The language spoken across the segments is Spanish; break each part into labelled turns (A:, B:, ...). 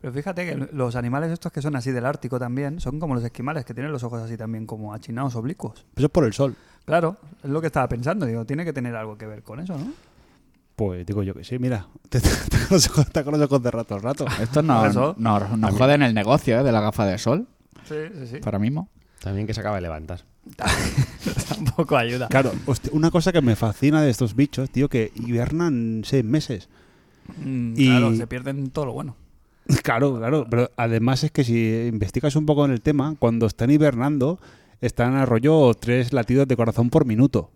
A: Pero fíjate que los animales estos que son así del Ártico también, son como los esquimales, que tienen los ojos así también como achinados oblicuos.
B: Eso es Pues por el sol.
A: Claro, es lo que estaba pensando. Digo, tiene que tener algo que ver con eso, ¿no?
B: Pues digo yo que sí, mira. Te, te, te con los ojos- te con los ojos de rato a rato.
C: Estos nos
A: Eso.
C: nos- nos joden el negocio ¿eh? de la gafa de sol,
A: Sí, sí, sí.
C: ahora mismo.
D: También que se acaba de levantar.
A: Tampoco ayuda.
B: Claro, hostia, una cosa que me fascina de estos bichos, tío, que hibernan seis meses.
A: Mm,
B: Y-
A: Claro, se pierden todo lo bueno.
B: Claro, claro, pero además es que si investigas un poco en el tema, cuando están hibernando, están a rollo tres latidos de corazón por minuto.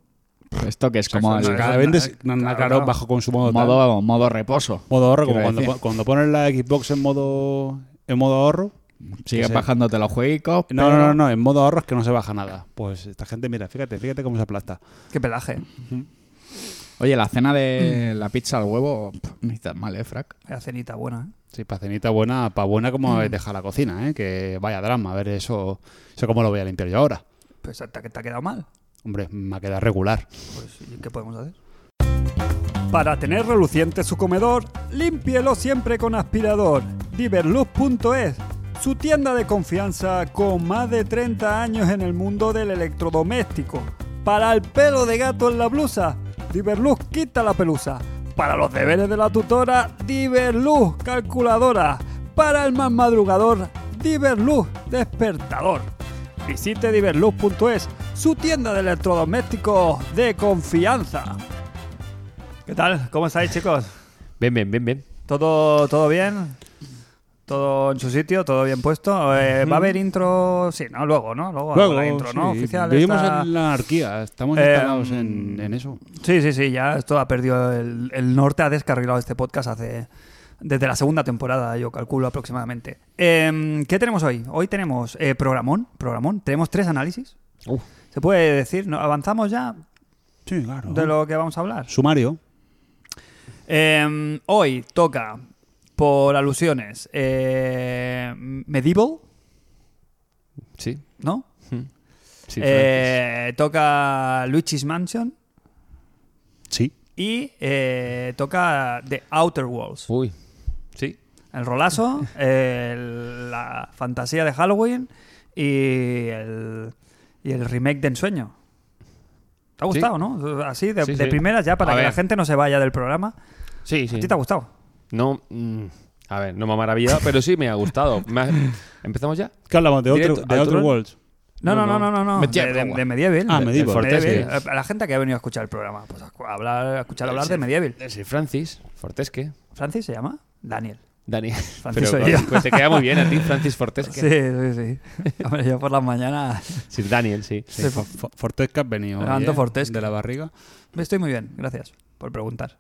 C: Esto que es como
A: Exacto,
C: el
B: Cada
A: eso
B: vez,
A: es
B: des-
A: na-
B: na-
A: claro,
B: claro,
A: claro.
B: bajo consumo total.
C: modo, modo reposo.
B: Modo ahorro, como
C: Quiero
B: cuando,
C: decir.
B: pon- cuando pones la Xbox en modo en modo ahorro.
C: Sigue
B: sí.
C: bajándote los juegos.
B: No,
C: pero-
B: no, no, no, en modo ahorro es que no se baja nada. Pues esta gente, mira, fíjate, fíjate cómo se aplasta.
A: Qué pelaje. ¿eh?
C: Oye, la cena de la pizza al huevo, pff, ni tan mal, ¿eh, Frac?
A: La cenita buena, ¿eh?
B: Sí, pa' cenita buena, pa' buena como deja la cocina, ¿eh? Que vaya drama, a ver eso, eso cómo lo voy a limpiar yo ahora.
A: Pues te, te ha quedado mal.
B: Hombre, me ha quedado regular.
A: Pues, ¿y ¿qué podemos hacer? Para tener reluciente su comedor, límpielo siempre con aspirador. Diverluz.es, su tienda de confianza con más de 30 años en el mundo del electrodoméstico. Para el pelo de gato en la blusa, Diverluz quita la pelusa. Para los deberes de la tutora, Diverluz calculadora. Para el más madrugador, Diverluz despertador. Visite diverluz.es, su tienda de electrodomésticos de confianza. ¿Qué tal? ¿Cómo estáis, chicos?
D: Bien, bien, bien, bien.
A: ¿Todo, todo bien? ¿Todo en su sitio? ¿Todo bien puesto? Eh, ¿Va a haber intro? Sí, ¿no? Luego, ¿no? Luego, la intro, ¿no?
B: sí,
A: Oficial.
B: Vivimos
A: esta-
B: en la anarquía, estamos
A: Eh,
B: instalados en, en eso.
A: Sí, sí, sí, ya esto ha perdido el, el norte, ha descarrilado este podcast hace desde la segunda temporada, yo calculo aproximadamente. Em, ¿Qué tenemos hoy? Hoy tenemos eh, programón, programón, tenemos tres análisis.
B: Uf.
A: ¿Se puede decir? ¿No? ¿Avanzamos ya
B: Sí, claro.
A: de lo que vamos a hablar?
B: Sumario.
A: Em, hoy toca, por alusiones, eh, Medieval,
D: Sí.
A: ¿no?
D: Hmm. sí
A: Eh, toca Luigi's Mansion
B: Sí.
A: y eh, toca The Outer Worlds.
D: Francis. Uy. Sí.
A: El rolazo, el- la fantasía de Halloween y el, y el remake de Ensueño. ¿Te ha
D: Sí.
A: gustado, no? Así, de,
D: Sí,
A: de
D: sí.
A: primeras, ya para
D: A
A: que la
D: ver.
A: gente no se vaya del programa.
D: Sí, sí.
A: ¿A ti te ha gustado?
D: No. mm, a ver, no me ha maravillado, pero sí me ha gustado. Me ha- ¿Empezamos ya?
B: ¿Qué hablamos? De,
D: Directo-
B: otro, de
D: ¿a
B: Outer
D: otro?
B: Worlds.
A: No, no,
D: No,
A: no, no,
D: no.
A: no. no. De,
D: Medieval.
A: de- de Medieval.
B: Ah,
A: de-
B: Medieval.
A: Medieval.
D: Fortescue.
A: A la gente que ha venido a escuchar el programa, pues a, a hablar, a escuchar hablar
D: Sí.
A: de Medieval.
D: Eh, Sí, Francis, Fortesque.
A: ¿Francis se llama? Daniel.
D: Dani.
A: Francis
D: pero
A: soy yo.
D: pues te queda muy bien a ti, Francis Fortesque.
A: Sí, sí, sí. Hombre, yo por las mañanas
D: Sí, Daniel, sí.
A: soy fo-
B: Fo- Fortesca has venido.
A: Levanto
B: oye,
A: Fortesca.
B: De la barriga.
A: Estoy muy bien, gracias por preguntar.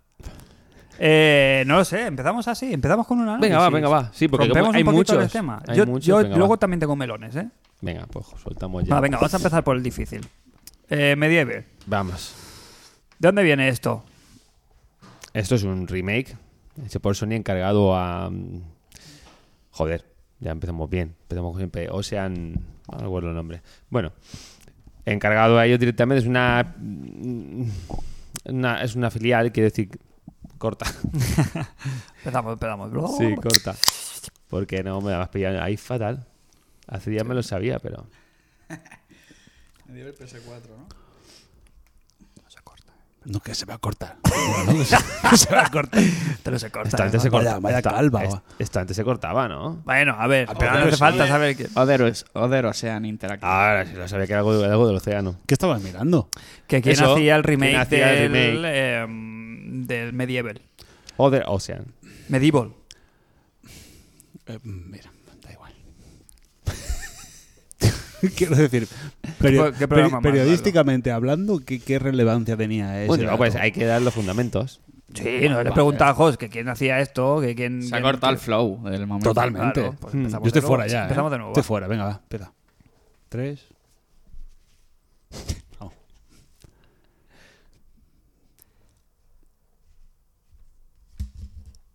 A: Eh, no lo sé, empezamos así, empezamos con un análisis.
D: Venga, va, venga, va. Sí, porque
A: Rompemos
D: como hay
A: un poquito
D: muchos.
A: el tema.
D: Hay
A: yo
D: muchos,
A: yo
D: venga,
A: luego
D: va.
A: también tengo melones, ¿eh?
D: Venga, pues soltamos ya.
A: Va, venga, vamos a empezar por el difícil. Eh, Medieval,
D: Vamos.
A: ¿de dónde viene esto?
D: Esto es un remake hecho por Sony encargado a. mm, Joder, ya empezamos bien. Empezamos siempre. Ocean. No recuerdo el nombre. Bueno, encargado a ellos directamente. Es una. mm, una- es una filial, quiero decir. Corta.
A: Empezamos, empezamos.
D: Sí, corta. Porque no me vas pillado ahí fatal. Hace días me lo sabía, pero.
B: No, que se va a cortar. No, que se- se va a cortar.
A: Te lo se corta.
D: Esta antes
A: ¿no?
D: se
B: vaya-
D: corta-
B: vaya
D: esta-
B: calva,
D: es-
B: va.
D: Esta antes se cortaba, ¿no?
A: Bueno, a ver, pero no hace falta saber que,
C: Oderos, Oderos sean interactivos.
B: Ah,
D: Ahora sí lo sabía que era algo, algo del océano.
B: ¿Qué estabas mirando?
A: que quién
D: Eso,
A: hacía el
D: ¿quién
A: remake,
D: hacía el
A: del, em, del Medieval.
D: Other Ocean.
A: Medieval.
B: Eh, mira, da igual. Quiero decir, perio-
A: ¿Qué programa más,
B: periodísticamente hablando, ¿qué, qué relevancia tenía ese
D: Bueno,
B: dato?
D: pues hay que dar los fundamentos.
A: Sí, no, le preguntaba a Jos que quién hacía esto, que quién...
C: Se ha
A: quién-
C: cortado el flow del momento.
B: Totalmente.
A: Claro, pues
D: Mm,
A: empezamos
B: Yo estoy
A: de nuevo.
B: fuera ya. ¿eh?
A: Empezamos de nuevo.
B: Estoy
A: va.
B: fuera, venga, va, espera. Tres. Vamos.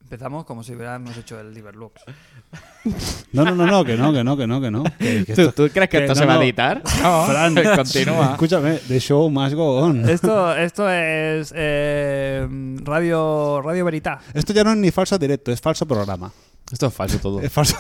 A: Empezamos como si hubiéramos hecho el Diverlux.
B: No, no, no, no, que no, que no, que no, que no. Que- que
C: ¿Tú,
B: esto-
C: tú crees que
B: que
C: esto
B: no,
C: se va
B: no.
C: a editar?
B: Fran,
C: Continúa.
B: Escúchame, the show must go on.
A: Esto, esto es eh, radio, radio Veritá.
B: Esto ya no es ni falso directo, es falso programa.
D: Esto es falso todo.
B: Es falso.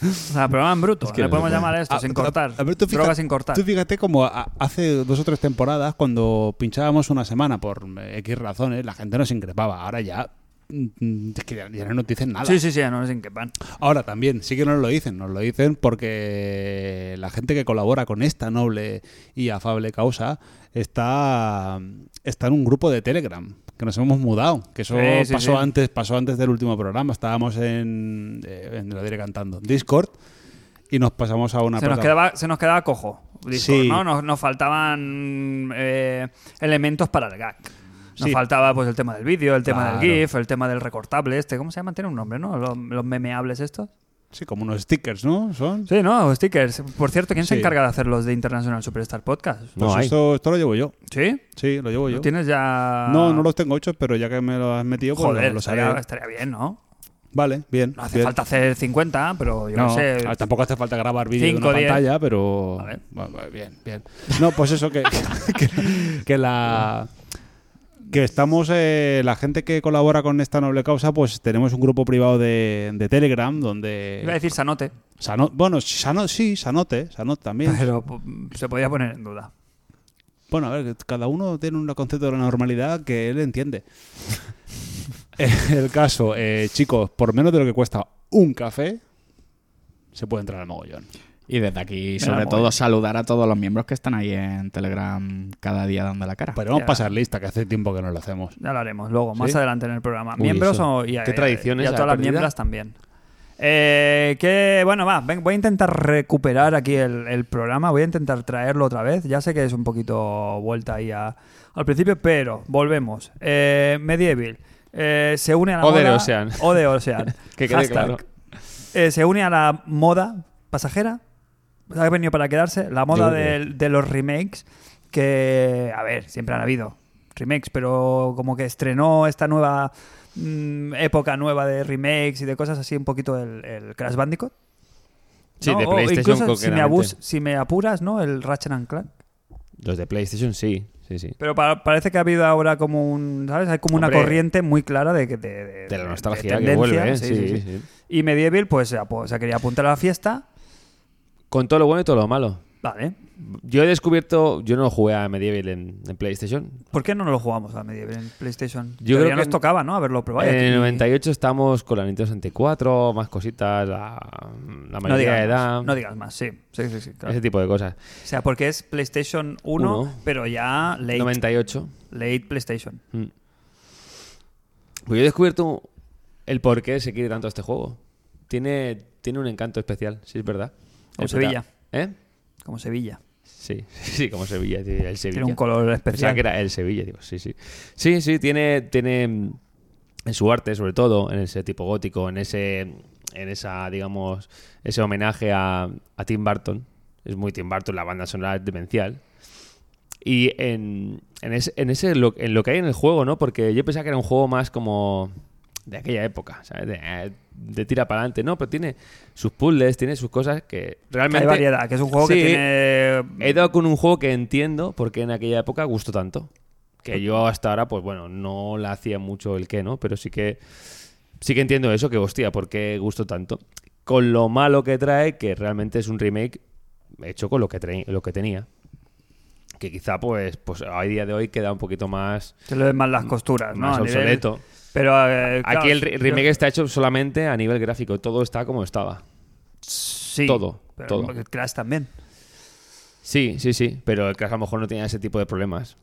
A: O sea, programa en bruto.
D: Es que
A: Le
D: no
A: podemos
D: se puede.
A: llamar a esto, sin Pues cortar.
B: Ah, A ver, tú fíjate-
A: Droga sin cortar.
B: Tú fíjate como a- hace dos o tres temporadas, cuando pinchábamos una semana por eh, X razones, la gente nos increpaba. Ahora ya, mm, es que ya, ya no nos dicen nada.
A: Sí, sí, sí, no sin que pan.
B: Ahora también, sí que nos lo dicen, nos lo dicen porque la gente que colabora con esta noble y afable causa está, está en un grupo de Telegram, que nos hemos mudado, que eso
A: Sí, sí,
B: pasó
A: sí.
B: antes, pasó antes del último programa, estábamos en, eh, en lo diré cantando, Discord, y nos pasamos a una
A: Se nos,
B: plataforma-
A: quedaba, se nos quedaba cojo. Discord,
B: Sí.
A: ¿no? Nos, nos faltaban eh, elementos para el gag. Nos
B: Sí.
A: faltaba pues el tema del vídeo, el tema
B: Claro.
A: del GIF, el tema del recortable este. ¿Cómo se llama? Tiene un nombre, ¿no? Los, los memeables estos.
B: Sí, como unos stickers, ¿no? Son.
A: Sí, ¿no? Stickers. Por cierto, ¿quién se
B: Sí.
A: encarga de hacer los de International Superstar Podcast?
D: No
B: Pues
D: hay.
B: esto, esto lo llevo yo.
A: ¿Sí?
B: Sí, lo llevo
A: ¿Lo
B: yo.
A: tienes ya...?
B: No, no los tengo hechos, pero ya que me lo has metido, pues
A: Joder,
B: lo- los haré.
A: estaría, estaría bien, ¿no?
B: Vale, bien.
A: No hace
B: bien.
A: falta hacer 50, pero yo no,
B: No,
A: sé...
B: ah, tampoco hace falta grabar vídeo en
A: Cinco,
B: una
A: diez.
B: pantalla, pero.
A: Vale.
B: Bueno, bueno, bien, bien. No, pues eso, que, que, que la. Que estamos, eh, la gente que colabora con esta noble causa, pues tenemos un grupo privado de, de Telegram
A: Iba a
B: donde.
A: decir Sanote,
B: Sano- bueno, Sanot, sí, Sanote, Sanot también.
A: pero mm, se podía poner en duda.
B: Bueno, a ver, cada uno tiene un concepto de la normalidad que él entiende. Eh, El caso, eh, chicos, por menos de lo que cuesta un café, se puede entrar al mogollón.
C: Y desde aquí, sobre
A: mogollón.
C: todo, saludar a todos los miembros que están ahí en Telegram cada día dando la cara.
B: Pero vamos
A: Ya.
B: a pasar lista, que hace tiempo que no lo hacemos.
A: Ya lo haremos luego, más
B: ¿Sí?
A: adelante en el programa.
D: Uy,
A: Miembros
D: eso.
A: o, y a,
D: ¿Qué
A: y a-
D: tradición
A: y a
D: esa
A: todas las
D: perdida?
A: miembros también. Eh, que bueno, va, ven- voy a intentar recuperar aquí el, el programa, voy a intentar traerlo otra vez. Ya sé que es un poquito vuelta ahí a- al principio, pero volvemos. Eh, Medieval. eh, se une a la
D: O de
A: moda-
D: Ocean.
A: O de Ocean.
D: Que quede
A: Hashtag.
D: claro.
A: Eh, se une a la moda pasajera. Ha venido para quedarse. La moda
D: Yo creo
A: del- de, los remakes. Que, a ver, siempre han habido remakes, pero como que estrenó esta nueva mm, época nueva de remakes y de cosas así, un poquito el, el Crash Bandicoot.
D: Sí,
A: ¿no?
D: de
A: O
D: PlayStation
A: incluso, si me,
D: concretamente.
A: abus- si me apuras, ¿no? El Ratchet and Clank.
D: Los de PlayStation sí, sí, sí.
A: Pero pa- parece que ha habido ahora como un, ¿sabes? Hay como
D: Hombre,
A: una corriente muy clara de, que- de, de-
D: De la
A: de
D: nostalgia que
A: tendencia.
D: vuelve, ¿eh?
A: Sí,
D: Sí,
A: sí, sí.
D: sí.
A: Y Medieval, pues se apu- se quería apuntar a la fiesta.
D: Con todo lo bueno y todo lo malo.
A: Vale.
D: Yo he descubierto, yo no jugué a Medieval en, en PlayStation.
A: ¿Por qué no lo jugamos a Medieval en PlayStation?
D: Yo
A: Yo
D: creo
A: ya
D: que
A: nos
D: en-
A: tocaba, ¿no? Haberlo probado.
D: en el
A: Aquí-
D: 98 estamos con la Nintendo 64, más cositas, la, la
A: No
D: mayoría
A: digas,
D: de edad,
A: más, no digas más, sí. Sí, sí, sí, claro.
D: ese tipo de cosas.
A: O sea, porque es PlayStation 1,
D: Uno.
A: pero ya late,
D: 98.
A: late PlayStation.
D: Mm. Pues yo he descubierto el por qué se quiere tanto este juego. Tiene, tiene un encanto especial, sí, es verdad.
A: Como
D: Es verdad.
A: Sevilla.
D: ¿Eh?
A: Como Sevilla.
D: Sí, sí, como Sevilla, sí, el Sevilla.
A: Tiene un color
D: Pensaba
A: especial.
D: que era el Sevilla, digo, sí, sí. Sí, sí, tiene, tiene mm, en su arte, sobre todo, en ese tipo gótico, en ese, en esa, digamos, ese homenaje a, a Tim Burton. Es muy Tim Burton, la banda sonora es demencial. Y en, en ese, en, ese lo, en lo que hay en el juego, ¿no? Porque yo pensaba que era un juego más como de aquella época, ¿sabes? De, de tira para adelante, ¿no? Pero tiene sus puzzles, tiene sus cosas que realmente...
A: Hay variedad, que es un juego que
D: Sí.
A: tiene...
D: He dado con un juego que entiendo porque en aquella época gustó tanto. Que yo hasta ahora, pues bueno, no le hacía mucho el qué, ¿no? Pero sí que sí que entiendo eso, que hostia, ¿por qué gustó tanto? Con lo malo que trae, que realmente es un remake hecho con lo que, trae- lo que tenía. Que quizá, pues, pues a día de hoy queda un poquito más,
A: Se le ven más las costuras, ¿no?
D: más
A: A nivel-
D: obsoleto.
A: Pero, eh, claro,
D: Aquí el re-
A: yo-
D: remake está hecho solamente a nivel gráfico. Todo está como estaba.
A: Sí,
D: todo,
A: pero
D: todo.
A: el Crash también.
D: Sí, sí, sí, pero el Crash a lo mejor no tenía ese tipo de problemas.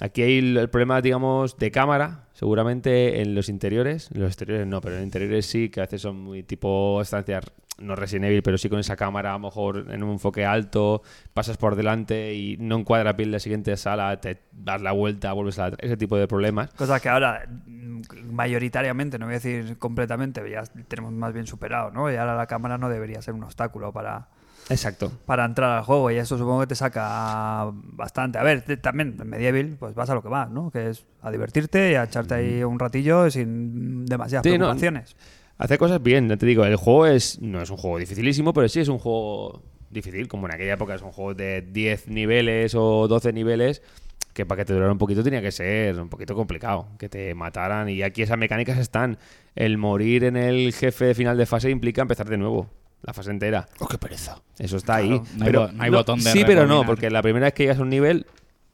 D: Aquí hay el, el problema, digamos, de cámara, seguramente en los interiores, en los exteriores no, pero en interiores sí, que a veces son muy tipo estancias, no Resident Evil, pero sí con esa cámara, a lo mejor en un enfoque alto, pasas por delante y no encuadra bien la siguiente sala, te das la vuelta, vuelves a la... ese tipo de problemas.
A: Cosa que ahora, mm, mayoritariamente, no voy a decir completamente, ya tenemos más bien superado, ¿no? Y ahora la cámara no debería ser un obstáculo para,
D: Exacto.
A: para entrar al juego y eso supongo que te saca bastante. A ver, te- también en Medieval pues vas a lo que vas, ¿no? Que es a divertirte y a echarte ahí un ratillo sin demasiadas
D: Sí, no.
A: preocupaciones.
D: Hace cosas bien, ya te digo, el juego es no es un juego dificilísimo, pero sí es un juego difícil, como en aquella época son juegos de 10 niveles o 12 niveles, que para que te durara un poquito tenía que ser un poquito complicado, que te mataran. Y aquí esas mecánicas están. El morir en el jefe de final de fase implica empezar de nuevo, la fase entera.
B: Oh, qué pereza.
D: Eso está ahí.
C: Claro, no hay
D: pero,
C: bo- no hay botón de
D: Sí, pero no,
C: rebobinar.
D: porque la primera vez que llegas a un nivel,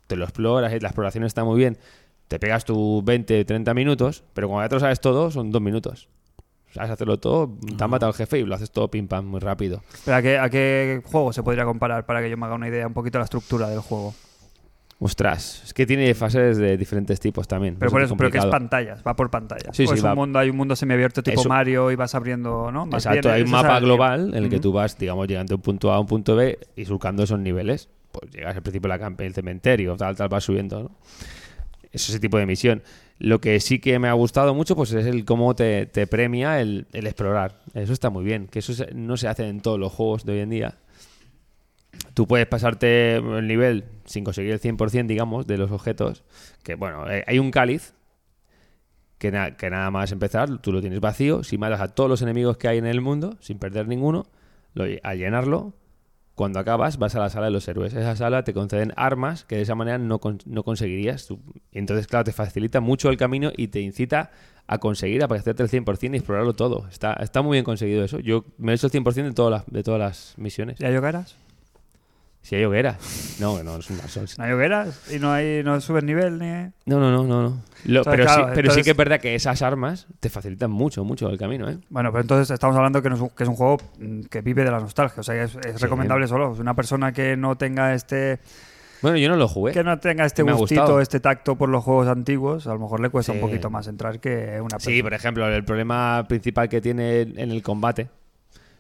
D: te lo exploras, eh, la exploración está muy bien. Te pegas tus 20, 30 minutos, pero cuando ya te lo sabes todo, son dos minutos. Sabes hacerlo todo, te han matado al jefe y lo haces todo pim pam muy rápido.
A: Pero ¿a qué, ¿A qué juego se podría comparar para que yo me haga una idea un poquito de la estructura del juego?
D: Pues Ostras, es que tiene fases de diferentes tipos también.
A: Pero por eso, pero que es
D: complicado.
A: pantallas, va por pantallas.
D: Sí,
A: O
D: sí,
A: es
D: va-
A: un mundo, hay un mundo semiabierto tipo
D: Eso-
A: Mario y vas abriendo, ¿no? Más
D: Exacto,
A: bien,
D: hay un
A: es
D: mapa
A: esa-
D: global en el que
A: Ujú.
D: tú vas, digamos, llegando de un punto A a un punto B y surcando esos niveles. Pues llegas al principio de la camp- del cementerio, tal, tal, vas subiendo, ¿no? Es ese tipo de misión. Lo que sí que me ha gustado mucho, pues es el cómo te, te premia el, el explorar. Eso está muy bien, que eso se- no se hace en todos los juegos de hoy en día. Tú puedes pasarte el nivel sin conseguir el 100%, digamos, de los objetos. Que bueno, eh, hay un cáliz que, na- que nada más empezar, tú lo tienes vacío. Si matas a todos los enemigos que hay en el mundo, sin perder ninguno, lo, lle- al llenarlo, cuando acabas, vas a la sala de los héroes. Esa sala te conceden armas que de esa manera no, con- no conseguirías. tú. Y Entonces, claro, te facilita mucho el camino y te incita a conseguir aparecerte el 100% y explorarlo todo. Está, está muy bien conseguido eso. Yo me he hecho el 100% de todas las, de todas las misiones.
A: ¿Y hay hogueras?
D: Si hay hogueras. No, no, es un Dark Souls.
A: No hay hogueras y no hay no subes nivel ni...
D: No, no, no, no. no. Lo-
A: O sea,
D: pero,
A: claro,
D: sí, pero sí
A: entonces-
D: que es verdad que esas armas te facilitan mucho, mucho el camino, ¿eh?
A: Bueno, pero entonces estamos hablando que, no es, un, que es un juego mm, que vive de la nostalgia, o sea, que es, es
D: Sí. eh.
A: recomendable solo. Una persona que no tenga este
D: Bueno, yo no lo jugué.
A: que no tenga este
D: Me ha
A: gustito,
D: gustado.
A: este tacto por los juegos antiguos, a lo mejor le cuesta un
D: Sí.
A: poquito más entrar que una persona.
D: Sí, por ejemplo, el problema principal que tiene en el combate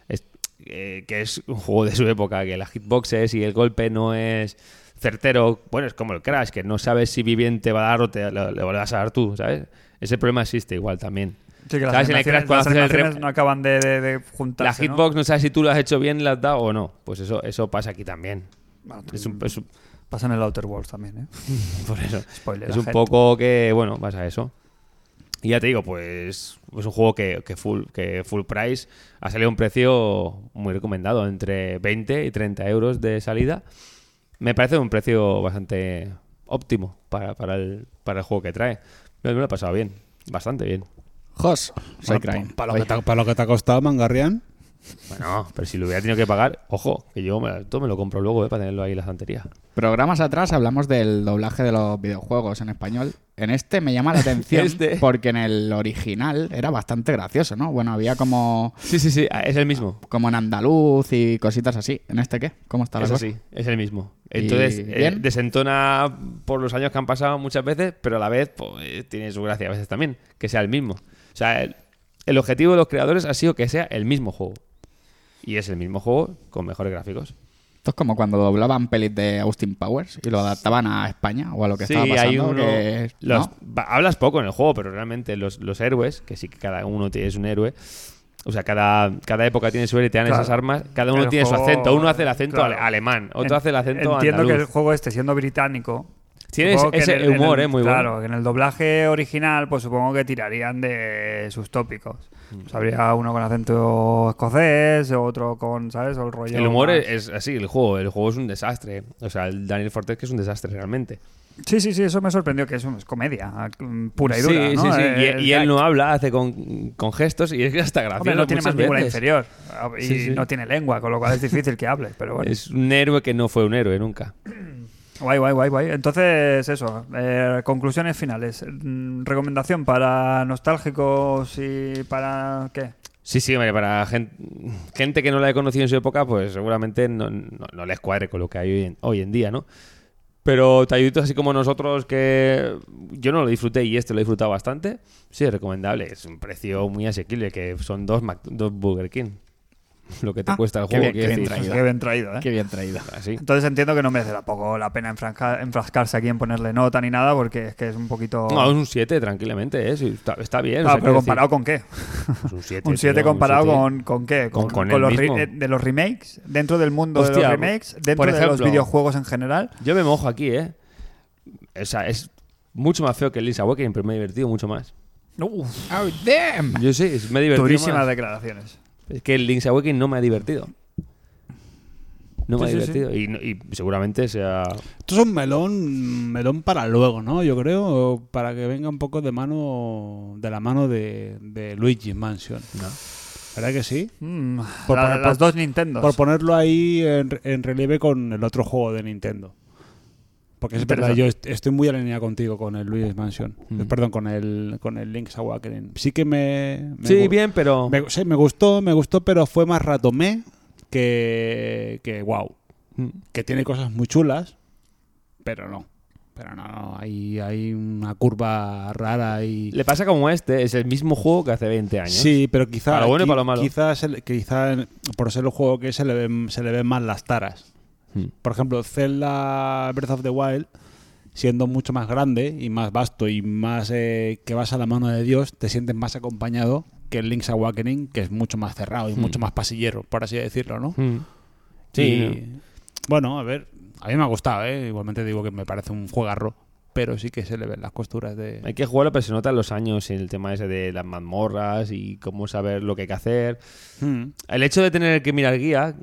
D: es eh, que es un juego de su época, que las hitboxes y el golpe no es certero. Bueno, es como el Crash, que no sabes si bien te va a dar o te, lo- le vas a dar tú, ¿sabes? Ese problema existe igual también.
A: Sí, que las
D: ¿Sabes? En el
A: animaciones,
D: Crash cuando
A: las
D: haces el
A: animaciones
D: rem-
A: no acaban de, de- de
D: La
A: juntarse. ¿no?
D: hitbox no sabes si tú lo has hecho bien, la has dado o no. Pues eso, eso pasa aquí también.
A: Bueno,
D: Es un- es un-
A: Pasa en el Outer Worlds también, ¿eh?
D: por eso.
A: Spoiler.
D: es un
A: agent.
D: poco que, bueno, vas a eso. Y ya te digo, pues es un juego que, que full, que full price ha salido a un precio muy recomendado, entre 20 y 30 euros de salida. Me parece un precio bastante óptimo para, para el, para el juego que trae. Me lo he pasado bien, bastante bien.
C: Jos, soy
B: Para
C: Crane.
B: lo, que te- pa' lo que te ha costado, Mangarrián.
D: Bueno, pero si lo hubiera tenido que pagar, ojo, que yo me, esto me lo compro luego eh, para tenerlo ahí en la estantería.
C: Programas atrás hablamos del doblaje de los videojuegos en español. En este me llama la atención
D: Este.
C: porque en el original era bastante gracioso, ¿no? Bueno, había como,
D: Sí, sí, sí, Ah, es el mismo.
C: como en andaluz y cositas así. ¿En este qué? ¿Cómo está la
D: Es
C: cosa?
D: así, es el mismo.
C: ¿Y
D: Entonces, eh,
C: bien?
D: desentona por los años que han pasado muchas veces, pero a la vez pues, eh, tiene su gracia a veces también, que sea el mismo. O sea, el, el objetivo de los creadores ha sido que sea el mismo juego. Y es el mismo juego con mejores gráficos.
C: Esto es como cuando doblaban pelis de Austin Powers y lo adaptaban a España o a lo que
D: Sí,
C: estaba pasando.
D: hay uno-
C: que-
D: los-
C: ¿no?
D: va- Hablas poco en el juego, pero realmente los, los héroes, que sí que cada uno tiene- es un héroe. O sea, cada, cada época tiene su héroe, te dan
A: Claro.
D: esas armas. Cada uno
A: El
D: tiene
A: juego-
D: su acento. Uno hace el acento
A: claro.
D: ale- alemán, otro
A: En-
D: hace el acento
A: Entiendo que el
D: andaluz.
A: juego este, siendo británico.
D: Tiene
A: supongo que
D: ese
A: en el- en
D: humor,
A: el-
D: eh, muy bueno.
A: claro, que en el doblaje original, pues supongo que tirarían de sus tópicos.
D: Mm.
A: Pues habría uno con acento escocés, otro con, ¿sabes? O el rollo.
D: El humor
A: más-
D: es, es así, el juego. El juego es un desastre. O sea, el Daniel Fortes que es un desastre realmente.
A: Sí, sí, sí, eso me sorprendió, que eso es comedia mm, pura y
D: sí,
A: dura. ¿no?
D: sí, sí. Y-
A: Eh,
D: y, él no habla, hace con, con gestos y es que hasta gracioso.
A: Hombre, no tiene
D: muchas
A: mandíbula
D: veces.
A: inferior ah, y
D: Sí, sí.
A: no tiene lengua, con lo cual es difícil que hable, pero bueno.
D: Es un héroe que no fue un héroe nunca.
A: Guay, guay, guay, guay. Entonces, eso, eh, conclusiones finales. Mm, Recomendación para nostálgicos y para... ¿Qué?
D: Sí, sí, hombre, para gen- gente, que no la he conocido en su época, pues seguramente no, no, no les cuadre con lo que hay hoy en, hoy en día, ¿no? Pero talliditos así como nosotros, que yo no lo disfruté y este lo he disfrutado bastante, sí, es recomendable. Es un precio muy asequible, que son dos, Mac- dos Burger King. Lo que te
C: Ah,
D: cuesta el
C: qué bien,
D: juego, quiero
C: qué bien
D: decir.
C: traído.
A: Qué bien traído, ¿eh?
C: Qué bien traído.
D: Así.
A: Entonces entiendo que no merece tampoco la pena enfrasca- enfrascarse aquí en ponerle nota ni nada, porque es que es un poquito...
D: No, es un 7 tranquilamente, ¿eh? Sí, está, está bien. o
A: Ah, pero
D: sea, quiero decir,
A: comparado con qué?
D: pues un 7.
A: Un 7 comparado con, con qué?
D: Con- con él
A: los
D: mismo.
A: re- eh, de los remakes, dentro del mundo de
D: Hostia,
A: los remakes, dentro
D: por
A: de los
D: ejemplo.
A: videojuegos en general.
D: Yo me mojo aquí, ¿eh? O sea, es mucho más feo que Lisa Awakening, pero me he divertido mucho más.
A: Uf,
C: Oh, damn.
D: Yo sí, es- me he divertido
A: durísimas
D: más.
A: declaraciones.
D: Es que el Link's Awakening no me ha divertido. No me
A: Sí,
D: ha
A: sí, sí.
D: divertido. Y no- Y, seguramente sea.
B: Esto es un melón, melón para luego, ¿no? Yo creo, para que venga un poco de mano de la mano de, de Luigi Mansion. ¿Verdad que sí?
A: Mm,
B: Por
A: la-
B: poner-
A: las
B: por-
A: dos Nintendos.
B: Por ponerlo ahí en, en relieve con el otro juego de Nintendo. Porque es verdad, yo est- estoy muy alineado contigo con el Luigi's Mansion.
D: Mm.
B: Eh, Perdón, con el, con el Link's Awakening. Sí que me... me
D: Sí,
B: gu-
D: bien, pero.
B: Me, sí, me gustó, me gustó, pero fue más ratomé que, que wow.
D: Mm.
B: Que tiene cosas muy chulas, pero no. Pero no, no, hay, hay una curva rara y...
D: Le pasa como este, es el mismo juego que hace 20 años.
B: Sí, pero quizá,
D: Para lo bueno y para lo malo.
B: quizá, se le- quizá en- por ser el juego que es, se le ven, se le ven más las taras.
D: Mm.
B: Por ejemplo, Zelda Breath of the Wild, siendo mucho más grande y más vasto y más eh, que vas a la mano de Dios, te sientes más acompañado que el Link's Awakening, que es mucho más cerrado y
D: Mm.
B: mucho más pasillero, por así decirlo, ¿no?
D: Mm. Sí.
B: Y, Bueno, a ver, a mí me ha gustado, ¿eh? Igualmente digo que me parece un juegarro, pero sí que se le ven las costuras de...
D: Hay que jugarlo, pero se notan los años en el tema ese de las mazmorras y cómo saber lo que hay que hacer.
B: Mm.
D: El hecho de tener que mirar guía,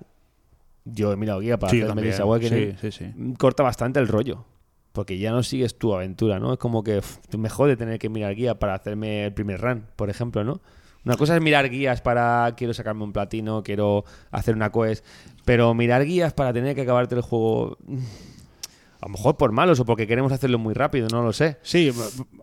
D: yo he mirado guía para
B: Sí,
D: hacerme
B: también.
D: el Awakening,
B: sí, sí, sí.
D: corta bastante el rollo. Porque ya no sigues tu aventura, ¿no? Es como que uf, me jode tener que mirar guía para hacerme el primer run, por ejemplo, ¿no? Una cosa es mirar guías para quiero sacarme un platino, quiero hacer una quest, pero mirar guías para tener que acabarte el juego, mm, a lo mejor por malos o porque queremos hacerlo muy rápido, no lo sé.
B: Sí,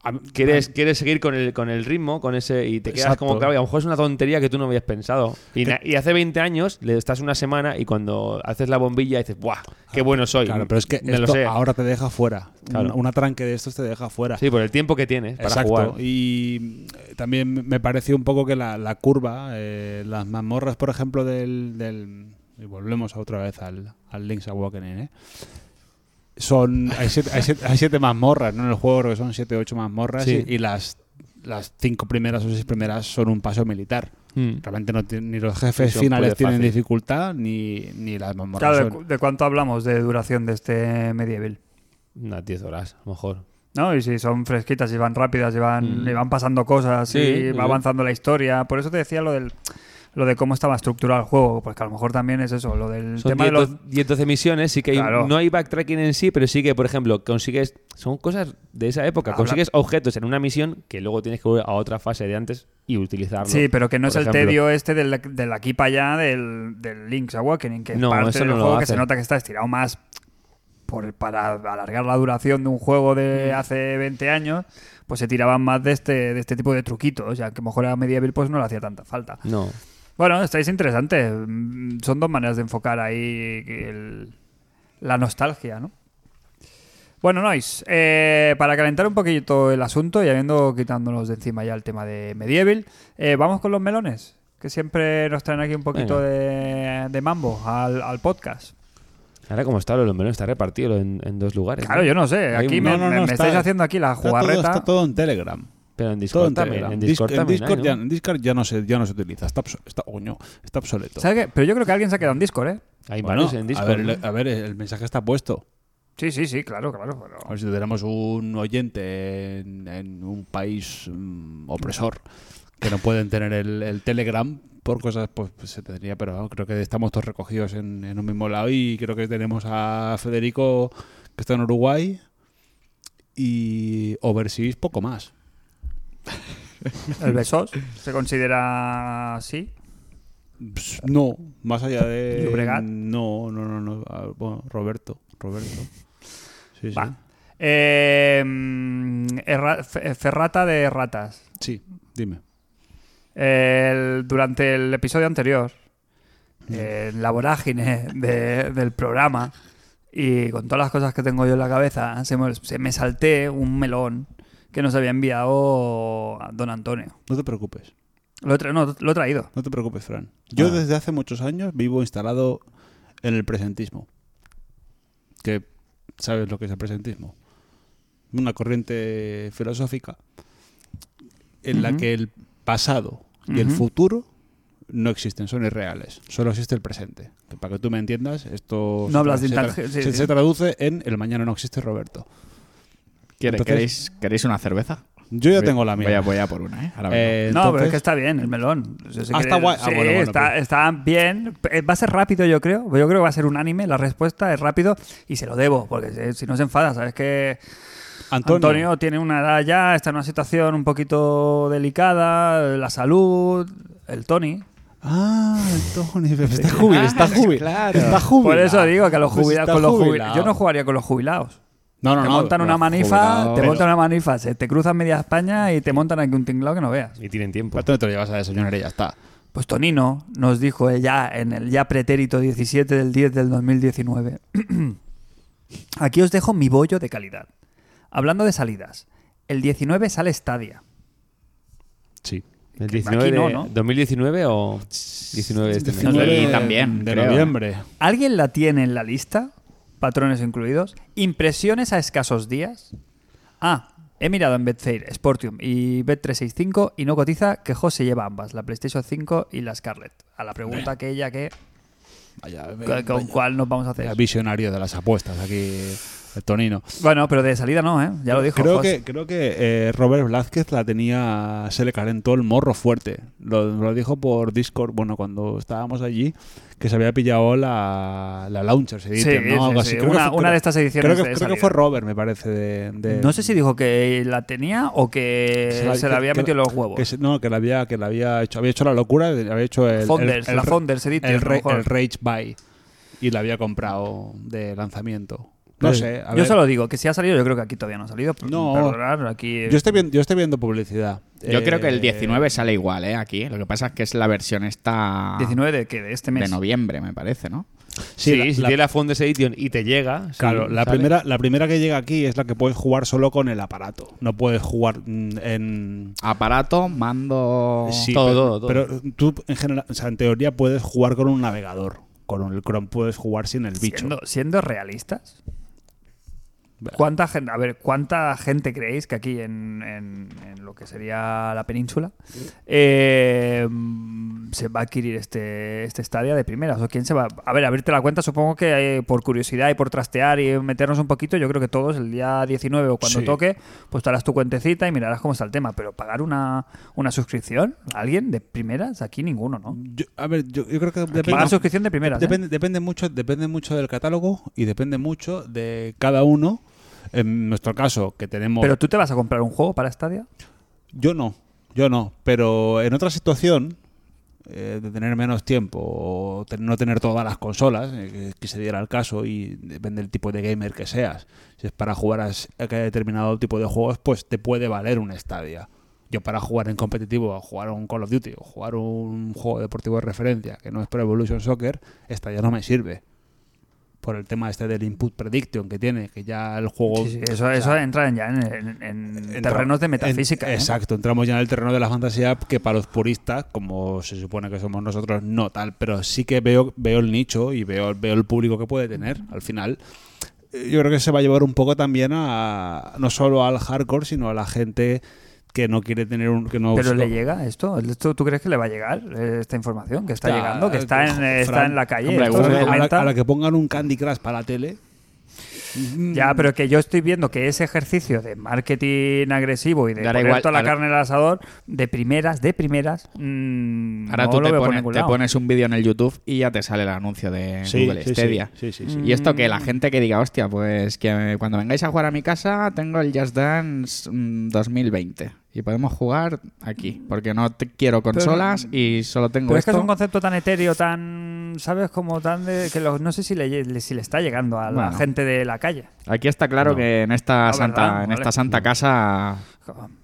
B: a- a-
D: Quieres, quieres seguir con el, con el ritmo, con ese, y te quedas
B: Exacto.
D: como claro, y a lo mejor es una tontería que tú no habías pensado. Y, na- y hace 20 años le estás una semana y cuando haces la bombilla dices, ¡buah! ¡Qué bueno soy!
B: Claro, pero es que
D: me
B: esto
D: lo sé.
B: ahora te deja fuera. Un-
D: Claro.
B: Un atranque de estos te deja fuera.
D: Sí, por el tiempo que tienes para
B: Exacto.
D: jugar.
B: Y eh, también me pareció un poco que la, la curva, eh, las mazmorras, por ejemplo, del, del- Y volvemos otra vez al, al Link's Awakening, ¿eh? Son, hay, siete, hay siete- hay siete mazmorras, ¿no? En el juego creo que son siete o ocho mazmorras
D: Sí.
B: y, y las, las cinco primeras o seis primeras son un paso militar.
D: Mm.
B: Realmente no tiene- ni los jefes
D: Son
B: finales
D: puzzle
B: tienen
D: fácil.
B: dificultad ni, ni las mazmorras.
A: Claro,
B: son-
A: ¿de, cu- de cuánto hablamos de duración de este medieval?
D: Unas 10 horas, a lo mejor.
A: ¿No? Y si son fresquitas y van rápidas y van,
D: Mm.
A: y van pasando cosas
D: Sí,
A: y
D: sí.
A: va avanzando la historia. Por eso te decía lo del lo de cómo estaba estructurado el juego, pues que a lo mejor también es eso, lo del
D: Son
A: tema de
D: 10,
A: los...
D: 10, 12 misiones, sí que hay-
A: Claro.
D: no hay backtracking en sí, pero sí que, por ejemplo, consigues. Son cosas de esa época.
A: Habla-
D: Consigues objetos en una misión que luego tienes que volver a otra fase de antes y utilizarlo.
A: Sí, pero que no
D: por
A: es el
D: ejemplo.
A: tedio este del, del aquí para allá del, del Link's Awakening, que
D: No,
A: es parte
D: eso
A: del
D: no lo
A: juego que
D: hacen.
A: se nota que está estirado más por, para alargar la duración de un juego de
D: Mm.
A: hace 20 años, pues se tiraban más de este, de este tipo de truquitos, o sea, que a lo mejor a Medieval pues no le hacía tanta falta.
D: No.
A: Bueno, estáis interesante. Mm, Son dos maneras de enfocar ahí el- la nostalgia, ¿no? Bueno, Nois, eh, para calentar un poquito el asunto y habiendo quitándonos de encima ya el tema de Medieval, eh, vamos con los melones, que siempre nos traen aquí un poquito de, de mambo al, al podcast.
D: Ahora, como está lo del melón, está repartido en, en dos lugares.
A: Claro,
D: ¿no?
A: yo no sé,
D: Hay
A: aquí
D: un-
A: me,
B: no, no,
A: me-
B: no,
A: me
B: está-
A: estáis haciendo aquí la
B: está todo-
A: jugarreta.
B: está todo en Telegram.
D: Pero en
B: Todo
D: Discord
B: en
D: también.
B: Telegram.
D: En
B: Disc-
D: Discord
B: en
D: también.
B: Discord
D: hay,
B: ya,
D: ¿no?
B: en Discord ya no se, ya no se utiliza. Está, obs- está, coño, está obsoleto.
A: ¿Sabes qué? Pero yo creo que alguien se ha quedado en Discord, ¿eh?
D: Hay
B: Bueno,
D: varios en Discord.
B: A ver,
D: ¿no?
B: le- a ver, el mensaje está puesto.
A: Sí, sí, sí, claro, claro. pero-
B: A ver si tuviéramos un oyente en, en un país mm, opresor que no pueden tener el, el Telegram por cosas, pues, pues, se tendría, pero vamos, creo que estamos todos recogidos en, en un mismo lado y creo que tenemos a Federico que está en Uruguay y Overseas poco más.
A: El Besos se considera así.
B: Ps, No, más allá de.
A: ¿Llobregat?
B: No, no, no, no. Ah, Bueno, Roberto. Roberto. Sí, sí.
A: Va. Eh, mm, erra- fe- ferrata de ratas.
B: Sí, dime.
A: El- durante el episodio anterior, eh, en la vorágine de- del programa y con todas las cosas que tengo yo en la cabeza, se me, se me salté un melón que nos había enviado a don Antonio.
B: No te preocupes.
A: Lo he, tra- no, lo he traído.
B: No te preocupes, Fran. Yo
D: Ah.
B: desde hace muchos años vivo instalado en el presentismo. Que sabes lo que es el presentismo. Una corriente filosófica en la
A: Ujú.
B: que el pasado y el
A: Ujú.
B: futuro no existen, son irreales. Solo existe el presente. Que para que tú me entiendas, esto
A: No
B: se
A: hablas de
B: se
A: intangi- sí,
B: se,
A: sí.
B: se traduce en el mañana no existe Roberto.
D: ¿Quiere-
B: Entonces-
D: queréis-
C: ¿Queréis, ¿Queréis una cerveza?
B: Yo ya tengo la mía.
C: Voy a, voy a por una, ¿eh? Ahora vengo.
B: Eh,
A: pues, no, pero es
B: entonces-
A: que está bien el melón. O sea, si
B: Ah, está
A: quieres-
B: guay. Ah,
A: Sí,
B: bueno, bueno,
A: está,
B: pero-
A: está bien. Eh, Va a ser rápido, yo creo. Yo creo que va a ser unánime. La respuesta es rápido y se lo debo, porque si- si no se enfada, ¿sabes que Antonio. tiene una edad ya, está en una situación un poquito delicada, la salud, el Tony.
B: Ah, Tony, pero está jubilado, está
C: Ah,
B: jubilado.
C: claro.
B: Está jubilado.
A: Por eso digo que a los
B: Pues
A: jubilados,
B: está
A: con los jubil-
B: jubilado.
A: yo no jugaría con los jubilados.
B: No, no,
A: te
B: no,
A: montan
B: no,
A: una manifa,
C: jubilado,
A: te
C: pero-
A: montan una manifa, se te cruzan media España y te montan aquí un tinglado que no veas.
D: Y tienen tiempo.
B: Pero tú no te lo llevas a desayunar y ya está.
A: Pues Tonino nos dijo eh, ya en el ya pretérito 17 del 10 del 2019. Aquí os dejo mi bollo de calidad. Hablando de salidas, el 19 sale Stadia.
B: Sí.
D: ¿El
A: que aquí
D: 19 de-
A: no, ¿no?
D: 2019 o 19 de este mes?
C: 19 de- también,
B: De
C: creo.
B: noviembre.
A: ¿Alguien la tiene en la lista? Patrones incluidos. Impresiones a escasos días. Ah, he mirado en Betfair, Sportium y Bet365 y no cotiza que José lleva ambas, la PlayStation 5 y la Scarlett. A la pregunta aquella que
B: Vaya,
A: con- con cuál nos vamos a hacer.
B: vaya visionario de las apuestas aquí, el Tonino.
A: Bueno, pero de salida no, ¿eh? Ya lo dijo.
B: Creo
A: José.
B: que, creo que eh, Robert Blázquez la tenía, se le calentó el morro fuerte. Lo, lo dijo por Discord, bueno, cuando estábamos allí, que se había pillado la, la Launcher, se dice,
A: Sí,
B: ¿no?
A: sí,
B: Algo
A: sí.
B: así. Creo que
A: Una-
B: fue-
A: una de estas ediciones
B: Creo que,
A: de
B: creo que
A: salida.
B: fue Robert, me parece. De, de-
A: No sé si dijo que la tenía o que se la,
B: que-
A: había
B: que-
A: metido en los
B: que
A: huevos.
B: se- no, que la había, que la había hecho, había hecho la locura, de- había hecho el,
A: Founders,
B: el- el-
A: la Founders Edition,
B: el
A: a lo
B: re-
A: mejor.
B: el Rage Buy y la había comprado de lanzamiento. No
D: Pero-
B: sé. a
A: Yo
B: ver.
A: solo digo que si ha salido, yo creo que aquí todavía no ha salido.
B: No.
A: Perdonar, aquí.
B: Yo estoy, viendo, yo estoy viendo publicidad.
C: Yo creo que el
B: Eh,
C: 19 sale igual, ¿eh? Aquí. Lo que pasa es que es la versión esta
A: 19 de que de este mes.
C: de noviembre, me parece, ¿no?
D: Sí,
B: la-
D: si
B: la-
D: tiene la Founders Edition y te llega. sí,
B: Claro, la
D: sale.
B: primera, la primera que llega aquí es la que puedes jugar solo con el aparato. No puedes jugar mm, en.
C: Aparato, mando...
B: Sí,
D: todo,
B: pero,
D: todo, todo.
B: pero tú en general, o sea, en teoría puedes jugar con un navegador. Con el Chrome puedes jugar sin el bicho.
A: Siendo, siendo realistas, ¿cuánta gente, a ver, ¿cuánta gente creéis que aquí en, en- en lo que sería la península eh, mm, se va a adquirir este, este estadio de primeras? ¿O quién se va? A ver, abrirte la cuenta, supongo que eh, por curiosidad y por trastear y meternos un poquito, yo creo que todos el día 19 o cuando
B: Sí.
A: toque, pues te harás tu cuentecita y mirarás cómo está el tema. Pero pagar una, una suscripción a alguien de primeras, aquí ninguno, ¿no?
B: Yo- a ver, yo, yo creo que depende,
A: Pagar suscripción de primeras. ¿eh?
B: depende, depende mucho, depende mucho del catálogo y depende mucho de cada uno. En nuestro caso, que tenemos.
A: Pero tú te vas a comprar un juego para Stadia.
B: Yo no, yo no. Pero en otra situación, eh, de tener menos tiempo o ten- no tener todas las consolas, eh, que, que se diera el caso y depende del tipo de gamer que seas. Si es para jugar a, s- a que determinado tipo de juegos, pues te puede valer un Stadia. Yo para jugar en competitivo, o jugar un Call of Duty o jugar un juego deportivo de referencia que no es Pro Evolution Soccer, Stadia no me sirve. Por el tema este del input prediction que tiene, que ya el juego
A: Sí, sí, eso, eso entra en- ya en, en- en
B: Entra-
A: terrenos de
B: en-
A: metafísica. ¿eh?
B: Exacto, entramos ya en el terreno de la fantasía que para los puristas, como se supone que somos nosotros, no tal, pero sí que veo, veo el nicho y veo, veo el público que puede tener al final. eh, Yo creo que se va a llevar un poco también a no solo al hardcore, sino a la gente que no quiere tener un que no
A: Pero
B: solo-
A: le llega esto? esto, ¿tú crees que le va a llegar eh, esta información que está,
B: Está-
A: llegando, que está en, eh, está
B: Fran,
A: en la calle?
B: hombre,
A: esto
B: a
A: se
B: la- a, la,
A: comenta.
B: a la que pongan un Candy Crush para la tele.
A: Ya, pero que yo estoy viendo que ese ejercicio de marketing agresivo y de
C: Dará
A: poner
C: igual,
A: toda la
C: ahora-
A: carne en el asador de primeras, de primeras, mm,
C: Ahora
A: no
C: tú
A: lo
C: te
A: veo por
C: pones,
A: ningún
C: te
A: lado.
C: pones un vídeo en el YouTube y ya te sale el anuncio de
B: Sí,
C: Google
B: sí, sí,
C: Stadia.
B: sí, sí, sí.
C: Y esto que la
A: Mm.
C: gente que diga, hostia, pues que cuando vengáis a jugar a mi casa tengo el Just Dance mm, 2020 y podemos jugar aquí, porque no te quiero consolas y solo tengo
A: Pero es que
C: esto.
A: es un concepto tan etéreo, tan, ¿sabes? Como tan de... que lo- no sé si le, lle- si le está llegando a la
C: Bueno.
A: gente de la calle.
C: Aquí está claro que en esta
A: No, Ah,
C: santa,
A: ¿verdad?
C: en
A: Vale. Mm.
C: esta santa casa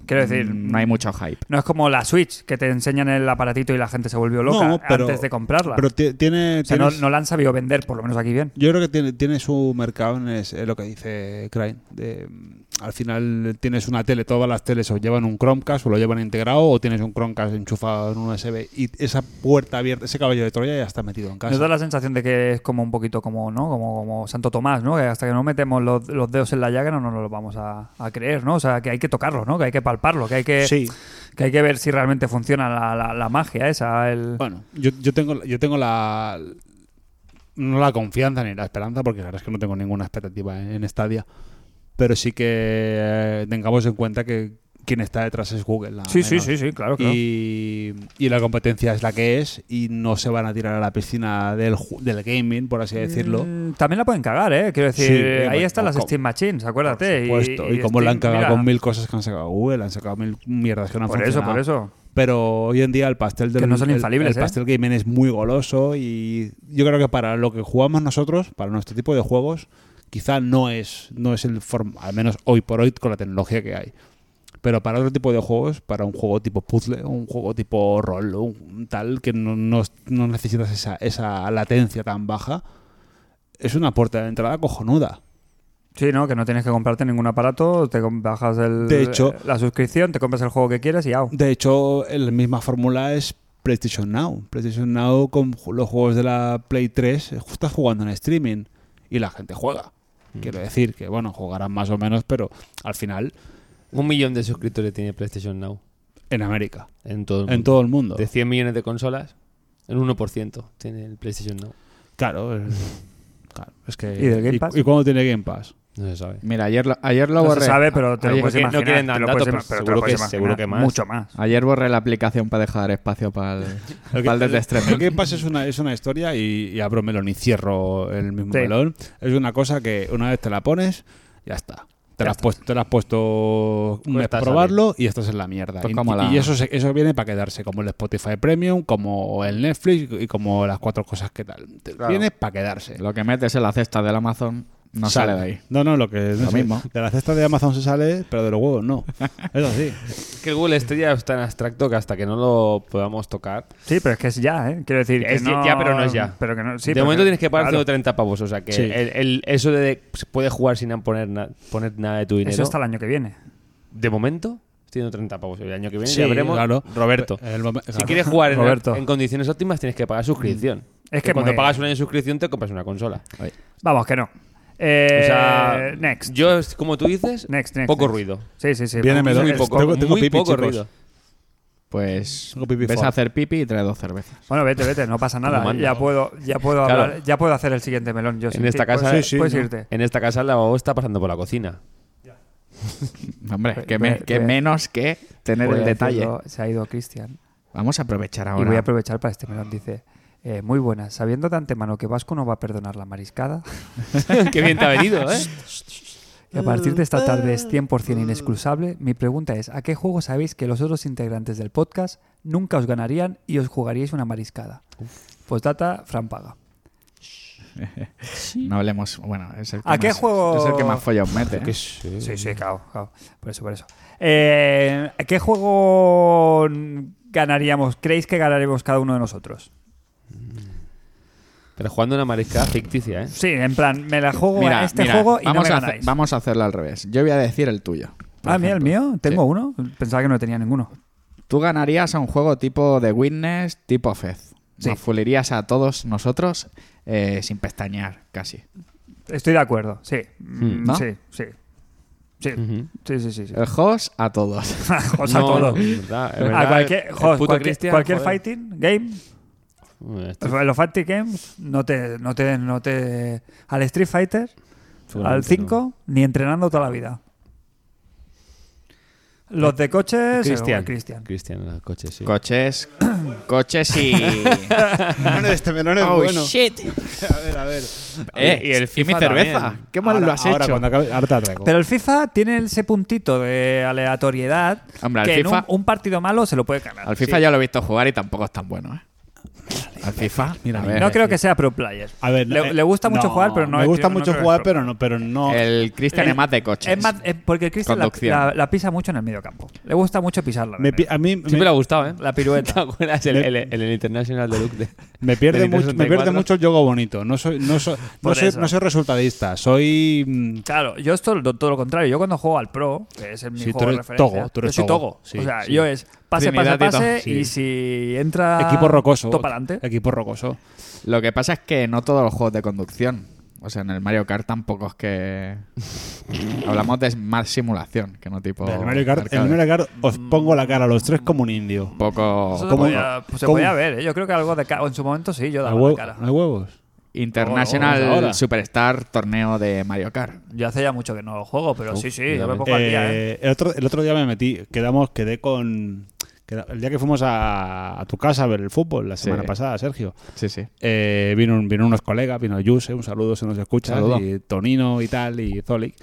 A: Quiero decir,
C: mm, no hay mucho hype.
A: No es como la Switch, que te enseñan el aparatito y la gente se volvió loca
B: No, pero-
A: antes de comprarla.
B: Pero ti- tiene,
A: o sea, no,
B: tienes-
A: no la han sabido vender, por lo menos aquí bien.
B: Yo creo que tiene, tiene su mercado en es- en lo que dice Crane. de, mm, al final tienes una tele, todas las teles o llevan un Chromecast o lo llevan integrado o tienes un Chromecast enchufado en un USB y esa puerta abierta, ese caballo de Troya ya está metido en
A: Nos da
B: casa.
A: la sensación de que es como un poquito como, ¿no? Como, como Santo Tomás, ¿no? Que hasta que no metemos los, los dedos en la llaga no nos lo vamos a, a creer, ¿no? O sea, que hay que tocarlo, ¿no? Que hay que palparlo, que hay que,
B: Sí,
A: que, hay que ver si realmente funciona la, la- la magia esa. El...
B: bueno, yo, yo tengo, yo tengo la no la confianza ni la esperanza porque la verdad es que no tengo ninguna expectativa en, en Stadia, pero sí que eh, tengamos en cuenta que quien está detrás es Google. nada
A: Sí, sí,
B: menos.
A: sí, sí, claro, claro.
B: Y, y la competencia es la que es y no se van a tirar a la piscina del, ju- del gaming, por así decirlo.
A: Mm, También la pueden cagar, ¿eh? Quiero decir,
B: Sí, eh,
A: ahí
B: bueno,
A: están las
B: como-
A: Steam Machines, acuérdate.
B: Por supuesto. Y, como la han
A: Steam,
B: cagado
A: este, mira,
B: con mil cosas que han sacado Google, han sacado mil mierdas que no han
A: Por eso,
B: funcionado.
A: por eso.
B: Pero hoy en día el pastel del
A: Que no son
B: el-
A: infalibles,
B: el
A: ¿eh?
B: pastel gaming es muy goloso y yo creo que para lo que jugamos nosotros, para nuestro tipo de juegos, quizá no es no es el form- al menos hoy por hoy con la tecnología que hay. Pero para otro tipo de juegos, para un juego tipo puzzle, un juego tipo rol, un tal que no, no- no necesitas esa, esa latencia tan baja, es una puerta de entrada cojonuda.
A: Sí, ¿no? Que no tienes que comprarte ningún aparato, te com- bajas el,
B: De hecho-
A: la suscripción, te compras el juego que quieres y au.
B: De hecho, la misma fórmula es PlayStation Now. PlayStation Now con ju- los juegos de la Play 3 eh, estás jugando en streaming y la gente juega. Quiero decir que, bueno, jugarán más o menos, pero al final
D: Un millón de suscriptores tiene PlayStation Now
B: en América,
D: en todo el mundo.
B: en todo el mundo.
D: De 100 millones de consolas, el 1% tiene el PlayStation Now.
B: Claro, eh, claro, es que...
A: ¿Y del Game Pass?
B: ¿Y, cuándo tiene Game Pass?
D: No se sabe.
C: Mira, ayer lo, ayer lo
A: No se
C: borré.
A: sabe, pero te lo
C: ayer,
A: puedes
D: que- no
A: imaginar.
D: quieren dar
A: te lo
D: datos,
A: puedes ima- pero
D: pero
A: te lo
D: seguro
A: puedes
D: que-
A: imaginar.
D: seguro que más.
A: Mucho más.
C: ayer borré la aplicación para dejar espacio para el, para el
B: El-
C: del
B: El
C: streaming.
B: Game Pass es una, es una historia y, y abro melón y cierro el mismo
A: Sí.
B: melón. Es una cosa que una vez te la pones, ya está. Te,
A: Ya
B: la has, puesto, te la has puesto un mes
D: Cuesta
B: para probarlo y estás en la mierda.
C: Pues
B: y
C: como
B: y-
C: la-
B: y eso, se- eso viene para quedarse, como el Spotify Premium, como el Netflix y como las cuatro cosas que tal. Te-
C: Claro.
B: Viene para quedarse.
C: Lo que metes en la cesta del Amazon no sale de ahí.
B: No, no, lo que no sé,
C: mismo.
B: De la cesta de Amazon se sale, pero de los huevos no. Es así.
D: Es que Google Stadia es tan abstracto que hasta que no lo podamos tocar.
A: Sí, pero es que es ya, ¿eh? Quiero decir. que
D: Es ya- ya, pero no es ya.
A: Pero que no, sí,
D: de
A: pero
D: momento
A: que-
D: tienes que pagar
A: claro.
D: 130 pavos. O sea que
B: Sí.
D: el, el- eso de se puede jugar sin poner, na- poner nada de tu dinero.
A: Eso hasta el año que viene.
D: De momento, 130 pavos. El año que viene
B: Sí,
D: ya veremos.
B: claro.
D: Roberto.
B: El momen-
D: Si
B: claro.
D: quieres jugar en,
A: Roberto. Mm.
D: en condiciones óptimas, tienes que pagar suscripción.
A: Es que
D: cuando
A: muy-
D: pagas un año de suscripción, te compras una consola.
A: Vamos, que no. Eh,
D: O sea,
A: next.
D: Yo, es- como tú dices,
A: Next, next,
D: poco
A: next.
D: ruido.
A: Sí, sí, sí.
B: Viene
A: Vamos,
B: melón.
D: Muy
A: es-
D: poco,
B: Tengo- tengo
D: muy
B: pipi,
D: poco
B: chicos.
D: ruido.
C: Pues
B: Tengo pipí
C: ves
B: fuera.
C: a hacer pipi y trae dos cervezas.
A: Bueno, vete, vete, no pasa
D: Como
A: nada.
D: manda.
A: Ya puedo, ya puedo
D: Claro.
A: hablar, ya puedo hacer el siguiente melón. Yo sin
D: En esta
A: ti. Puedes-
D: casa-
A: puedes,
D: Sí, sí,
B: ¿no?
A: irte.
D: En esta casa, el lavabo está pasando por la cocina.
C: Hombre,
A: Ve-
C: que, me-
A: Pues ve-
C: que
A: ve.
C: menos que tener
A: Voy
C: el
A: a
C: detalle.
A: decirlo, se ha ido Cristian.
C: Vamos a aprovechar
A: Y voy a
C: ahora.
A: aprovechar para este melón. Dice, eh, muy buena. Sabiendo de antemano que Vasco no va a perdonar la mariscada,
D: Qué bien te ha venido, ¿eh?
A: que a partir de esta tarde es 100% inexcusable, mi pregunta es, ¿a qué juego sabéis que los otros integrantes del podcast nunca os ganarían y os jugaríais una mariscada? Pues data, Fran Paga.
C: No hablemos. Bueno, es el que
A: ¿A qué
C: más-
A: juego-
C: Es el que más follón mete. ¿eh?
A: Sí, sí, claro, claro. Por eso, por eso. Eh, ¿Qué juego ganaríamos? ¿Creéis que ganaremos cada uno de nosotros?
D: Pero jugando una mariscada ficticia, ¿eh?
A: Sí, en plan, me la juego a este
C: mira,
A: juego y no
C: vamos,
A: me
C: a
A: ganáis.
C: hacer- vamos a hacerlo al revés. Yo voy a decir el tuyo. por
A: ah, mira, el
C: ejemplo.
A: mío. Tengo uno. Pensaba que no tenía ninguno.
C: Tú ganarías a un juego tipo The Witness, tipo Fez.
A: Sí.
C: Nos fulerías a todos nosotros eh, sin pestañear, casi.
A: Estoy de acuerdo, sí. Mm,
C: ¿No?
A: Sí, sí. Sí,
D: Hmm. Ujú. Eh,
A: sí, sí. sí, sí.
C: El host a todos.
A: O sea,
D: No,
A: todo.
D: es verdad, es
A: A
D: verdad,
A: cualquier,
D: el
A: joder,
D: puto
A: cualquier,
D: Cristian,
A: cualquier
D: joder.
A: fighting game, eh,
D: Este
A: los fighting games, no te, no te, no te. Al Street Fighter, al
D: seguramente
A: 5, ni entrenando toda la vida. Los de coches,
D: Cristian.
A: eh, Cristian.
D: no. Cristian, los coches, sí.
C: Coches. Coches y.
B: este melón
C: oh, shit.
B: A ver, a ver.
C: Eh,
D: y el
C: y mi
D: FIFA
C: cerveza.
D: también.
C: Qué mal
B: ahora,
C: lo has
B: ahora
C: hecho.
B: cuando acabe- ahora te la traigo.
A: Pero el FIFA tiene ese puntito de aleatoriedad
C: Hombre, al
A: que en un-
C: FIFA-
A: un, partido malo se lo puede ganar.
C: Al FIFA ya lo he visto jugar y tampoco es tan bueno, ¿eh? Al FIFA. Mira,
B: ni-
A: no creo que sea pro player.
B: A ver,
A: le,
B: eh,
A: le gusta mucho
B: no,
A: jugar, pero no
B: Me
A: es-
B: gusta
A: no
B: mucho
A: creo que
B: jugar,
A: es pro
B: pero no, pero no.
C: El Cristian es más de coches.
A: Es más, eh, porque Cristian la,
C: Conducción.
A: la- la pisa mucho en el medio campo. Le gusta mucho pisarla. en el
B: me pi-
A: medio.
B: a mí me,
D: Siempre le ha gustado, ¿eh?
A: La pirueta.
D: ¿Te acuerdas? El, el, el, el International Deluxe. de-
B: me pierde
D: del
B: mucho, me
D: 64.
B: pierde mucho el juego bonito. No soy, no soy, no
A: Por
B: soy,
A: eso.
B: no soy resultadista. Soy mm,
A: Claro, yo esto lo- todo lo contrario. Yo cuando juego al pro, que es el mi
B: Sí, tú
A: juego de
B: eres
A: referencia,
B: togo, tú
A: yo
B: eres
A: soy
B: togo.
A: togo.
B: Sí,
A: o sea,
B: sí.
A: yo es pase, pase,
C: Trinidad y
A: pase
C: togo,
B: sí.
A: y si entra
B: equipo rocoso.
A: topa Ah, adelante.
B: Equipo rocoso.
C: Lo que pasa es que no todos los juegos de conducción. O sea, en el Mario Kart tampoco es que. Hablamos de más simulación, que no tipo.
B: el Mario Kart, el
C: Oh, arcade.
B: Mario Kart os
A: Mm.
B: pongo la cara a los tres como un indio.
C: Poco.
A: Eso se
B: ¿Cómo?
A: podía- pues se
B: ¿Cómo?
A: podía ver, ¿eh? yo creo que algo de ca- en su momento sí, yo
B: ¿No
A: daba
B: hay
A: la
B: huevo-
A: cara.
B: no hay huevos?
C: International
B: Ahora, ahora.
C: Superstar Torneo de Mario Kart.
A: Yo hace ya mucho que no lo juego, pero sí, sí, yo me pongo al día, ¿eh?
B: Eh, el, otro, el otro día me metí, quedamos, quedé con. queda- El día que fuimos a, a tu casa a ver el fútbol, la semana pasada, Sergio,
C: Sí, sí.
B: eh, vino, un- vino unos colegas, vino Yuse, un saludo se nos escucha,
C: Saludo.
B: y Tonino y tal, y Zolic.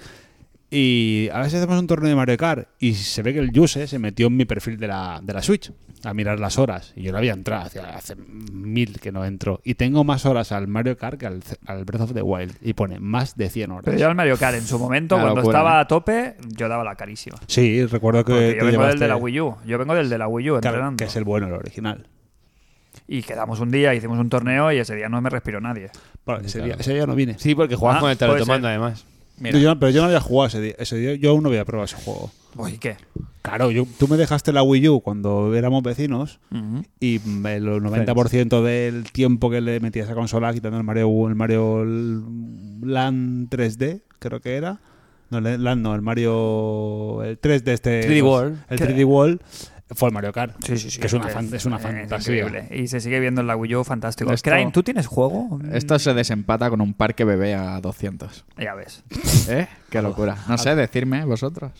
B: Y a veces hacemos un torneo de Mario Kart y se ve que el Yuse se metió en mi perfil de la, de la Switch a mirar las horas. Y yo no había entrado, hacía- hace mil que no entro. Y tengo más horas al Mario Kart que al, al Breath of the Wild. Y pone más de 100 horas.
A: Pero yo al Mario Kart en su momento,
C: Una
A: cuando
C: locura,
A: estaba
C: ¿eh?
A: a tope, yo daba la carísima.
B: Sí, recuerdo que.
A: Porque
B: te
A: yo vengo del
B: llevaste-
A: de la Wii U. Yo vengo del de la Wii U
B: Claro,
A: entrenando.
B: que es el bueno, el original.
A: Y quedamos un día, hicimos un torneo y ese día no me respiró nadie.
B: Bueno, ese, día, ese día no vine.
D: Sí, porque jugabas
A: Ah,
D: con el
A: puede
D: teletomando,
A: ser.
D: además.
B: Yo- pero yo no había jugado ese día. Ese día yo aún no había probado ese juego.
A: Uy, Pues, ¿qué?
B: Claro, yo, tú me dejaste la Wii U cuando éramos vecinos
A: Ujú.
B: y mm, el 90% del tiempo que le metí a esa consola, quitando el Mario, el Mario Land 3D, creo que era. No, el Land no, el Mario. El 3D este.
D: 3D World.
B: El 3D World fue el Mario Kart.
A: Sí, sí, sí.
B: Que es una, fan- es una
A: eh,
B: fantasía.
A: increíble. Y se sigue viendo en la Wii U, fantástico.
C: Esto-
A: Crane, ¿tú tienes juego?
C: Esto se desempata con un parque bebé a 200.
A: Ya ves.
C: ¿Eh? Qué locura. No sé, decirme vosotros.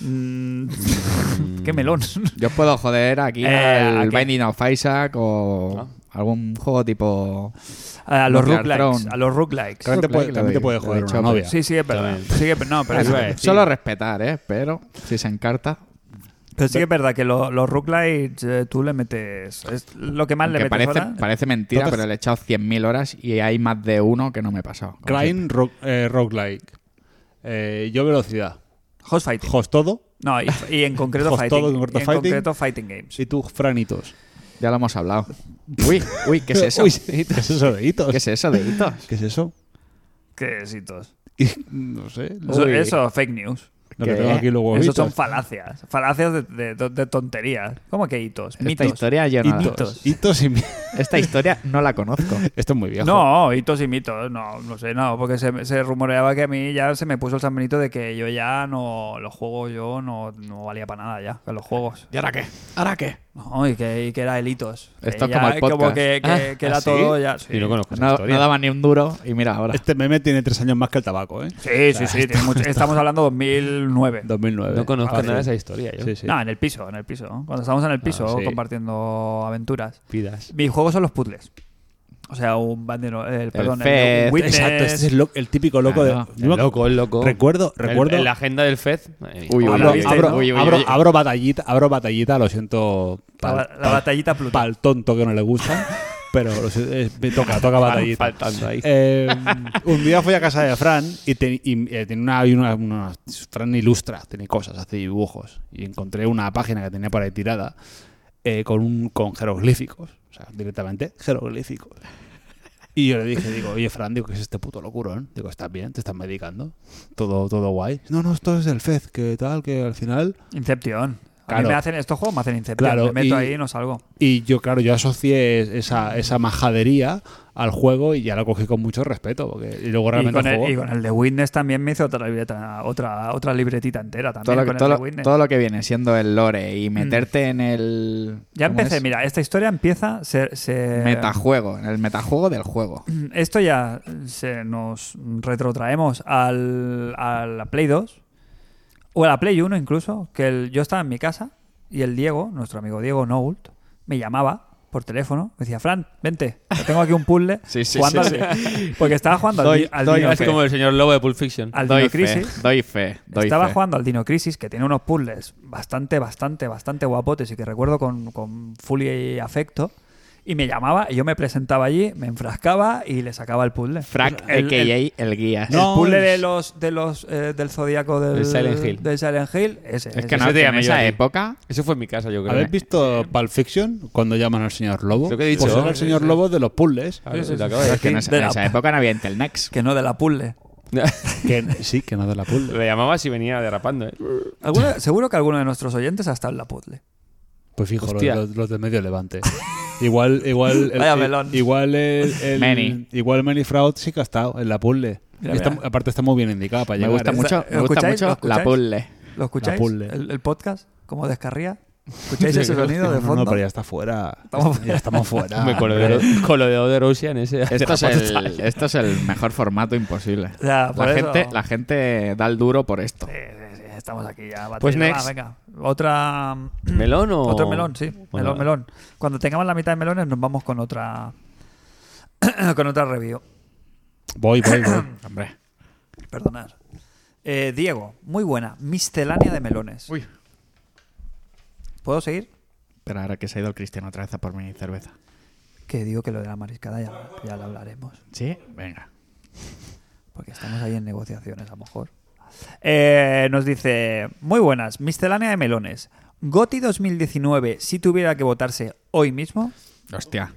A: Mm, qué melón.
C: Yo os puedo joder aquí
A: Eh, ¿a
C: al
A: qué?
C: Binding of Isaac
A: Ah.
C: o algún juego tipo.
A: A los
C: Nuclear
A: roguelikes.
C: Throne.
A: A los roguelikes.
B: También te
C: Claro
B: puede,
C: que lo
B: también te
C: doy,
B: puede
C: lo
B: joder
C: doy
B: una
C: chope.
B: novia.
A: Sí, sí, es verdad. Sí, que, no, pero,
D: Eso
A: es-
D: es.
C: Solo respetar, ¿eh? Pero si se encarta.
A: pero sí que es verdad que lo- los roguelikes eh, tú le metes... Es lo que más Ah, le
C: Que
A: metes
C: parece,
A: ahora.
C: parece mentira,
B: Entonces-
C: pero le he echado 100.000 horas y hay más de uno que no me he pasado. como siempre.
B: Crime, rock, eh, roguelike. Eh, yo velocidad.
A: Host fighting.
B: Jos todo
A: No, y, y en concreto
B: Host
A: fighting.
B: todo, en concreto
A: y en
B: fighting.
A: concreto fighting games.
B: y tú franitos.
C: Ya lo hemos hablado. Uy, uy, ¿qué es eso?
B: Uy, ¿Qué es eso de hitos?
C: ¿Qué es eso de hitos?
B: ¿Qué es eso?
A: Que sí, todos.
B: Y- no sé. Lo,
A: Eso,
C: Uy.
A: eso, fake news.
B: lo que
C: ¿Qué?
B: tengo aquí los huevitos.
A: Eso son falacias. Falacias de, de- de- de tonterías. ¿Cómo que hitos?
C: Esta
A: Mitos.
C: historia yo no la-
A: Hitos.
B: Hitos y mi-
C: Esta historia no la conozco.
B: Esto es muy viejo.
A: No, hitos y mitos. No, no sé, no. Porque se, se rumoreaba que a mí ya se me puso el San Benito de que yo ya no. Los juegos yo no, no valía para nada ya. Con los juegos.
C: ¿Y ahora qué? ¿Ahora qué?
A: No, y que, y que era el hitos. Que
C: Esto es
A: ya
C: como el podcast.
A: que, que- que
C: Ah,
A: era
C: ¿sí?
A: todo ya. Sí,
D: Y no conozco esa
C: No,
D: historia.
C: no daba ni un duro y mira ahora.
B: Este meme tiene tres años más que el tabaco, ¿eh?
A: sí,
C: Ah,
A: sí. sí, tiene mucho- Estamos hablando 2009.
B: 2009.
D: No conozco
A: Ah,
D: nada
A: sí.
D: de esa historia. Yo.
B: Sí, sí.
A: No, en el piso, en el piso. Cuando estábamos
C: Ah,
A: en el piso
B: sí.
A: compartiendo aventuras.
D: Pidas.
A: Mis juegos son los puzzles. O sea, un bandero, el, perdón,
C: Fez,
A: el Witness.
B: Exacto, este es el, lo- el típico loco
C: Claro,
B: de.
D: El loco, el loco.
B: Recuerdo,
D: El-
B: recuerdo.
D: En la agenda del FED. madre mía.
C: Uy, uy,
B: Abro,
A: uy,
B: abro-
A: ¿no?
C: Uy, uy,
B: abro-
C: uy.
B: abro batallita, abro batallita, lo siento.
A: la,
B: pal-
A: la
B: pal-
A: batallita Plutón.
B: para el tonto que no le gusta, pero lo sé- eh, me toca, toca batallita.
D: Faltando ahí.
B: Eh, un día fui a casa de Fran y, te- y, eh, tenía una, y una- una- Fran ilustra, tiene cosas, hace dibujos. Y encontré una página que tenía por ahí tirada eh, con, un, con jeroglíficos, o sea, directamente jeroglíficos. Y yo le dije, digo, oye, Fran, digo, ¿qué es este puto locurón? Digo, ¿estás bien? ¿Te estás medicando? Todo, todo guay. No, no, esto es del Fez, que tal, que al final...
A: Inception. A
B: Claro.
A: mí me hacen estos juegos, me hacen Inception.
B: Claro,
A: me meto
B: y-
A: ahí y no salgo.
B: Y yo, claro, yo asocié esa, esa majadería al juego y ya lo cogí con mucho respeto. Porque, y luego
A: Y
B: realmente
A: con,
B: el
A: el,
B: juego.
A: y con el de Witness también me hizo otra libreta, otra, otra libretita entera también
C: todo, lo que,
A: con
C: todo
A: el
C: lo-
A: de Witness. Mm.
C: todo lo que viene siendo el lore y meterte en el.
A: ya
C: ¿cómo
A: empecé,
C: es?
A: mira, esta historia empieza. Se, se-
C: Metajuego, en el metajuego del juego.
A: Mm, Esto ya se nos retrotraemos al, a la Play 2 o a la Play 1 incluso, que el- yo estaba en mi casa y el Diego, nuestro amigo Diego Noult, me llamaba por teléfono, me decía, Fran, vente, que tengo aquí un puzzle
C: Sí, sí,
A: jugando
C: sí,
A: al- porque estaba jugando al,
C: Doy-
A: di- al
C: doy
A: Dino
D: Es como el señor Lobo de Pulp Fiction.
A: al
C: doy
A: Dino
C: fe,
A: Crisis.
C: doy fe, doy
A: Estaba
C: fe.
A: jugando al Dino Crisis, que tiene unos puzzles bastante, bastante, bastante guapotes y que recuerdo con, con full y afecto. Y me llamaba, y yo me presentaba allí, me enfrascaba y le sacaba el puzzle.
C: Frank,
A: Pues el,
C: a.k.a.
A: el-
C: el, guías.
B: No,
A: el puzzle
B: es-
A: de los, de los, eh, del zodíaco del
D: Del Silent Hill.
A: del Silent Hill, ese.
C: es
A: ese.
C: que no,
D: ese te
C: que en
D: llamé yo a
C: esa
D: ti.
C: época.
D: Eso fue en mi casa, yo creo.
B: ¿Habéis visto Pulp Fiction cuando llaman al señor Lobo?
D: Lo que he dicho.
B: Pues era el
D: Sí,
B: señor
D: sí.
B: Lobo de los puzzles.
D: Claro,
A: Sí, sí,
D: lo
A: sí.
D: acabo de
C: Es que en
A: Sí,
C: esa,
A: de
C: en
A: la-
C: esa época no había Intelnex.
A: Que no, de la puzzle.
D: decir.
B: Que, sí, que no de la puzzle.
D: Le llamabas y venía derrapando, ¿eh?
A: Alguno- seguro que alguno de nuestros oyentes ha estado en la puzzle.
B: Pues fijo, los,
D: Hostia.
B: los- los del medio levante. Igual, igual, el-
A: Vaya melón.
B: igual el, el-
C: Manny.
B: igual Manny Fraud sí que ha estado en la puzzle.
A: Mira,
B: Y está-
A: mira.
B: aparte está muy bien indicada para
C: Me
B: llegar.
C: gusta
B: ¿eh?
A: Está-
C: mucho, me
A: ¿lo
C: gusta
A: escucháis? ¿Lo
C: mucho la
A: escucháis?
C: puzzle.
A: ¿Lo escucháis?
B: puzzle.
A: El, el podcast, como descarría. ¿Escucháis ese sonido de
B: No, no,
A: fondo?
B: pero ya está fuera.
A: Estamos-
B: Ya estamos fuera.
D: Me con lo de- con lo de Other Ocean ese.
C: Esto es, el, esto es el mejor formato imposible.
A: O sea, por
C: La
A: eso-
C: gente, la gente da el duro por esto.
A: Sí, sí, sí, estamos aquí ya.
D: Pues
A: batiendo.
D: next.
A: Va, venga. Otra... mm,
D: ¿Melón o...?
A: Otro melón, sí.
D: Bueno,
A: melón, melón. Cuando tengamos la mitad de melones nos vamos con otra... con otra review.
B: Voy, voy, voy.
C: Hombre.
A: Perdonad. Eh, Diego, muy buena. Miscelánea de melones.
C: Uy.
A: ¿Puedo seguir?
C: Pero ahora que se ha ido el Cristiano otra vez a por mi cerveza.
A: Que digo que lo de la mariscada ya, ya lo hablaremos.
C: ¿Sí? Venga.
A: Porque estamos ahí en negociaciones, a lo mejor. Eh, nos dice, muy buenas, miscelánea de melones. Goti 2019, si tuviera que votarse hoy mismo,
C: Hostia.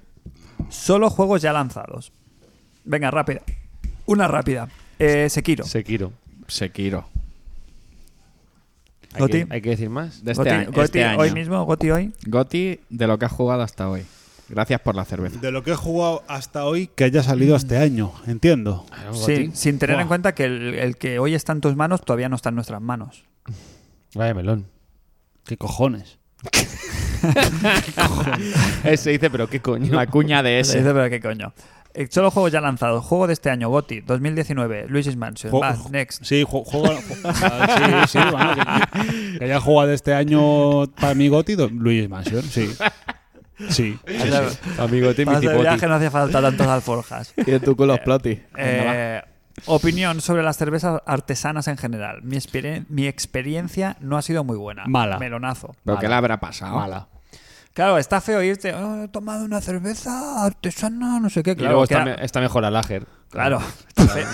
A: solo juegos ya lanzados. Venga, rápida. Una rápida. Eh, Sekiro.
D: Sekiro.
C: Sekiro.
D: ¿Hay que,
A: Goti.
D: hay que decir más?
C: De este,
A: Goti-
C: año,
A: Goti
C: este año.
A: hoy mismo, Goti hoy.
C: Goti, de lo que has jugado hasta hoy. Gracias por la cerveza.
B: De lo que he jugado hasta hoy, que haya salido este año, entiendo.
A: Sí, sin tener
B: Buah.
A: en cuenta que el, el que hoy está en tus manos todavía no está en nuestras manos.
D: Vaya Ah, melón.
B: ¿Qué cojones?
D: Ese dice, pero qué coño.
C: La cuña de
A: Dice,
C: ese.
A: pero qué coño. Eh, Solo juegos ya lanzados. Juego de este año, Goti 2019, Luigi's Mansion.
B: Ju-
A: Va,
B: ju-
A: next.
B: Sí, ju- juego. ju- sí, sí, bueno, que, que haya jugado este año para mi Goti, do- Luigi's Mansion, sí. Sí.
D: Amigo Timmy
A: Para de
D: Cipoti.
A: viaje no hacía falta tantas alforjas.
C: Y de tu culo ploti.
A: Eh, opinión sobre las cervezas artesanas en general. Mi, experien- mi experiencia no ha sido muy buena.
B: Mala.
A: Melonazo.
C: ¿Pero qué le habrá pasado?
B: Mala.
A: Claro, está feo irte. "Oh, he tomado una cerveza artesana, no sé qué.
D: Y
A: Claro,
D: luego
A: que
D: está,
A: era-
D: me- Eh, está mejor a Lager.
A: claro. está feo.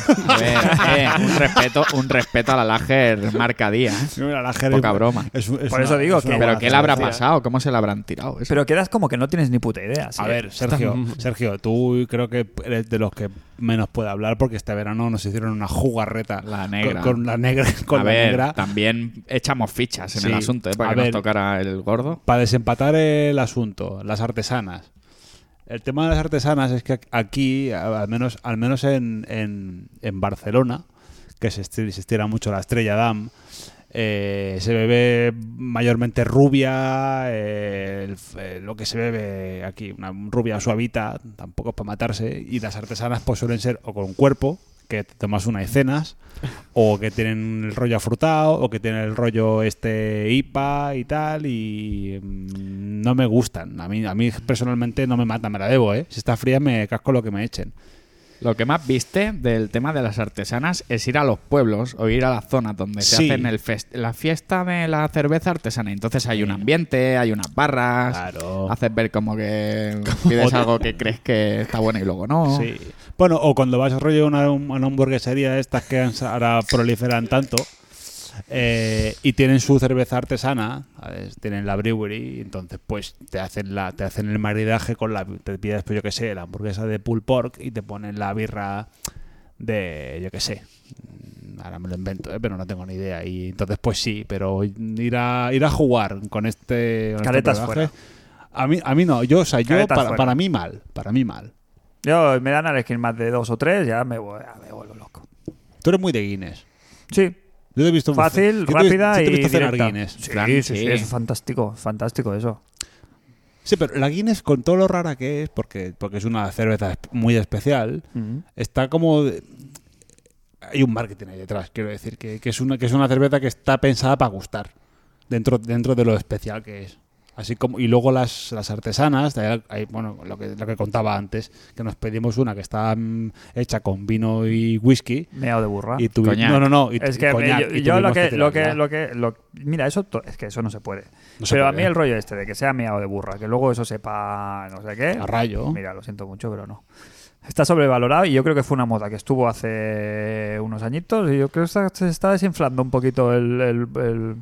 C: Eh, eh, un, respeto, un respeto a la Lager marca día. ¿eh? Poca broma.
A: Por eso digo que-
C: ¿Pero qué le habrá
B: labra
C: pasado? ¿Cómo se la habrán tirado? eso?
A: Pero quedas como que no tienes ni puta idea. sí.
B: A ver, Sergio, Sergio, tú creo que eres de los que menos puede hablar porque este verano nos hicieron una jugarreta.
C: La negra.
B: Con, con la negra. Con
C: a
B: la
C: ver,
B: negra.
C: también echamos fichas en
B: Sí.
C: el asunto, ¿eh? para
B: A
C: que
B: ver.
C: nos tocara el gordo.
B: Para desempatar el asunto, las artesanas. El tema de las artesanas es que aquí, a- al menos, al menos en, en- en Barcelona, que se, esti- se estira mucho la estrella DAM, eh, se bebe mayormente rubia, eh, el f- eh, lo que se bebe aquí, una rubia suavita, tampoco es para matarse, y las artesanas pues suelen ser o con cuerpo, que te tomas unas escenas, o que tienen el rollo afrutado, o que tienen el rollo este IPA y tal, y mm, no me gustan. A mí, a mí personalmente no me mata, me la debo, ¿eh? Si está fría me casco lo que me echen.
C: Lo que más viste del tema de las artesanas es ir a los pueblos o ir a las zonas donde se
B: Sí.
C: hacen el fest- la fiesta de la cerveza artesana. Entonces hay un ambiente, hay unas barras,
B: Claro.
C: haces ver como que pides algo que crees que está bueno y luego no.
B: Sí. Bueno, o cuando vas a rollo a una, una hamburguesería de estas que ahora proliferan tanto eh, y tienen su cerveza artesana, ¿sabes? tienen la brewery, entonces pues te hacen la te hacen el maridaje con la te pides pues yo qué sé, la hamburguesa de pulled pork y te ponen la birra de yo qué sé. Mm, Ahora me lo invento, ¿eh? pero no tengo ni idea. Y entonces, pues sí, pero ir a, ir a jugar con este. con este
A: Caretas
B: brebaje, A mí, a mí no, yo, o sea, yo,
A: Caretas
B: para-
A: fuera.
B: para mí mal, para mí mal.
A: Yo me dan a elegir más de dos o tres, ya me, vu- ya me vuelvo loco.
B: Tú eres muy de Guinness.
A: Sí.
B: Yo te he visto
A: Fácil,
B: yo te he-
A: rápida
B: yo te he
A: y
B: visto cenar
A: directa.
B: Guinness.
A: Sí,
C: Fran,
A: sí,
C: sí.
A: sí, es fantástico, fantástico eso.
B: Sí, pero la Guinness, con todo lo rara que es, porque, porque es una cerveza es- muy especial, está como. de- hay un marketing ahí detrás, quiero decir, que, que es una, que es una cerveza que está pensada para gustar, dentro, dentro de lo especial que es. Así como, y luego las, las artesanas, hay- hay, bueno, lo que, lo que contaba antes, que nos pedimos una que está mm, hecha con vino y whisky.
A: Meao de burra.
B: Y tuvi-
C: Coñac.
B: No, no, no. y-
A: Ah, es
B: y
A: que
B: coñac,
A: yo,
B: y
A: yo lo,
B: tuvimos
A: que, lo que
B: tirarla.
A: lo que lo- mira eso to- es que eso no se puede.
B: No se
A: pero a
B: puede.
A: mí el rollo este de que sea meao de burra, que luego eso sepa no sé qué.
B: A rayo.
A: Eh, Mira, lo siento mucho, pero no. Está sobrevalorado y yo creo que fue una moda que estuvo hace unos añitos y yo creo que está- se está desinflando un poquito el, el, el,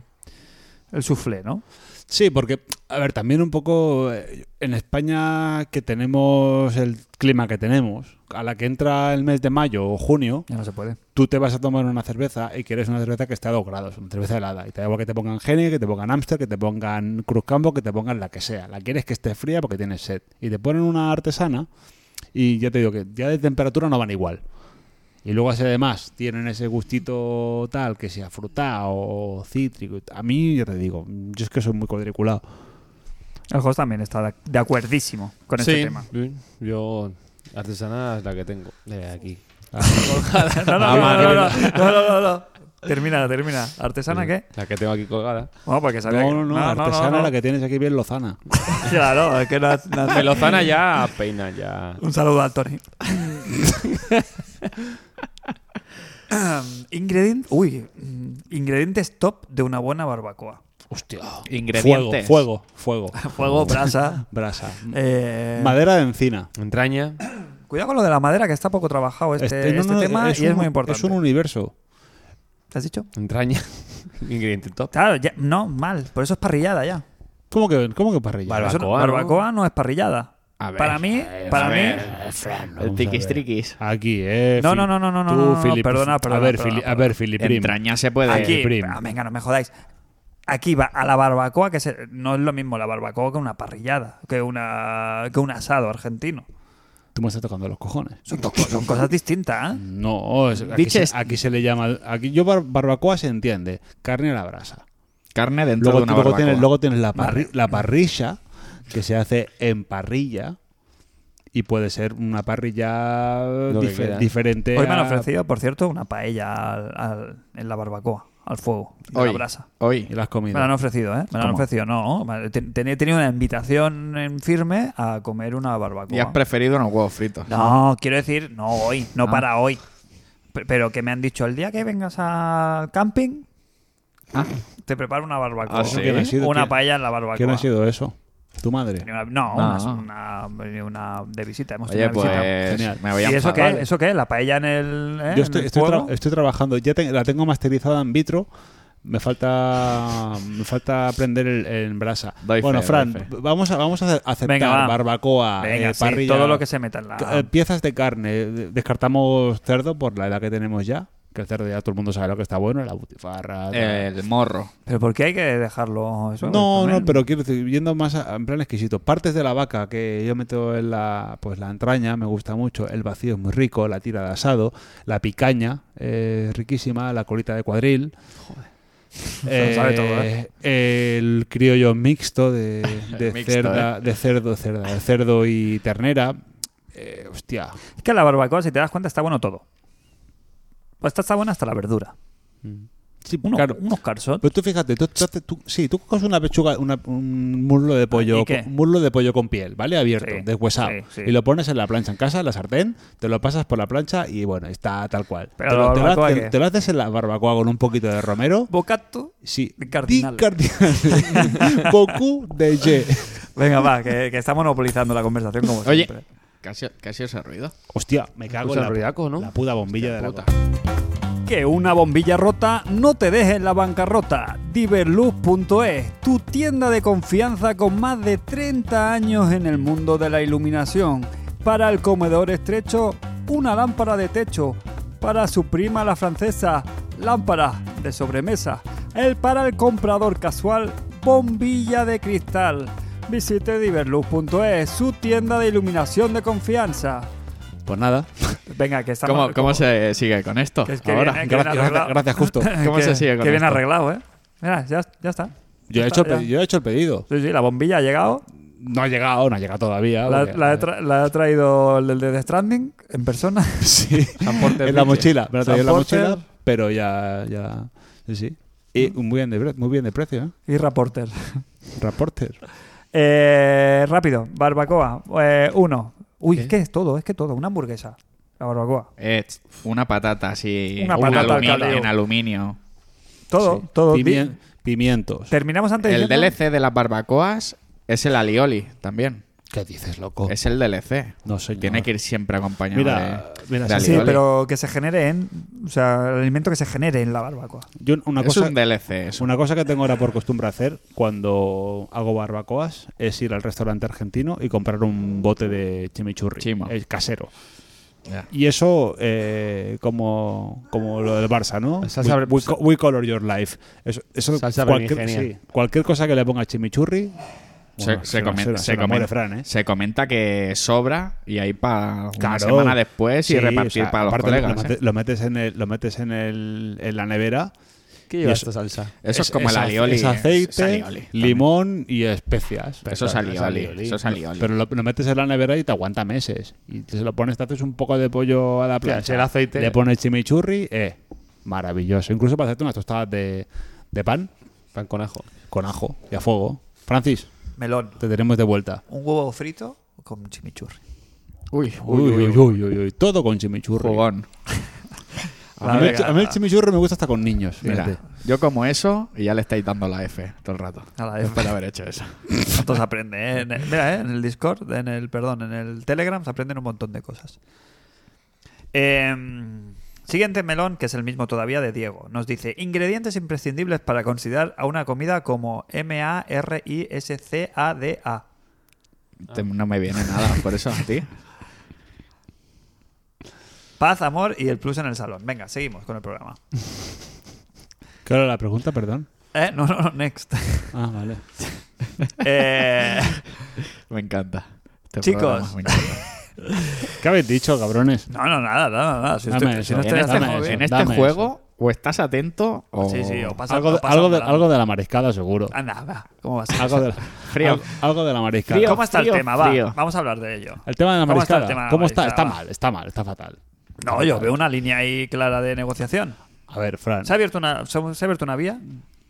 A: el soufflé, ¿no?
B: Sí, porque, a ver, también un poco eh, en España que tenemos el clima que tenemos, a la que entra el mes de mayo o junio,
A: Ya no se puede.
B: tú te vas a tomar una cerveza y quieres una cerveza que esté a dos grados, una cerveza helada. Y te da igual que te pongan Gene, que te pongan Amster, que te pongan Cruz Campo, que te pongan la que sea. La quieres que esté fría porque tienes sed. Y te ponen una artesana y ya te digo que ya de temperatura no van igual. Y luego así además tienen ese gustito tal que sea fruta o cítrico. y t- A mí, ya te digo, yo es que soy muy cuadriculado.
A: El host también está de- de acuerdísimo con este tema.
D: sí, Yo, artesana es la que tengo de aquí.
A: No, no,
D: Ah,
A: no,
D: vale.
A: no, no, no, no, no, no. Termina, termina. ¿Artesana qué?
D: La que tengo aquí colgada.
A: Bueno, porque
B: No,
A: sabía que-
B: no, no, artesana
A: no.
B: la que tienes aquí bien lozana.
A: Claro, es que no- no-
D: Melozana ya peina ya.
A: Un saludo al Tony. Ingredient, uy, mm, ingredientes top de una buena barbacoa.
B: Hostia. Fuego,
C: Ingredientes.
B: fuego, fuego.
A: Fuego, brasa.
B: Brasa.
A: eh,
B: Madera de encina.
D: Entraña.
A: cuidado con lo de la madera, que está poco trabajado este,
B: Este- no,
A: este
B: no,
A: tema y es
B: un-
A: muy importante.
B: Es un universo.
A: ¿Te has dicho?
D: Entraña. Ingrediente top.
A: Claro, ya- no, mal. Por eso es parrillada ya.
B: ¿Cómo que, cómo que parrilla?
D: Barba-
A: Eso no-
D: Barbacoa, ¿no?
A: barbacoa no es parrillada.
C: A ver,
A: para mí, para mí,
C: El tiquis triquis.
B: Aquí, eh.
A: No,
B: Fil-
A: no, no, no, no, no,
B: tú,
A: no, no,
B: Filip-
A: perdona, perdona,
B: A ver,
A: perdona,
B: Fili- a
A: perdona.
B: ver, Filiprim.
C: Entraña se puede.
A: aquí,
B: Prim.
A: ah, venga, no me jodáis. Aquí va a la barbacoa, que se- no es lo mismo la barbacoa que una parrillada, que, una, que un asado argentino.
B: Tú me estás tocando los cojones.
A: Son, dos co- son cosas distintas, ¿eh?
B: No, es- aquí,
C: Dicho
B: se,
C: esto-
B: aquí se le llama. Aquí yo bar- barbacoa se entiende. Carne a la brasa.
C: Carne dentro
B: Luego,
C: de una
B: luego
C: barbacoa.
B: tienes, luego tienes la, parri- la parrilla, que se hace en parrilla. Y puede ser una parrilla
D: Lo que
B: dife-
D: quieras.
B: diferente.
A: Hoy me han
B: a-
A: ofrecido, por cierto, una paella al- al- en la barbacoa, al fuego, en
C: hoy,
A: la brasa.
B: Y
C: hoy.
B: las comidas.
A: Me la han ofrecido, ¿eh? Me la han
B: ¿Cómo?
A: ofrecido, no. me- ten- ten- He tenido una invitación en firme a comer una barbacoa.
C: Y has preferido unos huevos fritos.
A: No, quiero decir, no hoy,
C: Ah.
A: no para hoy. P- Pero que me han dicho, el día que vengas al camping,
C: Ah.
A: te preparo una barbacoa.
C: Ah, ¿sí?
B: ¿Quién ha sido?
A: Una
B: ¿Quién-
A: paella en la barbacoa.
B: ¿Quién ha sido eso? ¿Tu madre?
A: Tenía una- no,
C: Ah.
A: Una, una- una de visita. Hemos
C: Oye,
A: tenido una visita.
C: pues
B: Genial.
C: me voy a
A: ¿Y eso
C: enfadar.
A: qué? ¿Eso qué? ¿La paella en el, eh, en
B: Yo estoy,
A: el
B: estoy tra-
A: fuego?
B: estoy trabajando, ya te- la tengo masterizada en vitro. Me falta me falta aprender el, en brasa.
C: Doy fe,
B: bueno, Fran,
C: doy fe.
B: vamos a vamos a ace- aceptar
A: Venga, va.
B: barbacoa,
A: Venga,
B: eh,
A: sí,
B: parrilla,
A: todo lo que se Ah. meta en la...
B: ca- eh, piezas de carne. De- Descartamos cerdo por la edad que tenemos ya, que el cerdo ya todo el mundo sabe lo que está bueno, la butifarra. tal.
C: El morro.
A: ¿Pero por qué hay que dejarlo eso?
B: no,
A: también?
B: no, pero quiero decir, yendo más a- en plan exquisito. Partes de la vaca que yo meto en la pues la entraña, me gusta mucho, el vacío es muy rico, la tira de asado, la picaña eh, es riquísima, la colita de cuadril.
A: Se lo sabe todo, ¿eh?
B: El criollo mixto de, de
C: Mixto,
A: ¿eh?
B: cerda, de cerdo, cerda, de cerdo y ternera. Eh, hostia.
A: Es que la barbacoa, si te das cuenta, está bueno todo. Pues esta está buena hasta la verdura.
B: Sí,
A: Unos,
B: claro. Pues
A: unos calzots.
B: Pero tú fíjate, tú, tú haces- tú- sí, tú coges una pechuga, una- un muslo de pollo,
A: ¿Y qué?
B: un muslo de pollo con piel, ¿vale? Abierto,
A: Sí,
B: deshuesado.
A: sí, sí.
B: Y lo pones en la plancha en casa, en la sartén, te lo pasas por la plancha y bueno, está tal cual.
A: Pero
B: te, lo,
A: la
B: te lo
A: barbacoa,
B: haces-
A: ¿qué?
B: te lo haces en la barbacoa con un poquito de romero.
A: Bocato.
B: Sí.
A: De cardinal.
B: Di cardinal. Boku de ye.
A: Venga, va, que, que está monopolizando la conversación como
C: Oye,
A: siempre.
C: casi, casi ese ruido.
B: Hostia, me cago
D: Escucha
B: en la,
D: Pues el ruidaco, ¿no?
B: la puta bombilla de la
C: Puta.
B: coca.
A: Que una bombilla rota no te deje en la bancarrota. Diverluz.es, tu tienda de confianza con más de 30 años en el mundo de la iluminación. Para el comedor estrecho, una lámpara de techo. Para su prima la francesa, lámpara de sobremesa. El para el comprador casual, bombilla de cristal. Visite diverluz.es, su tienda de iluminación de confianza.
B: Pues nada.
A: Venga, que estamos...
C: ¿Cómo, cómo se sigue con esto?
A: Que es que
C: Ahora.
A: viene- que
B: Gracias,
A: viene
B: gracias,
A: arreglado.
B: gracias, justo.
C: ¿Cómo
A: que,
C: se sigue con
A: que bien
C: esto?
A: arreglado, ¿eh? Mira, ya, ya está.
B: Yo he,
A: Ya
B: hecho
A: está,
B: el, pedi-
A: ya.
B: yo he hecho el pedido.
A: Sí, sí, la bombilla ha llegado.
B: No ha llegado, no ha llegado
C: Ah,
B: todavía.
A: La,
B: porque-
A: la he tra- la ha traído el de The Stranding en persona.
B: Sí. en la mochila. Me la traía en la
A: San
B: mochila,
A: Porter.
B: pero ya, ya. Sí, sí. Y
C: Mm.
B: muy bien de, pre- muy bien de precio, ¿eh?
A: Y Raporter.
B: Reporter.
A: Eh, rápido, barbacoa. eh, uno. Uy, es que es todo, es que todo. Una hamburguesa. La barbacoa.
C: Eh, una patata así.
A: Una
C: en
A: patata al
C: aluminio-
A: caldero.
C: en aluminio. Oh,
A: Todo,
B: Sí.
A: todo.
B: Pimien-
A: Di-
B: pimientos.
A: Terminamos antes
C: El
A: diciendo-
C: DLC de las barbacoas es el alioli también.
B: ¿Qué dices, loco?
C: Es el DLC.
B: Oh. No, señor.
C: Tiene que ir siempre acompañado
B: Mira,
C: de,
B: mira,
C: de
B: sí,
A: Sí,
C: alioli.
A: pero que se genere en. O sea, el alimento que se genere en la barbacoa.
B: Yo una
C: es
B: cosa,
C: un DLC. eso.
B: una cosa que tengo ahora por costumbre hacer cuando hago barbacoas es ir al restaurante argentino y comprar un bote de chimichurri.
C: Chimo.
B: El casero.
C: Ya.
B: Y eso, eh, como, como lo del Barça, ¿no?
D: Salsa
B: we,
D: bre-
B: we co- we color your life. Eso, eso-
D: Salsa
B: cualquier,
D: berenjena.
B: sí, cualquier cosa que le ponga chimichurri.
C: Se,
B: bueno,
C: se
B: la-
C: comenta,
B: la-
C: se
B: se la
C: comenta-
B: muere Fran, ¿eh?
C: se comenta que sobra y ahí para una
B: Claro.
C: semana después y
B: Sí,
C: repartir
B: o sea,
C: para los
B: aparte lo-
C: colegas.
B: Lo,
C: ¿eh?
B: mete- lo metes en el, lo metes en el, en la nevera
D: ¿Qué
B: Y
D: lleva
B: eso-
D: esta salsa?
C: Eso es como el
B: ace-
C: alioli. ¿eh?
B: Es aceite,
C: es alioli también.
B: limón y especias.
C: Pero eso es
B: Claro,
C: alioli. Eso es alioli.
B: Pero lo, lo metes en la nevera y te aguanta meses. Y te se lo pones, te haces un poco de pollo a la plancha.
D: si el aceite-
B: Le pones chimichurri, eh, maravilloso. Incluso para hacerte unas tostadas de, de pan
D: Pan con ajo.
B: con ajo y a fuego. Francis,
A: Melón.
B: te tenemos de vuelta.
A: Un huevo frito con chimichurri.
C: Uy,
B: Uy, uy, uy, uy, uy, todo con chimichurri.
C: jugón.
B: A, mí, el- a mí el chimichurri me gusta hasta con niños.
C: Mira,
B: fíjate.
C: yo como eso y ya le estáis dando la F todo el rato.
A: A la
C: Después
A: F.
C: de haber hecho eso.
A: Esto se aprende. ¿eh? En el- mira, ¿eh? en el Discord, en el, perdón, en el Telegram se aprenden un montón de cosas. Em, siguiente melón, que es el mismo todavía de Diego. Nos dice: Ingredientes imprescindibles para considerar a una comida como M-A-R-I-S-C-A-D-A.
C: Te- No me viene nada, por eso a ti.
A: Paz, amor y el plus en el salón. Venga, seguimos con el programa.
B: Claro, la pregunta, perdón.
A: Eh, No, no, no, next.
B: Ah, vale.
A: Eh,
C: Me encanta. Este
A: Chicos.
C: programa me encanta.
B: ¿Qué habéis dicho, cabrones?
A: no, no, nada, nada, nada. Si
B: Dame
A: estoy- si
B: eso,
A: no estoy
B: dame
A: hasta-
B: eso.
C: en este
B: dame
C: juego, o estás atento o.
A: Sí, sí, o pasa-
B: Algo de,
A: o pasa
B: algo, de,
A: volando.
B: algo de la mariscada, seguro.
A: Anda, va, ¿cómo va a ser?
B: Algo de la,
C: Frío.
B: al- algo de la mariscada.
C: Frío.
A: ¿Cómo está
C: frío,
A: el tema? Va,
C: frío.
A: vamos a hablar de ello.
B: El tema de la
A: ¿Cómo está el
B: mariscada.
A: tema de la
B: ¿Cómo está? Está
A: mariscada?
B: mal, está mal, está fatal.
A: No, yo veo una línea ahí clara de negociación.
B: A ver, Fran. Ah,
A: ¿Se ha abierto una, se ha se ha abierto una vía?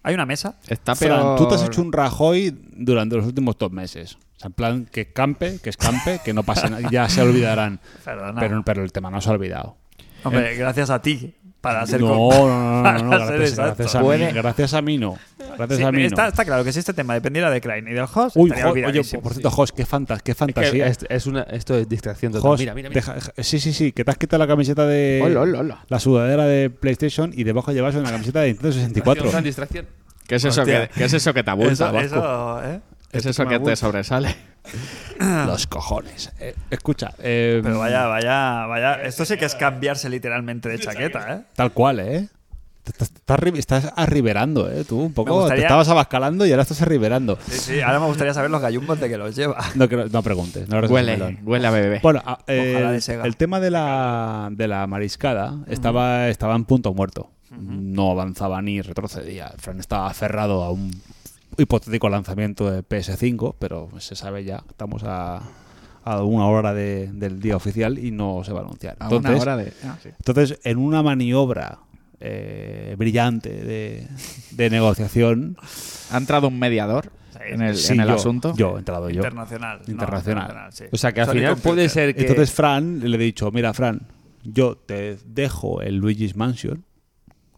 A: ¿Hay una mesa?
C: Está
B: Fran,
C: peor.
B: tú te has hecho un Rajoy durante los últimos dos meses. O sea, en plan, que campe, que escampe, que no pase nada, ya se olvidarán.
A: Perdona.
B: Pero, pero el tema no se ha olvidado.
A: Hombre, gracias a ti para
B: No,
A: ser
B: no,
A: con-
B: no, no,
A: para
B: no,
A: ser
B: gracias,
A: exacto.
B: gracias a mí,
C: Puede-
B: gracias a mí no. Gracias
A: Sí,
B: a mí no.
A: está, está claro que si este tema dependiera de Crane y del host,
B: Uy,
A: estaría
B: jo- oye,
A: olvidadísimo.
B: por cierto, Jos, qué, fantas- qué
D: Es que eh,
B: fantasía.
D: es- es una, esto es distracción total.
B: Jos,
D: mira, mira, mira.
B: deja- deja- sí, sí, sí, que te has quitado la camiseta de.
C: Hola, hola, hola.
B: La sudadera de PlayStation y debajo llevas una camiseta de Nintendo 64.
D: Fran, distracción.
C: ¿Qué es, eso
A: Hostia.
C: que, qué es eso que te abulta,
A: eso,
C: Vasco?
A: eso, ¿eh?
C: ¿Qué es eso que te sobresale?
D: Ah.
B: Los cojones. Eh, escucha, eh,
A: Pero vaya, vaya, vaya. Esto sí que es cambiarse literalmente de chaqueta, ¿eh?
B: tal cual, ¿eh? Te estás, te estás arri- estás arriberando, ¿eh? Tú un poco.
A: gustaría-
B: Te estabas abascalando y ahora estás arriberando.
A: Sí, sí. Ahora me gustaría saber los gallumbos de que los lleva.
B: No, creo- no preguntes. No abras el
C: Huele,
B: melón.
C: huele a bebé.
B: Bueno, a- eh,
A: Ojalá de Sega.
B: el tema de la, de la mariscada estaba, estaba en punto muerto. No avanzaba ni retrocedía. Fran estaba aferrado a un hipotético lanzamiento de PS5, pero se sabe ya, estamos a, a una hora de- del día oficial y no se va a anunciar.
C: a una
B: Entonces,
C: hora de. Ah, sí.
B: entonces, en una maniobra eh, brillante de, de negociación,
C: Ha entrado un mediador
A: Sí,
C: en el,
B: sí,
C: en el
B: yo-
C: asunto.
B: Yo, he entrado yo.
A: Internacional. no,
B: Internacional.
A: sí.
D: O sea que al
A: Sony
D: final
A: Computer.
D: puede ser que.
B: Entonces Fran le he dicho, mira Fran, yo te dejo el Luigi's Mansion,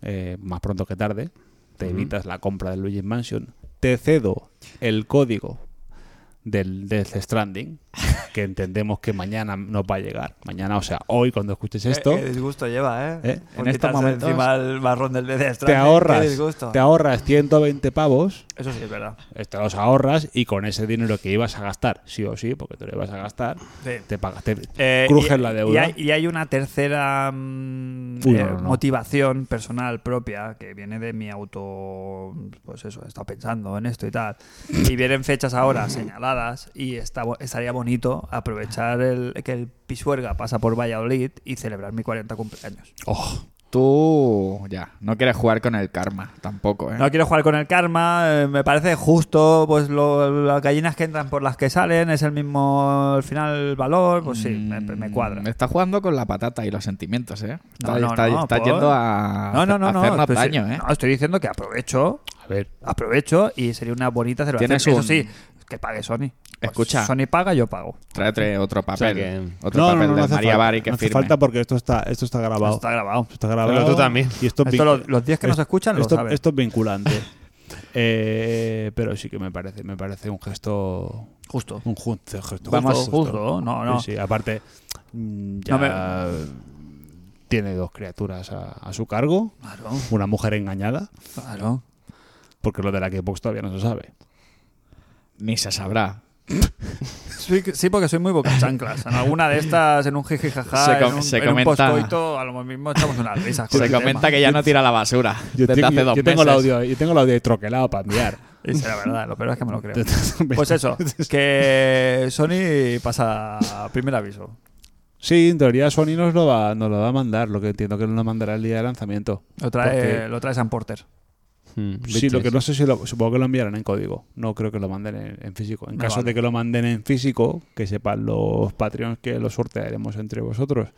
B: eh, más pronto que tarde, te evitas la compra del Luigi's Mansion, te cedo el código del Death Stranding, que entendemos que mañana nos va a llegar, mañana, o sea, hoy cuando escuches
A: Qué-
B: esto,
A: Qué, disgusto lleva, ¿eh?
B: ¿Eh?
A: Por
C: En estos
A: quitarse
C: momentos-
A: encima el marrón del dedo
B: te ahorras,
A: Qué disgusto.
B: te ahorras 120 pavos.
A: Eso sí, es verdad.
B: eh, Te los ahorras y con ese dinero que ibas a gastar, sí o sí, porque te lo ibas a gastar,
A: Sí.
B: te pagas, te
A: Eh,
B: crujes
A: y-
B: la deuda.
A: Y hay, y hay una tercera mm,
B: Uy, no,
A: eh,
B: no, no.
A: motivación personal propia que viene de mi auto. Pues eso, he estado pensando en esto y tal. Y vienen fechas ahora señaladas y está, bo- estaría bonito aprovechar el, que el Pisuerga pasa por Valladolid y celebrar mi 40 cumpleaños.
B: Oh,
C: Tú ya, no quieres jugar con el karma tampoco, ¿eh?
A: No quiero jugar con el karma, eh, me parece justo, pues lo- las gallinas que entran por las que salen es el mismo, al final, el valor, pues sí, me, me cuadra.
C: Mm, Está jugando con la patata y los sentimientos, ¿eh. Está,
A: No, no,
C: está-
A: no,
C: está
A: por-
C: yendo a,
A: No, no,
C: a
A: no, no.
C: hacernos
A: pero sí-
C: daño, ¿eh?
A: no, estoy diciendo que aprovecho,
B: a ver,
A: aprovecho y sería una bonita celebración.
C: Tienes
A: Eso
C: un-
A: sí, que pague Sony. Pues
C: Escucha.
A: Sony paga, yo pago.
C: Trae, trae otro papel.
D: que-
C: Otro papel de
B: hace
C: María
B: falta.
C: Bari que
B: No hace
C: firme.
B: falta porque esto está, esto está grabado.
A: Está grabado.
B: Esto está grabado.
D: Pero tú también.
B: Y esto, es
A: Esto
B: vincu-
A: lo- los 10 que nos
B: es-
A: escuchan lo
B: esto,
A: saben.
B: Esto es vinculante. Eh, pero sí que me parece, me parece un gesto.
A: Justo.
B: Un ju- gesto justo.
A: Vamos, justo, no, no.
B: Sí, sí. Aparte, mm, ya
A: No
B: tiene dos criaturas a, a su cargo.
A: Claro,
B: Una mujer engañada,
A: claro.
B: porque lo de la Xbox todavía no se sabe.
C: Ni se sabrá.
A: Sí, que- sí, porque soy muy bocachanclas. En alguna de estas, en un jijijaja,
C: Se com-
A: en un,
C: se
A: en un
C: comenta-
A: postcoito, a lo mismo echamos unas risas. con
C: Se
A: el
C: comenta
A: tema.
C: que ya no tira la basura desde
B: tengo-
C: hace dos
B: yo tengo el
C: meses.
B: audio, yo tengo el audio ahí troquelado para enviar.
A: Y sí, la verdad, lo peor es que me lo creo. Pues eso, que Sony pasa primer aviso.
B: Sí, en teoría Sony nos lo va, nos lo va a mandar, lo que entiendo que nos lo mandará el día de lanzamiento.
A: Lo trae,
B: Porque-
A: lo trae Sam Porter.
D: Hmm,
B: Sí, lo que no sé si lo, supongo que lo enviarán en código. No creo que lo manden en, en físico. En
A: No,
B: caso
A: vale.
B: de que lo manden en físico, que sepan los Patreons que lo sortearemos entre vosotros.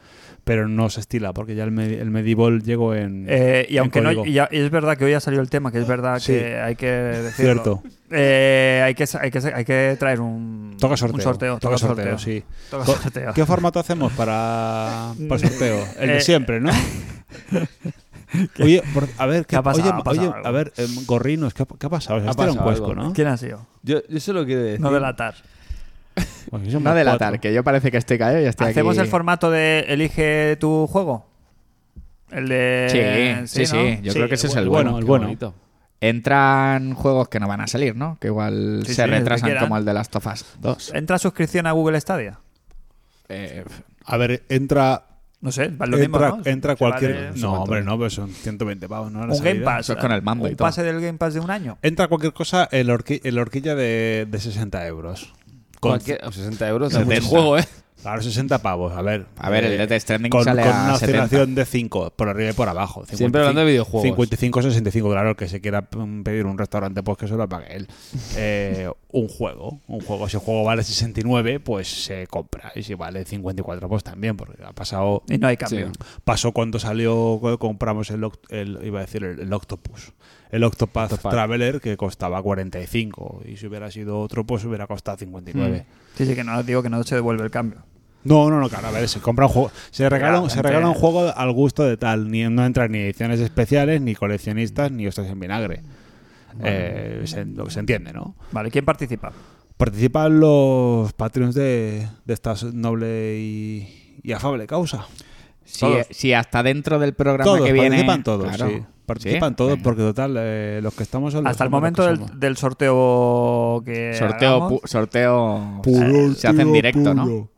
B: Pero no se estila, porque ya el, Medi- el Medieval llegó en.
A: Eh, y
B: en
A: aunque no,
B: código.
A: y ya- y es verdad que hoy ha salido el tema, que es verdad
B: Sí.
A: que hay que decirlo.
B: Cierto.
A: Eh, hay, que, sa- hay, que, sa- hay que traer un,
B: Toca sorteo.
A: un sorteo.
B: Toca, sorteo, sí.
A: Toca
B: To-
A: sorteo.
B: ¿Qué formato hacemos para, para el sorteo? El de
A: Eh,
B: siempre, ¿no? Oye, por- a ver,
A: ¿Qué ha pasado?
B: oye,
A: Ha pasado
B: oye,
A: algo.
B: a ver, em, gorrinos, ¿qué, ha- qué ha pasado? O sea,
D: Ha
B: este era
D: pasado
B: un cuesco,
D: algo.
B: ¿no?
A: ¿Quién ha sido?
D: Yo, yo solo quiero decir.
A: No delatar.
B: Pues que somos
C: No delatar,
B: cuatro.
C: que yo parece que este estoy callado y estoy
A: ¿Hacemos
C: aquí.
A: el formato de elige tu juego? El de.
C: Sí, sí,
A: eh, ¿no?
C: sí, yo creo que ese es el
B: bueno,
C: bueno.
B: el
D: Qué
B: bueno.
D: bonito.
C: Entran juegos que no van a salir, ¿no? Que igual
A: Sí, sí,
C: se
A: el que Eh,
C: retrasan
A: quieran.
C: como el de Last of Us 2.
A: ¿Entra suscripción a Google Stadia?
C: Eh,
B: A ver, entra
A: No sé, vale lo mismo.
B: entra,
A: ¿no?
B: entra
A: Se
B: cualquier.
A: vale
B: No, hombre, no, pero son 120 pavos, ¿no? La
A: un Game
B: salida.
A: Pass.
C: Eso es con el mando
A: un
C: y todo.
A: pase del Game Pass de un año.
B: Entra cualquier cosa en la horqui- en la horquilla de, de 60 euros. Con-
D: Cualquier- 60 euros.
C: Se
D: da mucho
C: deja.
D: juego, ¿eh?
B: Claro, 60 pavos, a ver.
C: a ver, el
B: eh,
C: de Death Stranding
B: con,
C: sale
B: con
C: a
B: una
C: 70.
B: oscilación de 5 por arriba y por abajo.
D: Siempre hablando de videojuegos.
B: 55, 65, claro, el que se quiera mm, pedir un restaurante, pues que se lo pague él. Eh, un juego, un juego. Si el juego vale 69, pues se compra. Y si vale 54, pues también, porque ha pasado
A: Y no hay cambio.
B: Pasó cuando salió, cuando compramos el, oct- el- iba a decir el, el Octopus. El Octopath
D: Octopath.
B: Traveler que costaba 45 y si hubiera sido otro pues hubiera costado 59.
A: Sí, sí, que no digo que no se devuelve el cambio.
B: No, no, no, claro, a ver, se compra un juego, se regala, un- se
A: Claramente.
B: regala un juego al gusto de tal, ni no entran ni ediciones especiales, ni coleccionistas, ni hostias en vinagre. Eh, se- lo que se entiende, ¿no?
A: Vale, ¿quién participa?
B: Participan los Patreons de, de esta noble y- y afable causa.
C: Si, e,
B: Todos.
C: si hasta dentro del programa
B: todos,
C: que viene.
B: participan todos,
C: Claro.
B: sí. Participan
C: ¿Sí?
B: todos,
C: Venga.
B: porque total, eh, los que estamos son los-
A: Hasta el
B: somos los
A: momento
B: que
A: del,
B: somos.
A: del sorteo que.
C: Eh, Sorteo,
A: hagamos,
C: pu- sorteo eh, se hace en directo, ¿no?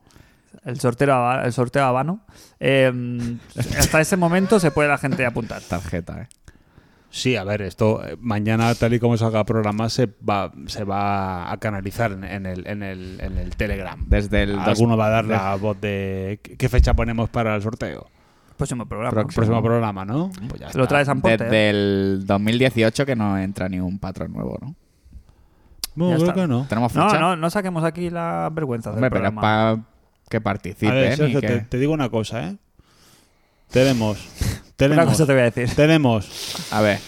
A: el sorteo haba- el sorteo habano. eh, hasta ese momento se puede la gente apuntar.
C: Tarjeta, eh.
B: Sí, a ver, esto eh, mañana, tal y como salga el programa, se va, se va a canalizar en, en el, en, el, en el Telegram.
C: Desde el
B: Alguno
C: dos-
B: va a dar la voz de qué qué fecha ponemos para el sorteo.
A: Próximo programa.
C: Próximo.
B: Próximo programa, ¿no? Pues ya
A: Lo
B: está.
A: traes a ¿eh? Porte.
C: desde el 2018 que no entra ni un patrón nuevo, ¿no?
B: Bueno,
A: Ya
B: creo
A: está.
B: que no.
C: Tenemos
A: No,
C: fecha.
A: no, no saquemos aquí la vergüenza del
C: Hombre, pero es
A: programa.
C: para que
B: a ver,
C: participen y
B: Sergio,
C: ¿eh? que-
B: te, te digo una cosa, ¿eh? Tenemos,
A: Una
B: tenemos,
A: cosa te voy a decir.
B: tenemos
C: A ver,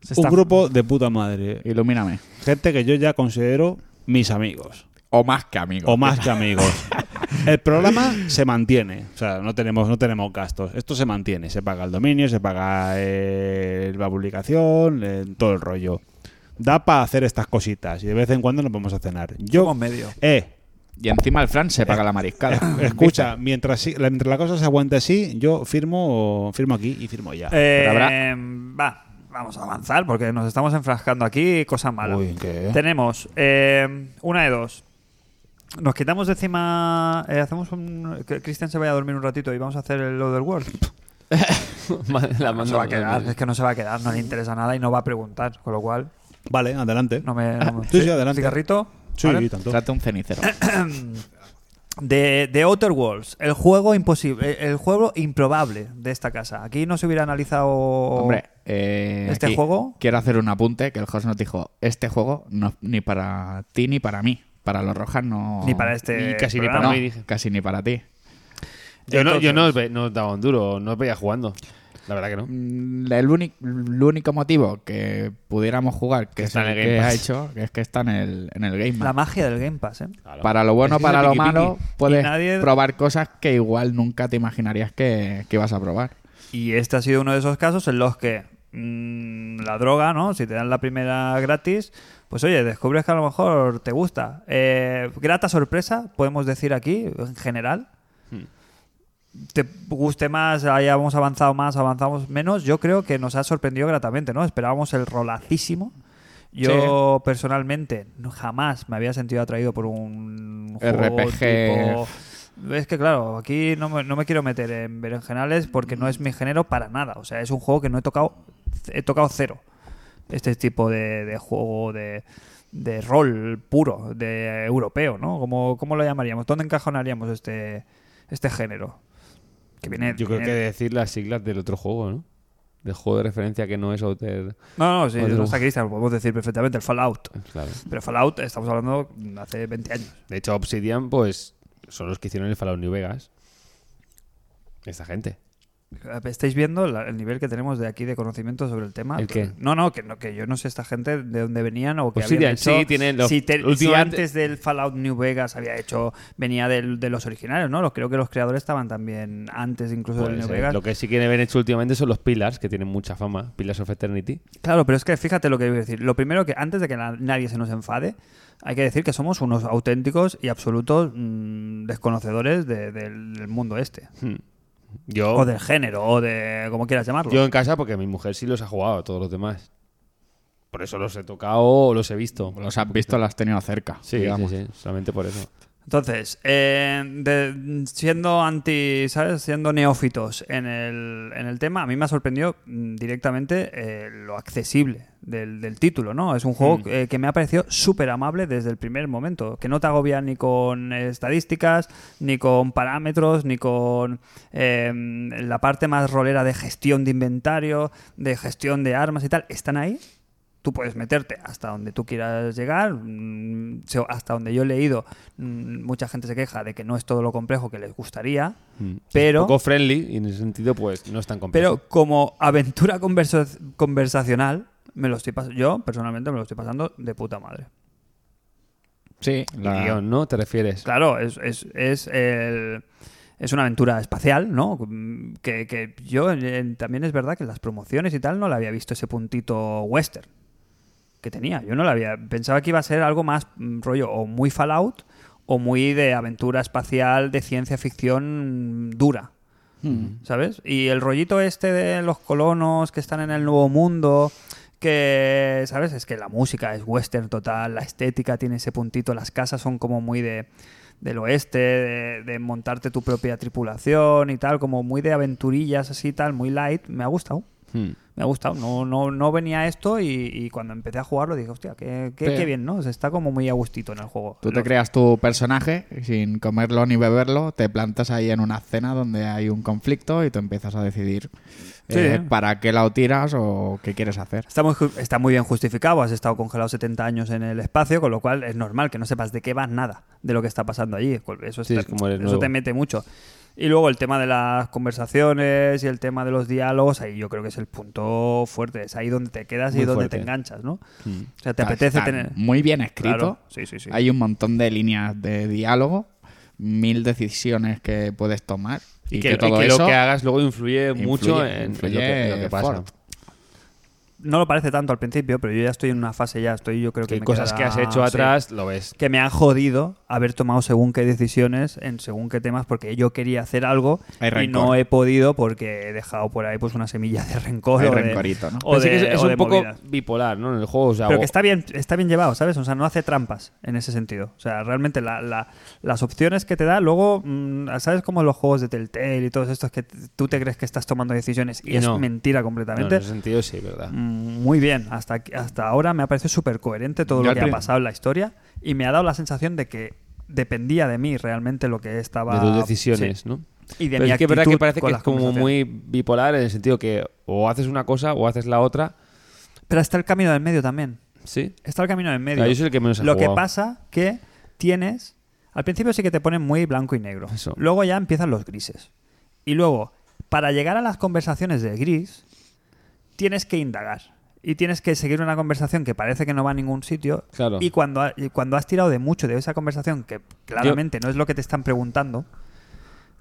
A: Se
B: un
A: está-
B: grupo de puta madre.
C: ilumíname.
B: gente que yo ya considero mis amigos
C: O más que amigos.
B: o más que amigos. El programa se mantiene, o sea, no tenemos, no tenemos gastos. Esto se mantiene, se paga el dominio, se paga eh, la publicación, eh, todo el rollo. Da para hacer estas cositas y de vez en cuando nos vamos a cenar. Yo,
A: Somos medio.
B: eh,
C: Y encima el Fran se paga la mariscada.
B: escucha, mientras, sí- la- mientras la cosa se aguante así, yo firmo, firmo aquí y firmo ya.
A: Eh,
C: Pero
A: Va, vamos a avanzar porque nos estamos enfrascando aquí cosas malas.
B: Uy, ¿qué?
A: Tenemos eh, una de dos. Nos quitamos de encima. eh, hacemos un. que Cristian se vaya a dormir un ratito y vamos a hacer el Other World.
D: La
A: No se
D: mando-
A: va a quedar, es que no se va a quedar, no le interesa nada y no va a preguntar. Con lo cual,
B: Vale, adelante.
A: no me. no me-
B: Sí, sí, adelante.
A: Cigarrito.
B: Sí,
A: ¿vale?
B: tanto.
C: Trate un cenicero.
A: De, de Outer Worlds, el juego imposible, eh, el juego improbable de esta casa. Aquí no se hubiera analizado.
C: Hombre, eh,
A: ¿Este
C: aquí
A: juego?
C: Quiero hacer un apunte que el host nos dijo: Este juego no, ni para ti ni para mí. Para los rojas no.
A: Ni para este.
D: Y casi ni
A: programa.
D: para
C: No,
D: mí, dije.
C: casi ni para ti.
D: Yo no, yo
A: Entonces-
D: no, os ve- no os daba un duro, no os veía jugando. La verdad que no.
C: Mm, El, único- el único motivo que pudiéramos jugar, que, es
D: está en
C: el
D: el Game
C: que ha
D: Pass.
C: hecho, que es que está en el, en el Game
A: La
C: Pass.
A: magia del Game Pass, ¿eh?
C: Para lo bueno,
D: Es que es
C: para
D: el
C: lo
D: piqui
C: malo,
D: piqui.
C: puedes
A: Y nadie-
C: probar cosas que igual nunca te imaginarías que, que ibas a probar.
A: Y este ha sido uno de esos casos en los que mm, la droga, ¿no? Si te dan la primera gratis, pues oye, descubres que a lo mejor te gusta. Eh, grata sorpresa, podemos decir aquí, en general. Te guste más, hayamos avanzado más, avanzamos menos. Yo creo que nos ha sorprendido gratamente, ¿no? Esperábamos el rolacísimo. Yo personalmente no- jamás me había sentido atraído por un juego
C: RPG.
A: tipo- es que claro, aquí no me, no me quiero meter en berenjenales porque no es mi género para nada. O sea, es un juego que no he tocado, he tocado cero. Este tipo de, de juego de, de rol puro, de europeo, ¿no? ¿Cómo, cómo lo llamaríamos? ¿Dónde encajonaríamos este, este género? Que viene,
D: Yo creo que
A: viene-
D: decir las siglas del otro juego, ¿no? de juego de referencia que no es Outer.
A: No, no, sí,
D: Otro.
A: no está Cristian, lo podemos decir perfectamente, el Fallout.
D: Claro.
A: Pero Fallout estamos hablando hace 20 años.
D: De hecho, Obsidian, pues, son los que hicieron el Fallout New Vegas. Esta gente.
A: eh, Estáis viendo la- el nivel que tenemos de aquí de conocimiento sobre el tema.
D: ¿El qué?
A: No, no, que, no, que yo no sé esta gente de dónde venían o qué
D: Obsidian,
A: habían hecho.
D: sí, tienen los-
A: si, te- si
D: últimamente-
A: antes del Fallout New Vegas había hecho, venía del- de los originales, ¿no? Los, creo que los creadores estaban también antes incluso
D: Puede
A: del New
D: ser.
A: Vegas.
D: Pues, eh, Lo que sí que haber hecho últimamente son los Pillars, que tienen mucha fama. Pillars of Eternity.
A: Claro, pero es que fíjate lo que iba a decir. Lo primero que antes de que na- nadie se nos enfade, hay que decir que somos unos auténticos y absolutos mm, desconocedores de- del, del mundo este.
D: Hmm. Yo,
A: O del género, o de como quieras llamarlo.
D: yo en casa, porque mi mujer sí los ha jugado, todos los demás. Por eso los he tocado o los he visto.
C: Los has visto, los has tenido cerca.
D: Sí,
C: digamos.
D: sí, sí, solamente por eso.
A: Entonces, eh, de- siendo anti, ¿sabes? Siendo neófitos en el, en el tema, a mí me ha sorprendido mm, directamente eh, lo accesible del, del título, ¿no? Es un juego eh, que me ha parecido súper amable desde el primer momento, que no te agobia ni con estadísticas, ni con parámetros, ni con eh, la parte más rolera de gestión de inventario, de gestión de armas y tal. Están ahí, tú puedes meterte hasta donde tú quieras llegar. mm, se- Hasta donde yo he leído, mm, mucha gente se queja de que no es todo lo complejo que les gustaría.
D: Hmm.
A: Pero-
D: Un poco friendly, y en ese sentido, pues, no es tan complejo.
A: Pero como aventura converso- conversacional, me lo estoy pas- yo personalmente me lo estoy pasando de puta madre.
C: Sí, la-
D: Guión, ¿no? ¿Te refieres?
A: Claro, es, es, es el- es una aventura espacial, ¿no? Mm, Que, que yo eh, también es verdad que en las promociones y tal no le había visto ese puntito western que tenía. Yo no la había. Pensaba que iba a ser algo más mm, rollo o muy Fallout o muy de aventura espacial, de ciencia ficción mm, dura. ¿Sabes? Y el rollito este de los colonos que están en el nuevo mundo, que, ¿sabes? Es que la música es western total, la estética tiene ese puntito, las casas son como muy de, del oeste, de, de montarte tu propia tripulación y tal, como muy de aventurillas así tal, muy light. Me ha gustado.
D: Hmm.
A: Me ha gustado, no, no, no venía esto y, y cuando empecé a jugarlo dije, hostia, qué, qué-
C: Pero-
A: qué bien, ¿no? Se está como muy a gustito en el juego.
C: Tú te
A: Los-
C: creas tu personaje sin comerlo ni beberlo, te plantas ahí en una cena donde hay un conflicto y tú empiezas a decidir
A: Sí.
C: eh, para qué lado tiras o qué quieres hacer.
A: Está muy, ju- está muy bien justificado, has estado congelado 70 años en el espacio, con lo cual es normal que no sepas de qué vas nada, de lo que está pasando allí. Con- Eso,
D: Sí,
A: está-
D: es como eres
A: eso
D: nuevo.
A: te mete mucho. Y luego el tema de las conversaciones y el tema de los diálogos, ahí yo creo que es el punto fuerte, es ahí donde te quedas y
D: Muy
A: donde
D: fuerte.
A: te enganchas, ¿no?
D: Hmm.
A: O sea, te
C: Está-
A: apetece
C: está
A: tener...
C: Muy bien escrito.
A: Claro, sí, sí, sí.
C: Hay un montón de líneas de diálogo, mil decisiones que puedes tomar. Y, que, todo
D: y que
C: eso
D: lo que hagas luego influye,
C: influye-
D: mucho en- en, lo que- en lo que,
C: influye
D: pasa.
C: fort.
A: No lo parece tanto al principio, pero yo ya estoy en una fase, ya estoy, yo creo que...
D: Que
A: me
D: cosas que
A: quedará-
D: has
A: sí.
D: hecho atrás lo ves.
A: que me han jodido haber tomado según qué decisiones en según qué temas porque yo quería hacer algo
C: Hay
A: y
C: rencor.
A: no he podido porque he dejado por ahí pues una semilla de rencor
C: Hay
A: o de,
C: rencorito, ¿no?
A: o
D: Pensé
A: de-
D: que es, es
A: o de
D: un poco
A: movidas.
D: bipolar, ¿no? En el juego, o sea,
A: Pero
D: o-
A: que está bien, está bien llevado, ¿sabes? O sea, no hace trampas en ese sentido. O sea, realmente la- la- las opciones que te da, luego, mm, ¿sabes? Como los juegos de Telltale y todos estos que t- tú te crees que estás tomando decisiones y,
D: Y
A: es
D: no.
A: mentira
D: no, en
A: completamente.
D: ese sentido sí, ¿verdad?
A: Mm, Muy bien, hasta, aquí- hasta ahora me ha parecido súper coherente todo
C: Yo
A: lo
C: al
A: que ha
C: prin-
A: pasado en la historia y me ha dado la sensación de que dependía de mí realmente lo que estaba...
D: de tus decisiones,
A: Sí.
D: ¿no?
A: Y de
D: Pero
A: mi
D: es que es verdad
A: actitud
D: que parece
A: con
D: que es
A: las
D: como muy
A: conversaciones.
D: bipolar en el sentido que o haces una cosa o haces la otra,
A: Pero está el camino del medio también.
D: ¿sí?
A: Está el camino del medio.
D: Ah, yo soy el que menos he
A: lo que
D: jugado.
A: pasa que tienes... Al principio sí que te ponen muy blanco y negro.
D: Eso.
A: Luego ya empiezan los grises. Y luego, para llegar a las conversaciones de gris, tienes que indagar. Y tienes que seguir una conversación que parece que no va a ningún sitio.
D: Claro.
A: Y cuando, ha- y cuando has tirado de mucho de esa conversación, que claramente no es lo que te están preguntando,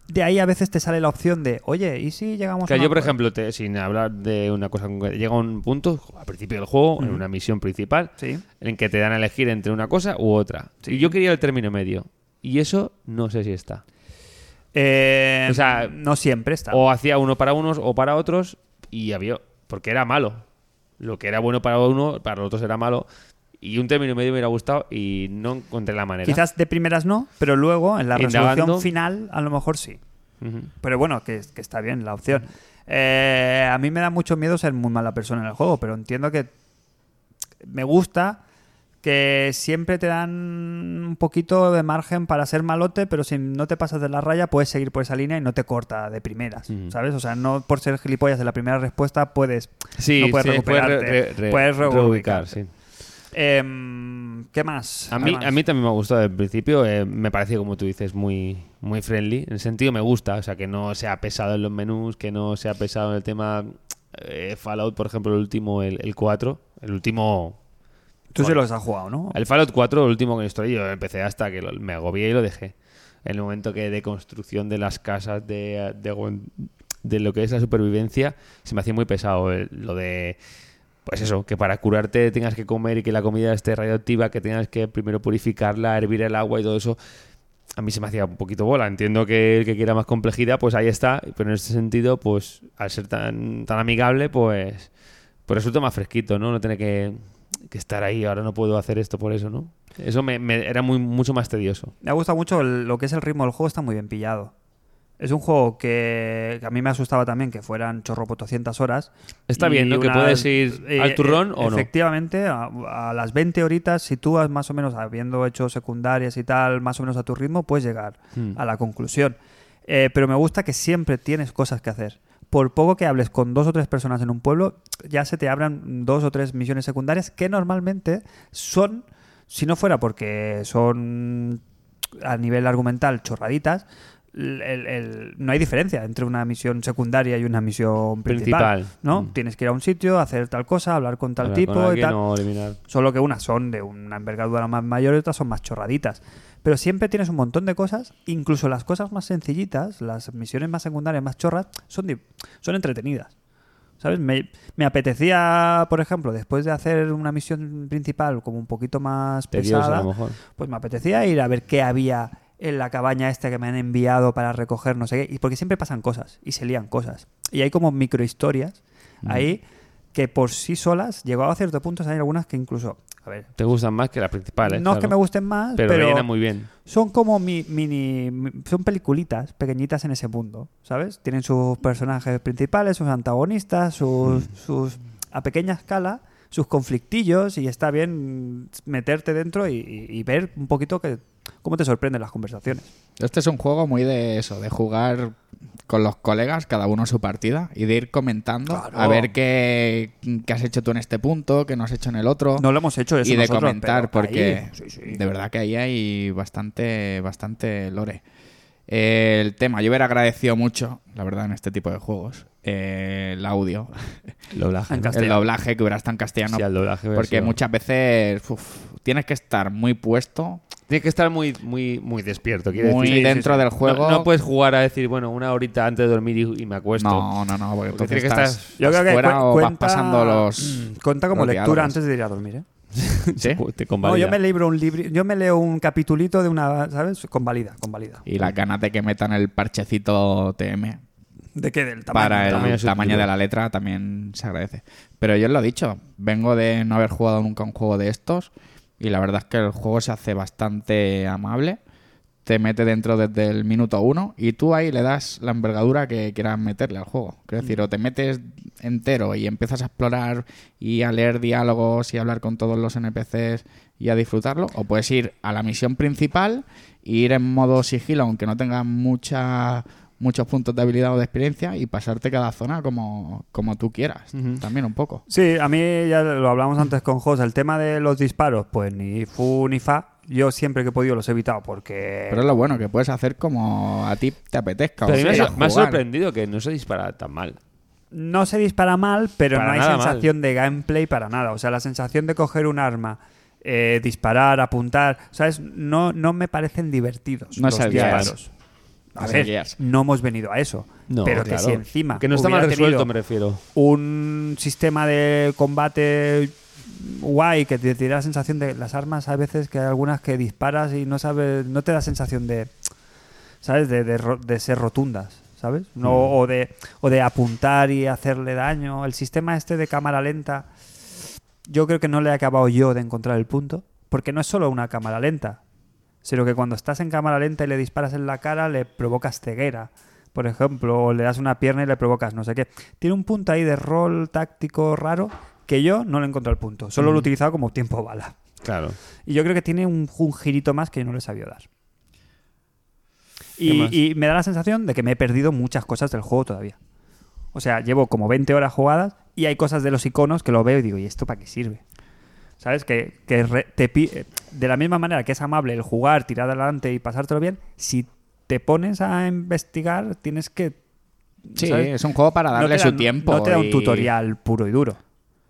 A: de ahí a veces te sale la opción de, oye, ¿y si llegamos
D: Que
A: a un
D: yo, por
A: acuerdo?"
D: ejemplo, te- sin hablar de una cosa concreta, llega un punto al principio del juego, en una misión principal,
A: Sí.
D: en que te dan a elegir entre una cosa u otra.
A: Sí.
D: Y yo quería el término medio. Y eso no sé si está.
A: Eh,
D: O sea,
A: no siempre está.
D: O hacía uno para unos o para otros y había... Porque era malo. Lo que era bueno para uno, para los otros era malo. Y un término medio me hubiera gustado y no encontré la manera.
A: Quizás de primeras no, pero luego en la
D: Indagando.
A: resolución final a lo mejor sí.
D: Ujú.
A: Pero bueno, que, que está bien la opción. Eh, a mí me da mucho miedo ser muy mala persona en el juego, pero entiendo que me gusta que siempre te dan un poquito de margen para ser malote, pero si no te pasas de la raya puedes seguir por esa línea y no te corta de primeras,
D: Mm.
A: ¿sabes? O sea, no por ser gilipollas de la primera respuesta puedes...
D: Sí,
A: No puedes
D: sí,
A: recuperarte,
D: re- re-
A: puedes
D: reubicar,
A: reubicar.
D: sí.
A: Em, ¿Qué más?
D: A mí,
A: Además,
D: a mí también me ha gustado el principio. eh, me parece, como tú dices, muy, muy friendly. En el sentido me gusta. O sea, que no sea pesado en los menús, que no sea pesado en el tema eh, Fallout, por ejemplo, el último, el, el 4. El último...
A: Tú sí
D: Bueno.
A: los has jugado, ¿no?
D: El Fallout 4, el último que estoy, yo empecé hasta que lo- me agobié y lo dejé. En el momento que de construcción de las casas, de, de, aguan- de lo que es la supervivencia, se me hacía muy pesado eh, lo de... Pues eso, que para curarte tengas que comer y que la comida esté radioactiva, que tengas que primero purificarla, hervir el agua y todo eso. A mí se me hacía un poquito bola. Entiendo que el que quiera más complejidad, pues ahí está. Pero en este sentido, pues al ser tan, tan amigable, pues, pues resulta más fresquito, ¿no? No tener que, que estar ahí. Ahora no puedo hacer esto por eso, ¿no? Eso me, me- era muy, mucho más tedioso.
A: Me ha gustado mucho el- lo que es el ritmo del juego, está muy bien pillado. Es un juego que, que a mí me asustaba también que fueran chorro 800 horas.
D: Está
A: Y
D: bien, ¿no? Que
A: unas-
D: puedes ir
A: eh,
D: al turrón
A: eh,
D: o no.
A: Efectivamente, a, a las 20 horitas, si tú has más o menos, habiendo hecho secundarias y tal, más o menos a tu ritmo, puedes llegar
D: Hmm.
A: a la conclusión. Eh, pero me gusta que siempre tienes cosas que hacer. Por poco que hables con dos o tres personas en un pueblo, ya se te abran dos o tres misiones secundarias que normalmente son, si no fuera porque son a nivel argumental chorraditas, el- el- el- no hay diferencia entre una misión secundaria y una misión principal.
D: Principal.
A: ¿no?
D: Mm.
A: Tienes que ir a un sitio, hacer tal cosa, hablar con tal
D: Hablar
A: tipo
D: con
A: y
D: alguien
A: tal.
D: o eliminar.
A: Solo que unas son de una envergadura más mayor y otras son más chorraditas. Pero siempre tienes un montón de cosas, incluso las cosas más sencillitas, las misiones más secundarias, más chorras, son, di- son entretenidas. ¿Sabes? Me, me apetecía, por ejemplo, después de hacer una misión principal como un poquito más
D: Tedioso,
A: pesada,
D: a lo mejor.
A: pues me apetecía ir a ver qué había en la cabaña esta que me han enviado para recoger no sé qué. Y porque siempre pasan cosas y se lían cosas. Y hay como microhistorias ahí que por sí solas, llegado a cierto punto, hay algunas que incluso... A ver,
D: Te gustan más que las principales.
A: no es que
D: claro.
A: me gusten más,
D: Pero,
A: pero,
D: rellenan muy bien.
A: son como mi- mini... mi- Son peliculitas pequeñitas en ese mundo, ¿sabes? Tienen sus personajes principales, sus antagonistas,
C: Mm.
A: sus... sus a pequeña escala sus conflictillos y está bien meterte dentro y, y- y ver un poquito que, cómo te sorprenden las conversaciones.
C: Este es un juego muy de eso, de jugar con los colegas, cada uno su partida, y de ir comentando
A: Claro.
C: a ver qué, qué has hecho tú en este punto, qué no has hecho en el otro.
A: No lo hemos hecho eso
C: y de
A: nosotros,
C: comentar,
A: pero
C: porque
A: ahí, sí, sí.
C: de verdad que ahí hay bastante, bastante lore. Eh, el tema, yo hubiera agradecido mucho, la verdad, en este tipo de juegos, eh, el audio,
D: Doblaje.
A: En
D: ¿no?
A: castellano.
C: el doblaje que hubiera estado en castellano,
D: Sí, al doblaje hubiera
C: porque
D: sido-
C: muchas veces uf, tienes que estar muy puesto,
D: Tienes que estar muy, muy, muy despierto. quiere
C: muy
D: decir.
C: dentro del juego.
D: No, no puedes jugar a decir, bueno, una horita antes de dormir y, y me acuesto.
C: No, no, no, porque
D: Porque
C: entonces
D: tiene que
C: estás,
D: estar-
A: Yo creo que
C: fuera
A: cu-
C: o vas
A: cuenta,
C: pasando los...
A: Mm, cuenta como
C: los
A: lectura
C: diálogos.
A: antes de ir a dormir, ¿eh?
C: ¿Sí?
D: Te
A: No,
D: convalida.
A: yo me libro un libri- yo me leo un capitulito de una, ¿sabes? Convalida, convalida.
C: Y las ganas de que metan el parchecito TM
A: ¿De qué? Del tamaño.
C: para el
D: tamaño
C: tamaño,
D: sutil.
C: de la letra también se agradece. Pero yo os lo he dicho, vengo de no haber jugado nunca un juego de estos y la verdad es que el juego se hace bastante amable. Te mete dentro desde el minuto uno y tú ahí le das la envergadura que quieras meterle al juego. Quiero decir, o te metes entero y empiezas a explorar y a leer diálogos y a hablar con todos los NPCs y a disfrutarlo, o puedes ir a la misión principal e ir en modo sigilo, aunque no tengas mucha muchos puntos de habilidad o de experiencia y pasarte cada zona como, como tú quieras. También un poco.
A: Sí, a mí ya lo hablamos antes con Jos, el tema de los disparos, pues ni fu ni fa. Yo siempre que he podido los he evitado porque...
C: Pero es lo bueno, que puedes hacer como a ti te apetezca. o
D: Pero a mí me, ha
C: sea,
D: sor- me ha
C: jugar.
D: sorprendido que no se dispara tan mal.
A: no se dispara mal, pero
D: Para
A: no hay
D: nada mal.
A: sensación de gameplay para nada. O sea, la sensación de coger un arma, eh, disparar, apuntar, ¿sabes? No, no me parecen divertidos
C: No
A: los
C: es el Gears.
A: disparos. A
C: No es el
A: ver,
C: Gears.
A: no hemos venido a eso.
D: No,
A: pero
D: claro.
A: que si encima
D: Que no está mal
A: hubiera
D: resuelto,
A: tenido
D: me refiero.
A: un sistema de combate guay que te, te da la sensación de las armas a veces que hay algunas que disparas y no sabes no te da sensación de sabes de, de ro- de ser rotundas sabes no o de o de apuntar y hacerle daño el sistema este de cámara lenta yo creo que no le he acabado yo de encontrar el punto porque no es solo una cámara lenta sino que cuando estás en cámara lenta y le disparas en la cara le provocas ceguera, por ejemplo, o le das una pierna y le provocas no sé qué. Tiene un punto ahí de rol táctico raro que yo no le encuentro el punto, solo lo he utilizado como tiempo bala.
D: Claro.
A: Y yo creo que tiene un, un girito más que yo no le he sabido dar. Y,
D: más?
A: y me da la sensación de que me he perdido muchas cosas del juego todavía. O sea, llevo como 20 horas jugadas y hay cosas de los iconos que lo veo y digo, ¿y esto para qué sirve? ¿Sabes? Que, que re- te pi- eh, de la misma manera que es amable el jugar, tirar adelante y pasártelo bien, si te pones a investigar, tienes que.
C: Sí,
A: ¿sabes?
C: es un juego para darle
A: te
C: su
A: dan-
C: tiempo.
A: No te da un
C: y-
A: tutorial puro y duro.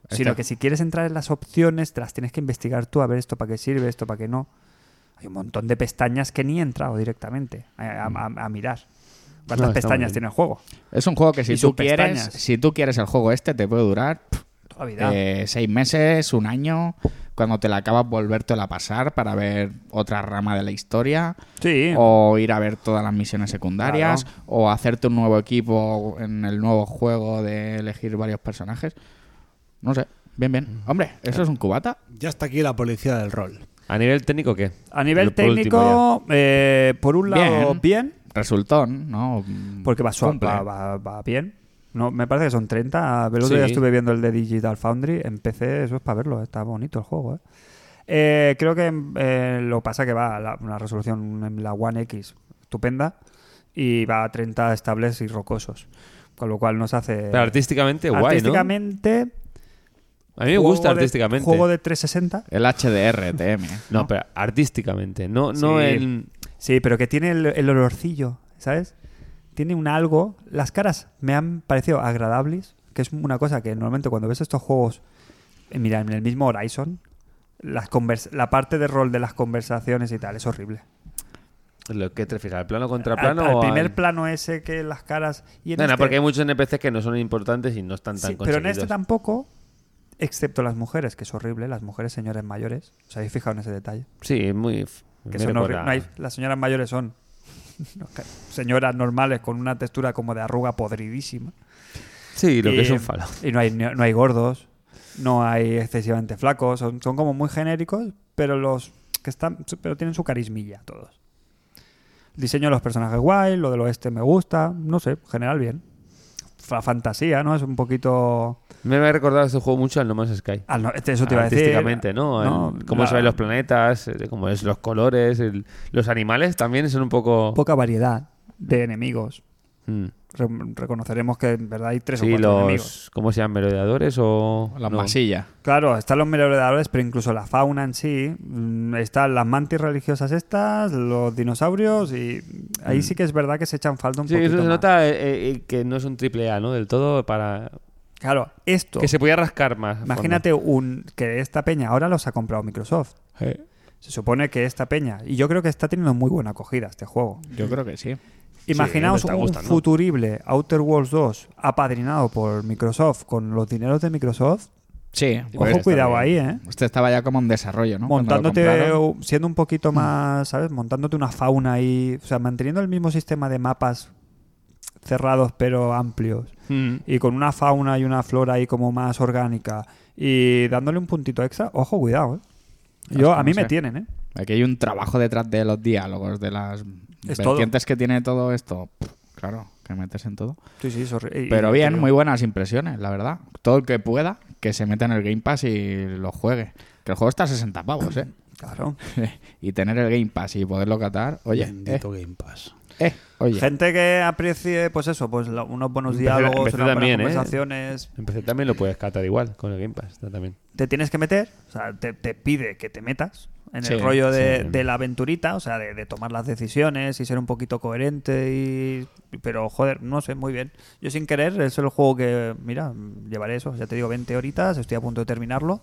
C: Está-
A: Sino que si quieres entrar en las opciones, te las tienes que investigar tú a ver esto para qué sirve, esto para qué no. Hay un montón de pestañas que ni he entrado directamente a, a-
C: Mm.
A: a- a mirar. ¿Cuántas
D: No, está muy
A: pestañas
D: bien.
A: tiene el juego?
C: Es un juego que si
A: Y sus
C: tú quieres,
A: pestañas.
C: si tú quieres el juego este, te puede durar pff,
A: Toda la vida.
C: eh, seis meses, un año. Cuando te la acabas, volvértela a pasar para ver otra rama de la historia.
A: sí.
C: O ir a ver todas las misiones secundarias. O hacerte un nuevo equipo en el nuevo juego de elegir varios personajes. No sé. Bien, bien. Hombre, ¿eso es un cubata?
B: Ya está aquí la policía del rol.
D: ¿A nivel técnico qué?
A: A nivel
D: Por último
A: técnico, eh, por un lado,
C: Bien.
A: bien,
C: Resultón, ¿no?
D: Mm.
A: porque va, suave,
C: Cumple.
A: va, va- va bien. No, me parece que son 30. Veloz ya
D: Sí.
A: estuve viendo el de Digital Foundry. En PC, eso es para verlo. Está bonito el juego. ¿eh? Eh, creo que eh, lo pasa que va a la- una resolución en la One X estupenda y va a 30 estables y rocosos. Con lo cual nos hace.
D: Pero artísticamente, guay, ¿no? A
A: artísticamente.
D: mí me
A: juego
D: gusta
A: de-
D: artísticamente.
A: Juego de 360.
C: El HDR, TM.
D: No, pero artísticamente. No, no
A: Sí.
D: en.
A: Sí, pero que tiene el, el olorcillo, ¿sabes? Tiene un algo. Las caras me han parecido agradables, que es una cosa que normalmente cuando ves estos juegos, eh, mira, en el mismo Horizon, las convers- la parte de rol de las conversaciones y tal es horrible.
D: ¿Lo que te refieres? ¿Al plano
A: Al,
D: contra plano?
A: al
D: o
A: primer
D: al-
A: plano ese que las caras... Y en
D: No, no,
A: este-
D: porque hay muchos NPCs que no son importantes y no están tan
A: Sí, pero en este
D: conseguidos.
A: tampoco, excepto las mujeres, que es horrible, las mujeres señores mayores. ¿Os habéis fijado en ese detalle?
D: Sí, es muy.
A: Que
D: me
A: son
D: recuerda-
A: horri- no hay- las señoras mayores son no, que- señoras normales con una textura como de arruga podridísima.
D: Sí, lo
A: Y-
D: que es un falo.
A: Y no hay, no hay gordos, no hay excesivamente flacos, son, son como muy genéricos, pero los que están pero tienen su carismilla todos. El diseño de los personajes guay, lo del oeste me gusta, no sé, en general bien. La fantasía, ¿no? Es un poquito...
D: Me va a recordar este juego mucho al No Man's Sky.
A: al no- este- eso te iba a decir.
D: Artísticamente, ¿no? El- cómo
A: la-
D: se ven los planetas, eh, cómo es los colores, el- los animales también son un poco.
A: Poca variedad de enemigos.
D: Mm.
A: Re- reconoceremos que en verdad hay tres o
D: Sí,
A: cuatro
D: los.
A: enemigos.
D: ¿Cómo se llaman? ¿Merodeadores o.?
C: La
D: no.
C: masilla.
A: Claro, están los merodeadores, pero incluso la fauna en sí. mm, Están las mantis religiosas estas, los dinosaurios y
D: Mm.
A: ahí sí que es verdad que se echan falta un
D: Sí,
A: poquito
D: eso se
A: más.
D: nota eh, eh, que no es un triple A, ¿no? Del todo para.
A: Claro, esto.
D: Que se podía rascar más. a fondo.
A: Imagínate un que esta peña ahora los ha comprado Microsoft.
B: Eh,
A: Se supone que esta peña y yo creo que está teniendo muy buena acogida este juego.
C: Yo creo que sí.
A: Imaginaos
D: me está
A: un
D: gustando.
A: futurible Outer Worlds 2 apadrinado por Microsoft con los dineros de Microsoft.
C: Sí.
A: Ojo, cuidado ahí, ¿eh?
C: Usted estaba ya como en desarrollo, ¿no? Cuando lo
A: montándote,
C: compraron. Mm.
A: u- siendo un poquito más, ¿sabes? Montándote una fauna ahí, o sea, manteniendo el mismo sistema de mapas cerrados pero amplios
D: Mm.
A: y con una fauna y una flora ahí como más orgánica y dándole un puntito extra, ojo, cuidado, ¿eh? Yo,
C: Ostras,
A: a mí
C: no
A: me
C: sé.
A: tienen, ¿eh?
C: Aquí hay un trabajo detrás de los diálogos, de las
A: Es
C: vertientes que tiene todo esto. Pff, Claro, que metes en todo.
A: Sí, sí, sorri- y-
C: Pero
A: y-
C: bien,
A: y-
C: muy buenas impresiones, la verdad. Todo el que pueda, que se meta en el Game Pass y lo juegue. Que el juego está a 60 pavos, ¿eh?
A: Claro.
C: y tener el Game Pass y poderlo catar, oye, eh,
B: Bendito Game Pass.
C: eh, oye.
A: Gente que aprecie, pues eso, pues la- unos buenos
D: Empecé-
A: diálogos,
D: empecé
A: unas buenas
D: también, ¿eh?
A: conversaciones.
D: Empecé también lo puedes catar igual con el Game Pass. está también.
A: te tienes que meter, o sea, te, te pide que te metas en
C: Sí,
A: el rollo de,
D: sí.
A: de la aventurita, o sea, de, de tomar las decisiones y ser un poquito coherente y... Pero, joder, no sé, muy bien. Yo sin querer, es el juego que, mira, llevaré eso, ya te digo, 20 horitas, estoy a punto de terminarlo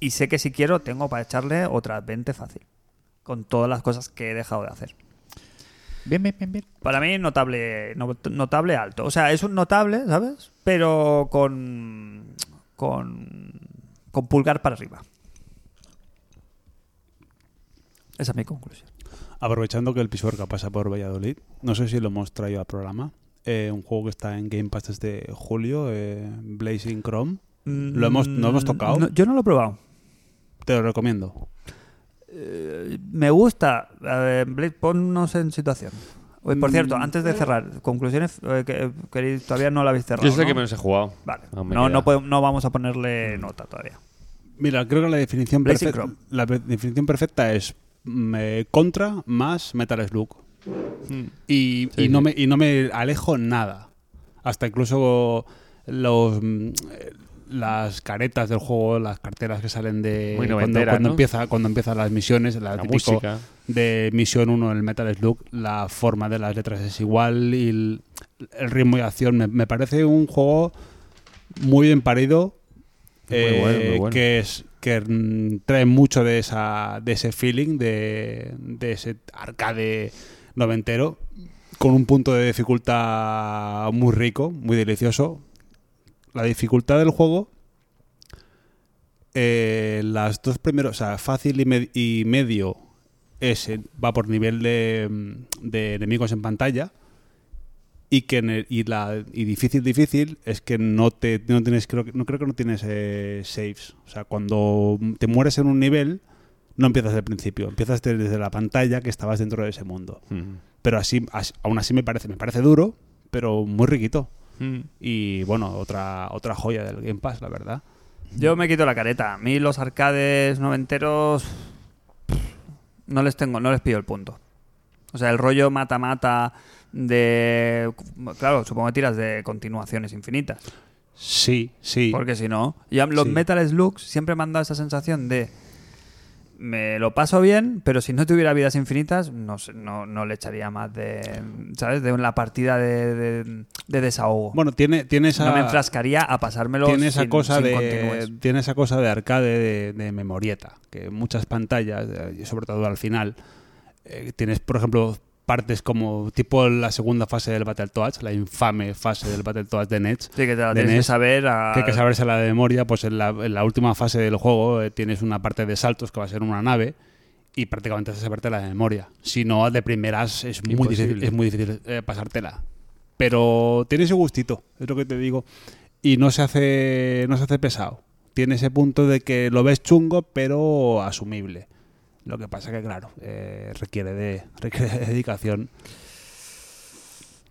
A: y sé que si quiero tengo para echarle otras 20 fácil, con todas las cosas que he dejado de hacer.
C: Bien, bien, bien, bien.
A: Para mí, notable, no- notable alto. O sea, es un notable, ¿sabes? Pero con... con... con pulgar para arriba. Esa es mi conclusión.
B: Aprovechando que el Pisuerga pasa por Valladolid, no sé si lo hemos traído al programa. eh, un juego que está en Game Pass desde julio, eh, Blazing Chrome. ¿Lo hemos, ¿No hemos tocado?
A: No, yo no lo he probado.
B: Te lo recomiendo.
A: Eh, Me gusta. A ver, Blade, ponnos en situación. Oye, por
B: Mm.
A: cierto, antes de cerrar, conclusiones eh, que queréis- todavía no la habéis cerrado.
D: Yo es el
A: ¿no?
D: que menos he jugado.
A: Vale.
D: Aún me
A: No,
D: queda.
A: no, podemos- no vamos a ponerle nota todavía.
B: Mira, creo que la definición,
A: Blazing
B: perfecta,
A: Chrome.
B: la pe- definición perfecta es mm, eh, contra más Metal Slug. Y, y no
D: Hmm. sí.
B: Me, y no me alejo nada. Hasta incluso los mm, eh, las caretas del juego, las carteras que salen de
D: Muy
B: cuando,
D: noventera,
B: cuando
D: ¿no?
B: empieza cuando empiezan las misiones, la,
D: La
B: típico
D: música.
B: de misión 1 en el Metal Slug, la forma de las letras es igual y el, el ritmo y acción me, me parece un juego muy bien parido eh,
D: Muy bueno, muy bueno.
B: que es que mm, trae mucho de esa de ese feeling de, de ese arcade noventero con un punto de dificultad muy rico, muy delicioso. La dificultad del juego, eh, las dos primeros, o sea, fácil y, me- y medio, es, en- va por nivel de, mm, de enemigos en pantalla. Y, que en el- y, la, y difícil, difícil, es que no te no tienes, creo, que- no creo que no tienes eh, saves. O sea, cuando te mueres en un nivel, no empiezas del principio, empiezas desde la pantalla que estabas dentro de ese mundo
D: Mm.
B: pero así, as- aún así me parece me parece duro pero muy riquito
D: Mm.
B: y bueno otra otra joya del Game Pass la verdad
A: Yo me quito la careta. A mí los arcades noventeros pff, no les tengo, no les pido el punto. O sea, el rollo mata-mata de... Claro, supongo que tiras de continuaciones infinitas.
B: sí sí
A: Porque si no, ya los
B: Sí.
A: Metal Slugs siempre me han dado esa sensación de me lo paso bien, pero si no tuviera vidas infinitas, no, sé, no, no le echaría más de, ¿sabes? De una partida de, de- de desahogo.
B: bueno tiene tiene esa
A: no me enfrascaría a pasármelo
B: tiene esa
A: sin-
B: cosa
A: sin
B: de
A: continues.
B: tiene esa cosa de arcade de, de memorieta que muchas pantallas eh, y sobre todo al final eh, tienes por ejemplo partes como tipo la segunda fase del Battletoads la infame fase del Battletoads de Nets
A: Sí, que te la
B: de
A: tienes que
B: NES,
A: saber a-
B: que hay que saberse la de memoria, pues en la, en la última fase del juego eh, tienes una parte de saltos que va a ser una nave y prácticamente es sabértela de memoria. Si no, de primeras es muy
D: Imposible.
B: difícil, es muy difícil eh, pasártela. Pero tiene ese gustito, es lo que te digo. Y no se hace, no se hace pesado. Tiene ese punto de que lo ves chungo, pero asumible. Lo que pasa que, claro, eh, requiere, de, requiere de dedicación.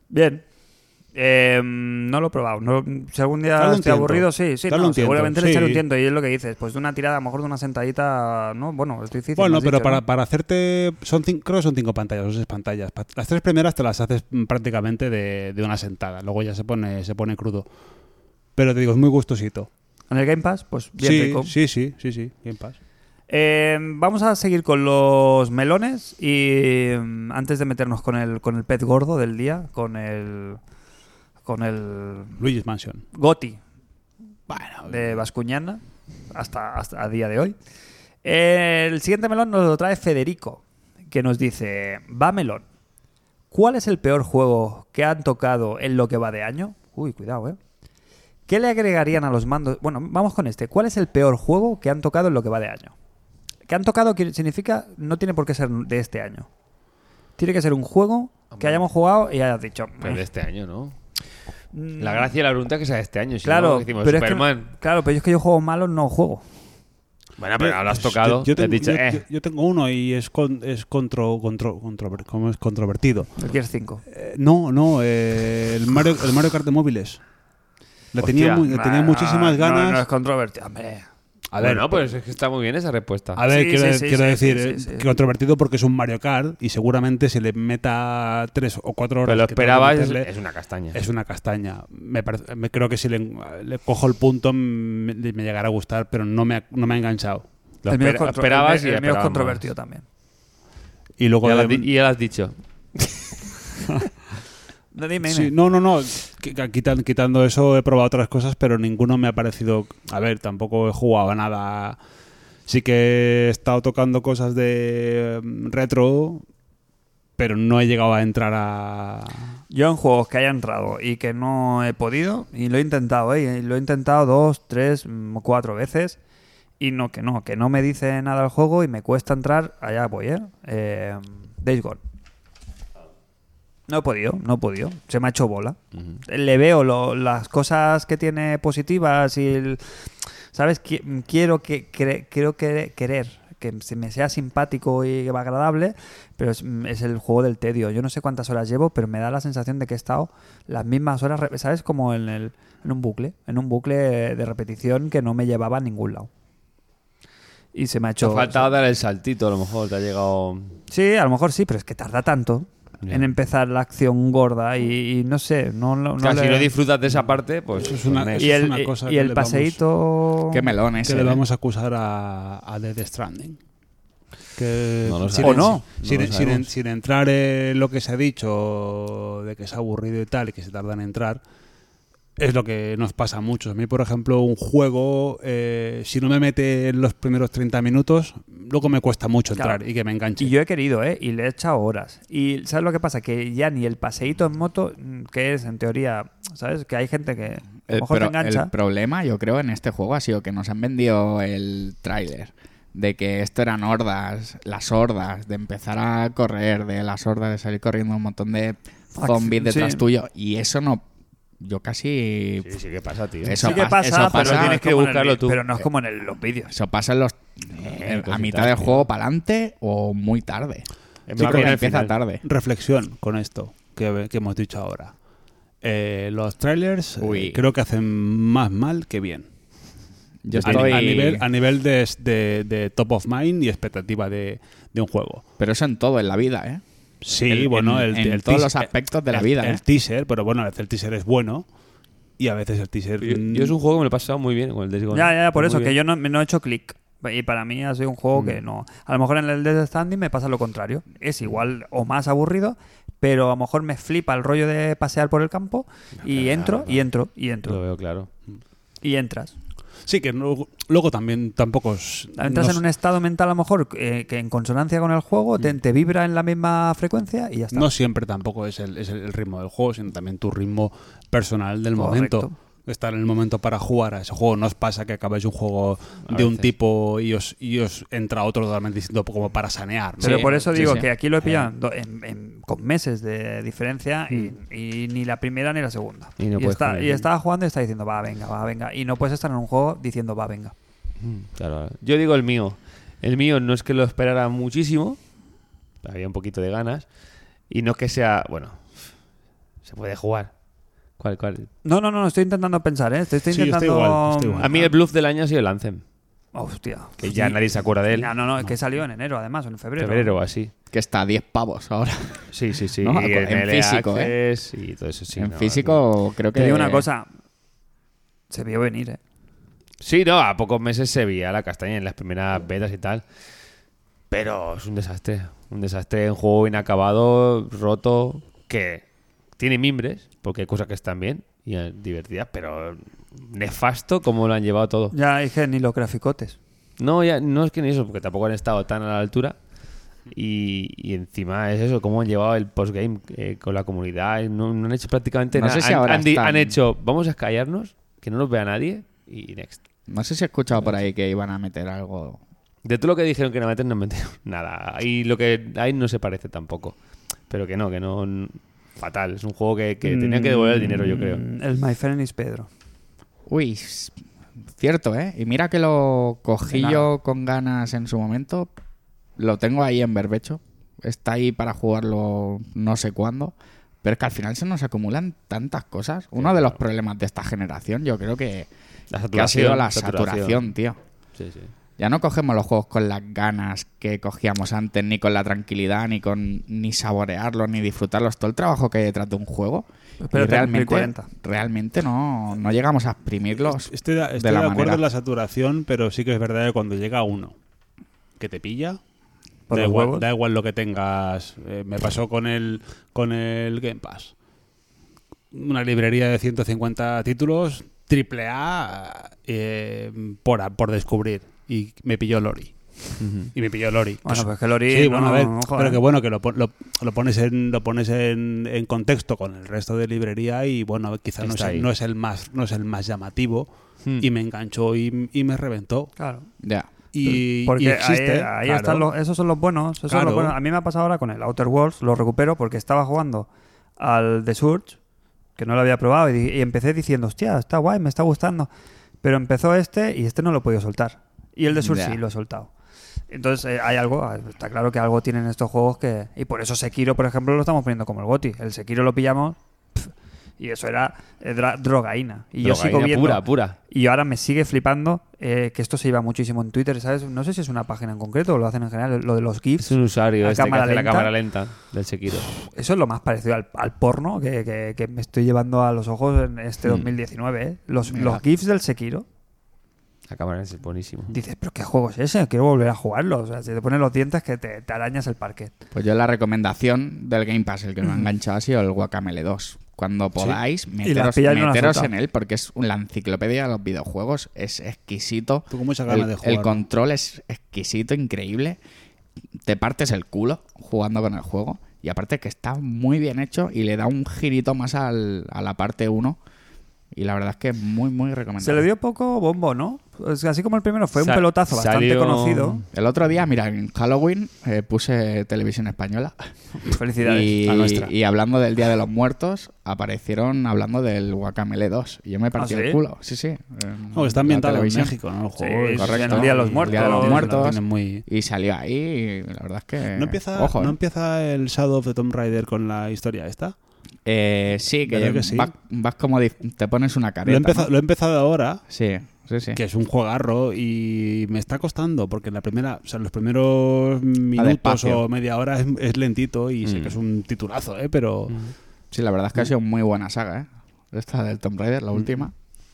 A: Bien. Eh, no lo he probado. No- si algún día
B: Dale un
A: estoy
B: tiento.
A: aburrido, sí, sí.
B: Dale
A: no,
B: un tiento,
A: seguramente le
B: sí.
A: echaré un tiento. Y es lo que dices. Pues de una tirada, a lo mejor de una sentadita, ¿no? Bueno, es difícil. me
B: Bueno,
A: has
B: pero
A: dicho,
B: para,
A: ¿no?
B: para hacerte. Son cinco, creo que son cinco pantallas, o seis pantallas. Pa- Las tres primeras te las haces mm, prácticamente de, de una sentada. Luego ya se pone, se pone crudo. Pero te digo, es muy gustosito.
A: En el Game Pass, pues bien
B: sí,
A: rico.
B: sí, sí, sí, sí. Game Pass.
A: Eh, vamos a seguir con los melones y mm, antes de meternos con el, con el pet gordo del día, con el con el
B: Luigi's Mansion.
A: Goti
B: Bueno,
A: de Vascuñana hasta, hasta a día de hoy. Eh, el siguiente melón nos lo trae Federico, que nos dice, va melón, ¿cuál es el peor juego que han tocado en lo que va de año? Uy, cuidado, ¿eh? ¿Qué le agregarían a los mandos? Bueno, vamos con este. ¿Cuál es el peor juego que han tocado en lo que va de año? Que han tocado quiere- significa no tiene por qué ser de este año. Tiene que ser un juego que
D: Hombre.
A: hayamos jugado y hayas dicho.
D: Pero
A: "Meh".
D: de este año, ¿no?
A: Mm,
D: La gracia y la pregunta es que sea de este año. Si
A: claro,
D: no, decimos
A: pero es que-
D: Superman.
A: claro, pero yo es que yo juegos malos no juego.
D: Bueno, pero ahora lo has
B: Pues
D: tocado.
B: Yo, yo
D: te has
B: tengo,
D: dicho,
B: yo-
D: eh,
B: yo- yo tengo uno y es, con- es contro, contro- controver- ¿cómo es controvertido.
A: El Gears 5.
B: Eh, no, no, eh, el, Mario, el Mario Kart de móviles. Le tenía,
D: Hostia,
B: mu- le tenía
A: No,
B: muchísimas
A: no,
B: ganas.
A: No, es controvertido, hombre.
B: A ver, eh,
D: bueno, pues es que está muy bien esa respuesta.
B: A ver,
A: Sí,
B: quiero,
A: sí, sí,
B: quiero
A: sí,
B: decir,
A: sí,
B: eh,
A: sí, sí.
B: que controvertido porque es un Mario Kart y seguramente se le meta tres o cuatro horas.
D: pero lo
B: que tenga que
D: esperabas, es,
B: meterle,
D: es una castaña.
B: es una castaña. Me, parece- me creo que si le, le cojo el punto me, me llegará a gustar, pero no me ha, no me ha enganchado.
D: Lo
A: el mío
D: espera-
A: es contro-
D: esperabas
A: el mío- el mío
D: y
A: es
D: esperábamos.
A: controvertido también.
B: Y luego.
D: Ya lo
B: de-
D: has di- y ya lo has dicho.
A: No, dime,
B: Sí, no, no, no. que- que quitan- quitando eso, he probado otras cosas, pero ninguno me ha parecido. A ver, tampoco he jugado a nada. Sí que he estado tocando cosas de mm, retro, pero no he llegado a entrar a.
A: Yo en juegos que haya entrado y que no he podido, y lo he intentado, ¿eh? y lo he intentado dos, tres, mm, cuatro veces, y no, que no, que no me dice nada el juego y me cuesta entrar, allá voy, ¿eh? eh Days Gone. No he podido, no he podido. Se me ha hecho bola. Le veo lo- las cosas que tiene positivas y, el- ¿sabes? Qui- Quiero que, cre- quiero que- querer que se me sea simpático y agradable, pero es, es el juego del tedio. Yo no sé cuántas horas llevo, pero me da la sensación de que he estado las mismas horas, re- ¿sabes? Como en, el, en un bucle, en un bucle de repetición que no me llevaba a ningún lado. y se me ha
D: Te ha
A: hecho...
D: faltado dar el saltito, a lo mejor te ha llegado.
A: Sí, a lo mejor sí, pero es que tarda tanto
D: Ya.
A: en empezar la acción gorda y, y no sé, no, no, no
D: Claro, si
A: le-
D: no disfrutas de esa parte, pues.
B: Eso es una-
D: pues,
B: eso
A: y
B: es
A: el,
B: una cosa
A: y
B: que
A: el
B: le vamos-
A: paseíto...
C: Qué melón
B: Que
C: ese.
B: le
C: ¿eh?
B: vamos a acusar a, a Death Stranding. Que
D: No lo
B: sin-
A: sabemos. O no.
B: Sin,
D: No lo
B: sin-
D: sabemos.
B: sin entrar en lo que se ha dicho de que es aburrido y tal y que se tarda en entrar, es lo que nos pasa a muchos. A mí, por ejemplo, un juego, eh, si no me mete en los primeros 30 minutos, luego me cuesta mucho entrar
A: Claro.
B: y que me enganche.
A: Y yo he querido, ¿eh? Y le he echado horas. Y ¿sabes lo que pasa? Que ya ni el paseíto en moto, mm, que es en teoría, ¿sabes? Que hay gente que a lo
C: El,
A: mejor te
C: pro-
A: engancha.
C: Eh, el problema, yo creo, en este juego ha sido que nos han vendido el tráiler de que esto eran hordas, las hordas, de empezar a correr, de las hordas, de salir corriendo un montón de zombies
A: sí.
C: detrás tuyo. Y eso no. Yo casi.
D: Sí, sí, ¿qué pasa, tío?
C: Eso
A: Sí que
C: pa-
A: pasa,
C: eso
A: pero,
C: pasa-
A: tienes que buscarlo
D: tú.
A: pero no es como en el- los vídeos.
C: Eso pasa en los,
D: Eh,
C: a
D: cositas,
C: mitad del
D: tío.
C: juego para adelante o muy tarde. Yo
D: En plan,
C: creo que
D: al
C: empieza
D: final.
C: tarde.
B: reflexión con esto que, que hemos dicho ahora. Eh, los trailers eh,
C: Uy.
B: creo que hacen más mal que bien.
C: Yo
B: A-
C: estoy.
B: a, nivel, a nivel de, de- de top of mind y expectativa de, de un juego.
C: Pero eso en todo, en la vida, ¿eh?
B: Sí,
C: El-
B: bueno,
C: en-
B: el,
C: en
B: el
C: todos
B: teas-
C: los aspectos de la
B: el-
C: vida,
B: El
C: ¿eh?
B: teaser, pero bueno, a veces el teaser es bueno y a veces el teaser.
D: Yo,
B: mm,
D: yo es un juego que me lo he pasado muy bien con el Days Gone.
A: ya, ya, por
D: Muy
A: eso,
D: bien. Mm.
A: que yo no, no he hecho clic. Y para mí ha sido un juego que no. A lo mejor en el Death Standing me pasa lo contrario. Es igual o más aburrido, pero a lo mejor me flipa el rollo de pasear por el campo y entro, y entro, y
D: Lo
A: entro,
D: veo claro.
A: y entras.
B: Sí, que no- luego también tampoco es.
A: Entras en
B: no es-
A: un estado mental a lo mejor eh, que en consonancia con el juego
D: Mm.
A: te, te vibra en la misma frecuencia y ya está.
B: No siempre tampoco es, el, es el- el ritmo del juego, sino también tu ritmo personal del
A: Correcto.
B: momento. Estar en el momento para jugar a ese juego. No os pasa que acabáis un juego
D: A
B: de un
D: veces.
B: tipo y os, y os entra otro totalmente distinto como para sanear. ¿no?
A: Pero
C: Sí,
A: por eso
C: sí,
A: digo
C: sí.
A: que aquí lo he pillado en do- en- en- con meses de diferencia y, y ni la primera ni la segunda.
D: Y no puedes
A: está-
D: con
A: y
D: ello.
A: estaba jugando y está diciendo, va, venga, va, venga. Y no puedes estar en un juego diciendo, va, venga.
D: Mm, Claro, yo digo el mío. El mío no es que lo esperara muchísimo, había un poquito de ganas, y no es que sea, bueno, se puede jugar. ¿Cuál, cuál?
A: No, no, no, no, estoy intentando pensar, ¿eh? Estoy, estoy
B: Sí, yo
A: intentando...
B: estoy igual, estoy igual.
D: A mí el bluff del año ha sido el Anthem,
A: Hostia.
D: que ya nadie se acuerda de él.
A: Ah, no, no, es que salió en enero, además, o en febrero.
D: Febrero o así.
C: Que está a 10 pavos ahora.
D: Sí, sí, sí.
C: No,
D: y
C: en
D: el
C: físico, ¿eh?
D: Access Y todo eso, sí.
C: en
D: no,
C: físico, creo que.
A: Te digo una cosa, se vio venir, ¿eh?
D: Sí, no, a pocos meses se veía la castaña en las primeras betas y tal. Pero es un desastre. Un desastre, un juego inacabado, roto, que tiene mimbres, porque hay cosas que están bien y eh, divertidas, pero nefasto como lo han llevado todo.
A: Ya dije, ni los graficotes.
D: No, ya, no es que ni eso, porque tampoco han estado tan a la altura. Y, y encima es eso, cómo han llevado el postgame eh, con la comunidad. No, no han hecho prácticamente
C: No
D: nada.
C: sé si
D: han,
C: ahora
D: han di-
C: están-
D: han hecho, vamos a callarnos, que no nos vea nadie y next.
C: No sé si he escuchado por ahí que iban a meter algo.
D: De todo lo que dijeron que no meten, no metieron nada. Y lo que hay no se parece tampoco. Pero que no, que no. n- Fatal. Es un juego que, que tenía que devolver el dinero, yo creo.
A: Mm, El My Friend is Pedro.
C: Uy, s- cierto, ¿eh? Y mira que lo cogí
A: De nada.
C: yo con ganas en su momento. Lo tengo ahí en berbecho. Está ahí para jugarlo no sé cuándo. Pero es que al final se nos acumulan tantas cosas. Uno de los problemas de esta generación, yo creo que,
D: La
C: que ha sido la
D: saturación.
C: saturación, tío.
D: Sí, sí.
C: Ya no cogemos los juegos con las ganas que cogíamos antes, ni con la tranquilidad, ni con ni saborearlos, ni disfrutarlos. Todo el trabajo que hay detrás de un juego.
A: Espérate,
C: y realmente,
A: 1040.
C: realmente no, no llegamos a exprimirlos.
B: Estoy, de- estoy
C: de
B: de,
C: la
B: acuerdo
C: manera.
B: en la saturación, pero sí que es verdad que cuando llega uno que te pilla,
A: Por
B: da
A: los
B: igual,
A: huevos.
B: da igual lo que tengas. Eh, me pasó con el, con el Game Pass. Una librería de 150 títulos, triple A, eh, por, a- por descubrir. Y me pilló Lori. Y me pilló Lori.
A: Bueno, pues que Lori, no,
B: Sí, bueno, a ver.
A: no, joder.
B: pero que bueno, que lo, pon- lo- lo pones, en, lo pones en, en contexto con el resto de librería y bueno, quizás no es,
D: Está ahí.
B: el, no, es el más, no es el más llamativo.
D: Hmm.
B: Y me enganchó y, y me reventó.
A: Claro.
C: Ya.
B: Y,
A: Porque
B: y existe.
A: ahí, ahí
B: claro.
A: están los, esos son los buenos, esos son
B: Claro.
A: los buenos. A mí me ha pasado ahora con el Outer Worlds, lo recupero porque estaba jugando al The Surge, que no lo había probado, y, di- y empecé diciendo, hostia, está guay, me está gustando. Pero empezó este y este no lo he podido soltar. Y el The Surge
C: Ya.
A: sí lo he soltado. Entonces eh, hay algo, ah, está claro que algo tienen estos juegos que... Y por eso Sekiro, por ejemplo, lo estamos poniendo como el GOTI. El Sekiro lo pillamos pf, Y eso era eh, dra- drogaína. Y yo
D: Drogaína
A: sigo viendo.
D: pura, pura.
A: Y ahora me sigue flipando eh, que esto se lleva muchísimo en Twitter, ¿sabes? No sé si es una página en concreto o lo hacen en general, lo de los GIFs.
D: Es un usuario
A: La
D: este que
A: cámara
D: hace la
A: lenta.
D: cámara lenta del Sekiro.
A: Eso es lo más parecido al, al porno que, que- que me estoy llevando a los ojos en
D: Mm.
A: este 2019. ¿eh? Los, los GIFs del Sekiro.
D: La cámara es buenísimo.
A: Dices, pero ¿qué juego es ese? Quiero volver a jugarlo. O sea, si te ponen los dientes que te, te arañas el parquet.
C: Pues yo la recomendación del Game Pass, el que me ha enganchado ha sido el Guacamele 2. Cuando podáis, meteros,
A: pilláis en una
C: meteros
A: fruta.
C: en él, porque es la enciclopedia de los videojuegos, es exquisito.
B: Tú con muchas ganas
C: El,
B: de jugar.
C: el control es exquisito, increíble. Te partes el culo jugando con el juego. Y aparte que está muy bien hecho y le da un girito más al- a la parte 1. Y la verdad es que es muy, muy recomendable.
A: Se le dio poco bombo, ¿no? Es que así como el primero fue
D: Sa-
A: un pelotazo bastante
D: salió-
A: conocido.
C: El otro día, mira, en Halloween eh, puse televisión española.
A: Felicidades.
C: Y,
B: la nuestra.
C: y hablando del Día de los Muertos, aparecieron hablando del Guacamele 2. Y yo me partí
A: ¿Ah, sí?
C: el culo. Sí, sí. en
B: No, está
C: la
B: ambientado en
C: televisión.
B: México, ¿no? El
A: Sí,
B: juego,
A: sí,
C: correcto.
A: en el Día de los
B: Y el
A: Muertos.
C: Día de los
B: lo
C: Muertos.
B: tienen muy-
C: Y salió ahí y la verdad es que...
B: ¿No, empieza,
C: Ojo,
B: ¿No
C: ¿eh?
B: empieza el Shadow of the Tomb Raider con la historia esta?
C: Eh, sí, que,
B: ¿Verdad que sí?
C: Vas, vas como... dif- Te pones una careta.
B: Lo he, empezado,
C: ¿no?
B: lo he empezado ahora,
C: Sí, sí, sí.
B: que es un juegarro y me está costando porque la primera, o sea, los primeros minutos
C: despacio.
B: o media hora es, es lentito y sé
C: Mm.
B: que es un titulazo, ¿eh? Pero
D: Mm.
C: Sí, la verdad es que
B: Mm.
C: ha sido muy buena saga, ¿eh? Esta del Tomb Raider, la última.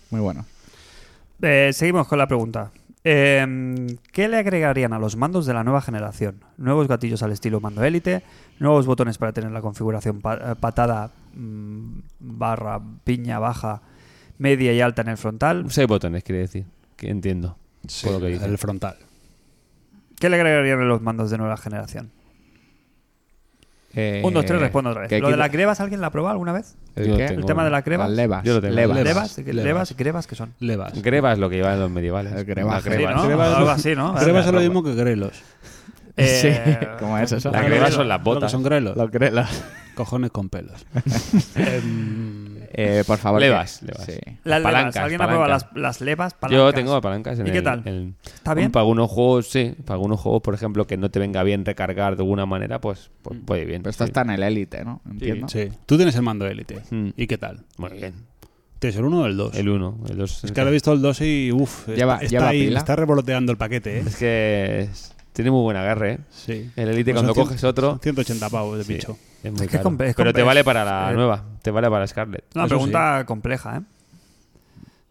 C: Muy bueno.
A: Eh, seguimos con la pregunta. Eh, ¿Qué le agregarían a los mandos de la nueva generación? Nuevos gatillos al estilo mando élite, nuevos botones para tener la configuración pa- eh, patada mm, barra piña baja, media y alta en el frontal.
D: Seis botones, quiere decir. Que entiendo. por lo que dice.
B: el frontal.
A: ¿Qué le agregarían a los mandos de nueva generación?
C: Eh,
A: Un, dos, tres, respondo otra vez.
C: que
A: ¿Lo de
C: quita-
A: las grebas alguien la ha probado alguna vez?
C: ¿El
D: Yo
C: qué?
D: tengo
A: ¿El tema
D: uno.
A: de la creva?
C: Las levas.
D: Yo lo tengo.
C: Levas.
A: ¿Levas?
B: Levas.
A: ¿Levas? ¿Grebas qué son?
B: Levas.
D: Greba es lo que llevan los medievales.
C: El greba.
D: Las
C: Sí,
D: grebas.
A: ¿no?
B: Grebas-
A: Algo así, ¿no?
B: Grebas es lo mismo que grelos.
A: Eh,
C: Sí, ¿cómo es eso?
A: Las
D: Las grebas
A: grebas.
D: son las
B: Lo que
D: botas. Ah.
B: son grelos.
C: Lo cre- lo-
B: Cojones con pelos.
C: Eh, por favor.
D: Levas,
C: que-
D: levas.
C: sí.
A: Las levas.
D: Palancas,
A: ¿Alguien ha probado las,
D: palancas.
A: las levas?
D: Yo
A: palancas?
D: tengo palancas en
A: ¿Y qué
D: el-
A: tal?
D: en-
A: ¿Está bien?
D: Para algunos juegos, sí. Para algunos juegos, por ejemplo, que no te venga bien recargar de alguna manera, pues,
B: Mm.
D: pues puede ir bien.
C: Pero esto
D: sí.
C: está en el élite, ¿no? Entiendo.
B: Sí. Tú tienes el mando élite.
D: Mm.
B: ¿Y qué tal?
D: Muy bien.
B: ¿Tienes el 1 o el 2?
D: El 1, el 2.
B: Es que ahora he visto el 2 y uff,
C: Lleva-
B: está,
C: lleva
B: ahí,
C: pila.
B: está revoloteando el paquete, ¿eh?
D: Es que es- tiene muy buen agarre, ¿eh?
B: Sí.
D: El Elite,
B: Pues
D: cuando
B: son cien-
D: coges otro-
B: son 180 pavos de bicho.
D: Es muy
A: Es que es
D: caro.
A: compe- es
D: Pero te
A: compe-
D: vale para la
A: eh,
D: nueva. Te vale para Scarlett.
A: Es una
B: Eso
A: pregunta compleja, ¿eh?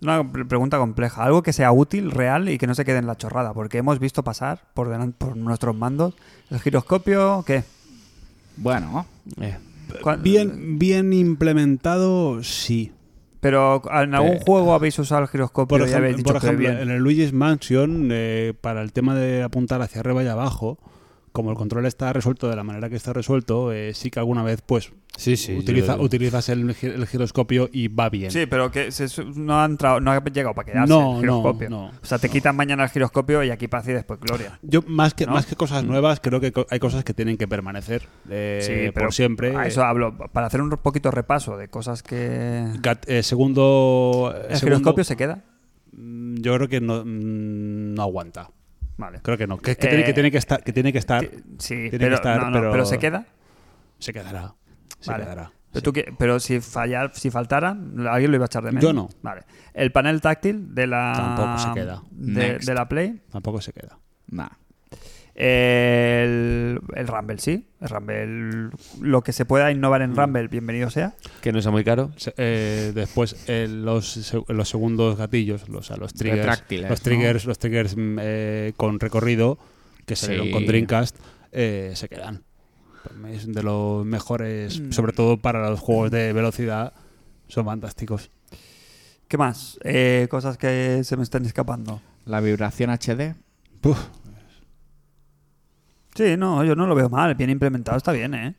A: Es Una pre- pregunta compleja. Algo que sea útil, real y que no se quede en la chorrada. Porque hemos visto pasar por, delan- por nuestros mandos el giroscopio. ¿Qué?
C: Bueno,
D: Eh,
A: ¿Cuál-
B: Bien, bien implementado, sí.
A: Pero en algún
C: Eh,
A: juego habéis usado el giroscopio
B: Por
A: y habéis
B: ejemplo,
A: dicho
B: por ejemplo,
A: que
B: en
A: bien.
B: el Luigi's Mansion, eh, para el tema de apuntar hacia arriba y abajo, como el control está resuelto de la manera que está resuelto, eh, sí que alguna vez pues
D: sí, sí.
B: utiliza-
D: yo-
B: utilizas el, gi- el giroscopio y va bien.
A: Sí, pero que se su- no, han tra- no ha llegado para quedarse
B: No,
A: el giroscopio.
B: no, no,
A: o sea, te quitan mañana el giroscopio y aquí paz y después gloria.
B: Yo, más que,
A: ¿No?
B: más que cosas
D: Mm.
B: nuevas, creo que co- hay cosas que tienen que permanecer eh,
A: sí, pero
B: por siempre.
A: A eso hablo. Para hacer un poquito repaso de cosas que...
B: Gat- eh, segundo, eh,
A: ¿El
B: segundo-
A: giroscopio se queda?
B: Mm, Yo creo que no, mm, no aguanta.
A: Vale.
B: Creo que no. Que, que
A: Eh,
B: tiene, que tiene que estar. Que tiene que estar
A: Ti- Sí,
B: Ah, tiene que
A: pero,
B: estar,
A: no, no,
B: pero-
A: pero se queda.
B: se quedará. Se
A: Vale.
B: quedará.
A: Pero, tú que- pero si fallar, si faltara, alguien lo iba a echar de menos.
B: Yo no.
A: Vale. El panel táctil de la
B: Tampoco se queda.
A: de,
C: Next.
A: de la Play.
B: Tampoco se queda.
C: nada.
A: El, el Rumble, sí. El Rumble. Lo que se pueda innovar en Rumble, bienvenido sea.
D: Que no sea muy caro. Pues
B: Se- eh, después, eh, los, se- los segundos gatillos, los, o sea, los triggers.
C: Retráctiles,
B: los
C: ¿no?
B: triggers, los triggers mm, eh, con recorrido que salieron
C: Sí.
B: con Dreamcast eh, se quedan. Es de los mejores,
A: Mm.
B: sobre todo para los juegos de velocidad, son fantásticos.
A: ¿Qué más? Eh, cosas que se me están escapando.
C: La vibración HD.
B: Puf,
A: Sí, no, yo no lo veo mal. Bien implementado está bien, ¿eh?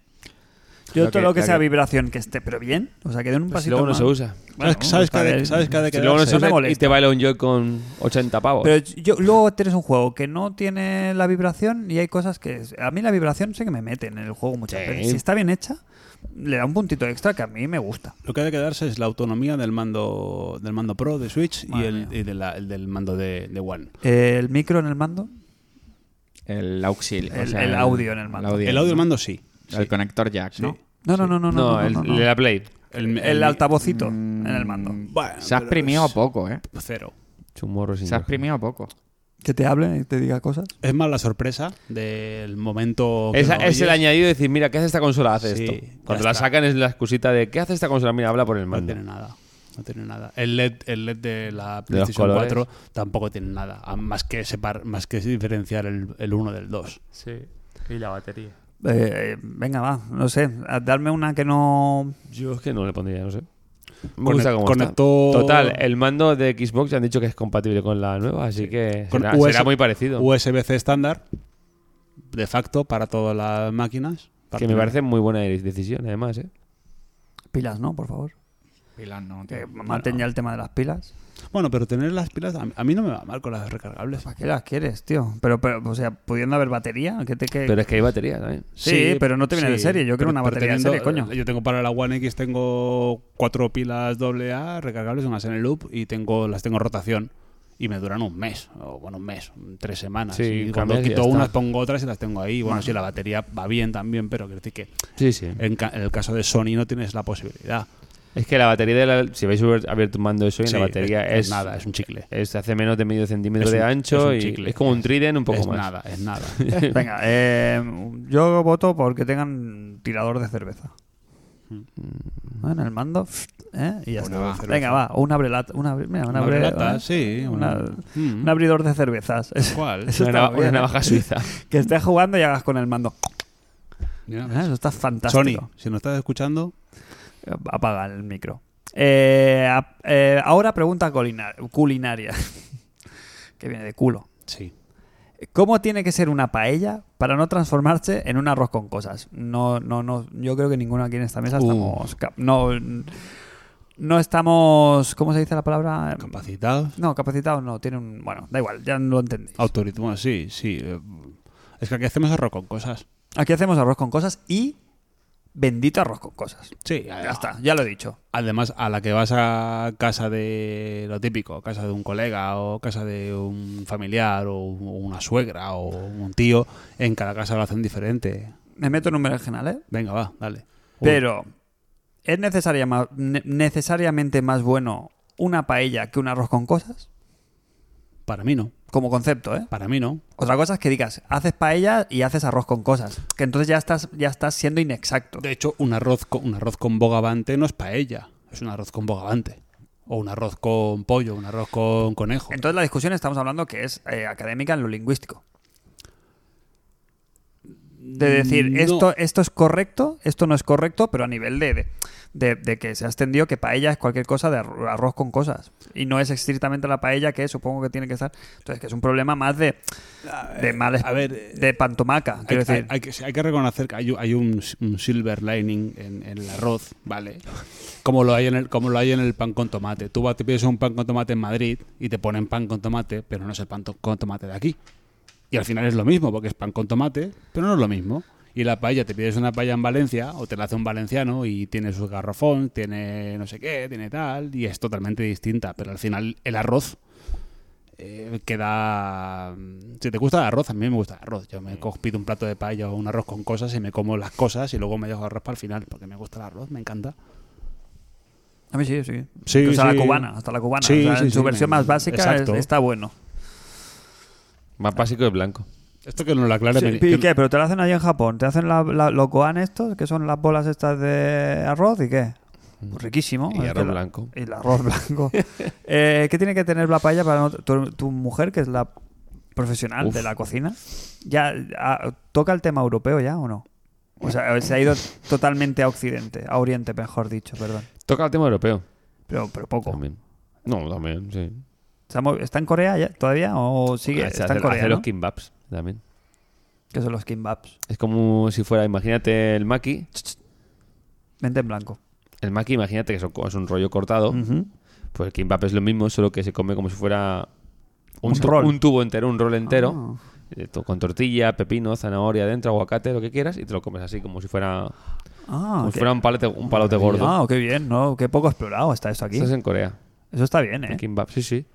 A: Yo todo
C: Lo que-
A: lo que
C: lo
A: sea
C: que-
A: vibración que esté, pero bien. O sea, que den un
D: Pues si
A: pasito
D: luego no
A: más.
D: se usa.
A: Bueno,
B: ¿Sabes- ¿Sabes, que ha de-
A: vale.
B: sabes que ha de
A: Si luego no
B: quedarse?
A: se usa,
D: y te vale un Joy con 80 pavos.
A: Pero yo, luego tienes un juego que no tiene la vibración y hay cosas que... A mí la vibración sé que me meten en el juego muchas
D: Sí.
A: veces. Si está bien hecha, le da un puntito extra que a mí me gusta.
B: Lo que ha de quedarse es la autonomía del mando del mando Pro de Switch y,
A: Madre
B: el,
A: mía.
B: y de la- el del mando de, de One.
A: El micro en el mando,
C: El auxilio.
A: El- el audio en el mando.
B: El audio del mando sí.
C: El conector jack, ¿no?
A: No, no, no, no, no,
D: no,
A: no,
D: el-
A: no, no.
D: de la Play.
B: El,
A: El altavocito en el mando.
C: Mm,
B: Bueno,
C: se ha
B: pero
C: exprimido
B: es-
C: poco, ¿eh?
B: Cero.
D: Chumorro sin
C: Se ha exprimido poco.
A: Que te hable y te diga cosas.
B: Es más la sorpresa del momento. que
D: Es,
B: lo
D: es el
B: oyes.
D: añadido de decir, mira, ¿qué hace esta consola? Hace
B: Sí,
D: esto.
B: ya
D: Cuando la
B: está.
D: sacan es la excusita de, ¿qué hace esta consola? Mira, habla por el
B: No
D: mando.
B: tiene nada. No tiene nada. El LED, el LED de la
D: los
B: PlayStation
D: colores.
B: 4 tampoco tiene nada. Ah, Más que separ, más que diferenciar el, el 1 del 2.
E: Sí. Y la batería.
A: Eh, eh, venga, va, no sé, a- darme una que no...
D: Yo es que no le pondría, no sé. Me
B: Conec-
D: gusta cómo está.
B: conector-
D: Total, el mando de Xbox ya han dicho que es compatible con la nueva, así que
B: Con
D: será,
B: US-
D: será muy parecido.
B: USB-C estándar, de facto, para todas las máquinas. Para
D: que me
B: tener-
D: parece muy buena decisión, además, ¿eh?
A: Pilas, ¿no? Por favor.
C: Pilar no,
A: Que maten ya el tema de las pilas.
B: Bueno, pero tener las pilas. A mí, a mí no me va mal con las recargables.
A: ¿Para qué las quieres, tío? Pero, pero o sea, pudiendo haber batería, que te que...
D: Pero es que hay batería también.
A: Sí, pero no te viene de serie. Yo quiero una
B: pero- pero
A: batería de
B: teniendo- eh,
A: serie, coño.
B: Yo tengo para la One X tengo cuatro pilas AA recargables, unas en el loop y tengo las tengo en rotación y me duran un mes, o bueno, un mes, tres semanas.
D: Sí,
B: y cuando
D: cambias y
B: quito
D: ya está.
B: unas pongo otras y las tengo ahí. Bueno, sí, la batería va bien también, pero quiero decir que
D: Sí, sí.
B: en, ca- en el caso de Sony no tienes la posibilidad.
D: Es que la batería de la... Si vais a abierto un mando de Sony,
B: Sí,
D: la batería es...
B: nada, es un chicle.
D: es- hace menos de medio centímetro
B: Es un-
D: de ancho
B: es un
D: y
B: chicle.
D: es como un Trident un poco
B: es
D: más.
B: nada, es nada.
A: Venga, eh, yo voto porque tengan tirador de cerveza. Bueno, el mando, ¿eh? y ya
B: Una
A: está.
B: va. cerveza.
A: Venga, va, o un abrelat, una, abre- mira, una
B: Una
A: abre-
B: relata,
A: ¿eh?
B: sí.
A: una-
B: una- Mm.
A: un abridor de cervezas. Eso-
B: ¿Cuál?
A: eso
D: Una,
A: está
D: nava- una
A: bien, ¿eh?
D: navaja suiza.
A: Que estés jugando y hagas con el mando.
B: Mira,
A: ¿Eh? Eso está
B: Sony,
A: fantástico.
B: si nos estás escuchando,
A: Apaga el micro. Eh, a- eh, ahora pregunta culina- culinaria. que viene de culo.
B: sí.
A: ¿Cómo tiene que ser una paella para no transformarse en un arroz con cosas? No, no, no. Yo creo que ninguno aquí en esta mesa
B: Uh.
A: estamos. cap- No, no estamos. ¿Cómo se dice la palabra?
B: Capacitados.
A: No, capacitados no. Tiene un. Bueno, da igual, ya lo entendí.
B: Autoritmo, sí, sí. eh, Es que aquí hacemos arroz con cosas.
A: Aquí hacemos arroz con cosas y. Bendito arroz con cosas.
B: Sí,
A: Ya está, ya lo he dicho.
B: Además, a la que vas a casa de lo típico, casa de un colega o casa de un familiar o un- o una suegra o un tío, en cada casa lo hacen diferente.
A: Me meto en un berenjenal, ¿eh?
B: Venga, va, dale.
A: Pero, ¿es necesaria ma- ne- necesariamente más bueno una paella que un arroz con cosas?
B: Para mí no,
A: Como concepto, ¿eh?
B: para mí no.
A: Otra cosa es que digas, haces paella y haces arroz con cosas. Que entonces ya estás, ya estás siendo inexacto.
B: De hecho, un arroz con, un arroz con bogavante no es paella, es un arroz con bogavante. O un arroz con pollo, un arroz con conejo.
A: Entonces la discusión estamos hablando que es eh, académica en lo lingüístico. De decir,
B: No.
A: esto, esto es correcto, esto no es correcto, pero a nivel de, de, de- de que se ha extendido que paella es cualquier cosa de arro- arroz con cosas. Y no es estrictamente la paella que supongo que tiene que estar. Entonces, que es un problema más de, de males,
B: a ver, eh,
A: de pantomaca.
B: Hay,
A: Quiero decir,
B: hay- hay que, hay que reconocer que hay, un- hay un, un silver lining en, en el arroz, ¿vale? Como lo, hay en el, como lo hay en el pan con tomate. Tú vas- te pides un pan con tomate en Madrid y te ponen pan con tomate, pero no es el pan to- con tomate de aquí. Y al final es lo mismo, porque es pan con tomate, pero no es lo mismo. Y la paella, te pides una paella en Valencia o te la hace un valenciano y tiene su garrafón, tiene no sé qué, tiene tal, y es totalmente distinta. Pero al final el arroz eh, queda... Si te gusta el arroz, a mí me gusta el arroz. Yo me cojo- pido un plato de paella o un arroz con cosas y me como las cosas y luego me dejo arroz para el final, porque me gusta el arroz, me encanta.
A: A mí sí, sí.
B: Sí,
A: hasta
B: sí.
A: la cubana, hasta la cubana.
B: Sí,
A: O sea,
B: sí,
A: en su
B: sí,
A: versión
B: me-
A: más básica es-
B: exacto.
A: está bueno.
D: Más básico de blanco.
B: Esto que no lo aclare...
A: Sí,
B: me-
A: ¿Y
B: que-
A: qué? ¿Pero te lo hacen allí en Japón? ¿Te hacen la, la- los gohan estos, que son las bolas estas de arroz y qué? Pues riquísimo.
D: Y
A: Es
D: arroz
A: que la-
D: blanco.
A: Y el arroz blanco. Eh, ¿Qué tiene que tener la paella para no- tu, tu mujer, que es la profesional
D: Uf.
A: de la cocina? ¿Ya ah, toca el tema europeo ya o no? O sea, se ha ido totalmente a Occidente, a Oriente, mejor dicho, perdón.
D: Toca el tema europeo.
A: Pero, pero poco.
D: También. No, también, sí.
A: Estamos- ¿Está en Corea ya, todavía o sigue?
D: Hace-
A: Está en
D: hace-
A: Corea,
D: hace
A: ¿no?
D: los kimbaps también.
A: Que son los kimbaps.
D: Es como si fuera, imagínate el maki.
A: Mente en blanco. Ah.
D: El maki, imagínate que son co- es un rollo cortado.
A: Ujú.
D: Pues el kimbap es lo mismo, solo que se come como si fuera un,
A: Un
D: tu-
A: roll. Ah.
D: un tubo entero, un rol entero. eh, to- Con tortilla, pepino, zanahoria adentro, aguacate, lo que quieras, y te lo comes así, como si fuera,
A: Ah,
D: como
A: qué-
D: si fuera un, palete, un palote gordo.
A: Ah, qué bien, ¿no? Qué poco explorado está eso aquí.
D: Estás en Corea.
A: Eso está bien,
D: El
A: ¿eh?
D: kimbap, sí, sí.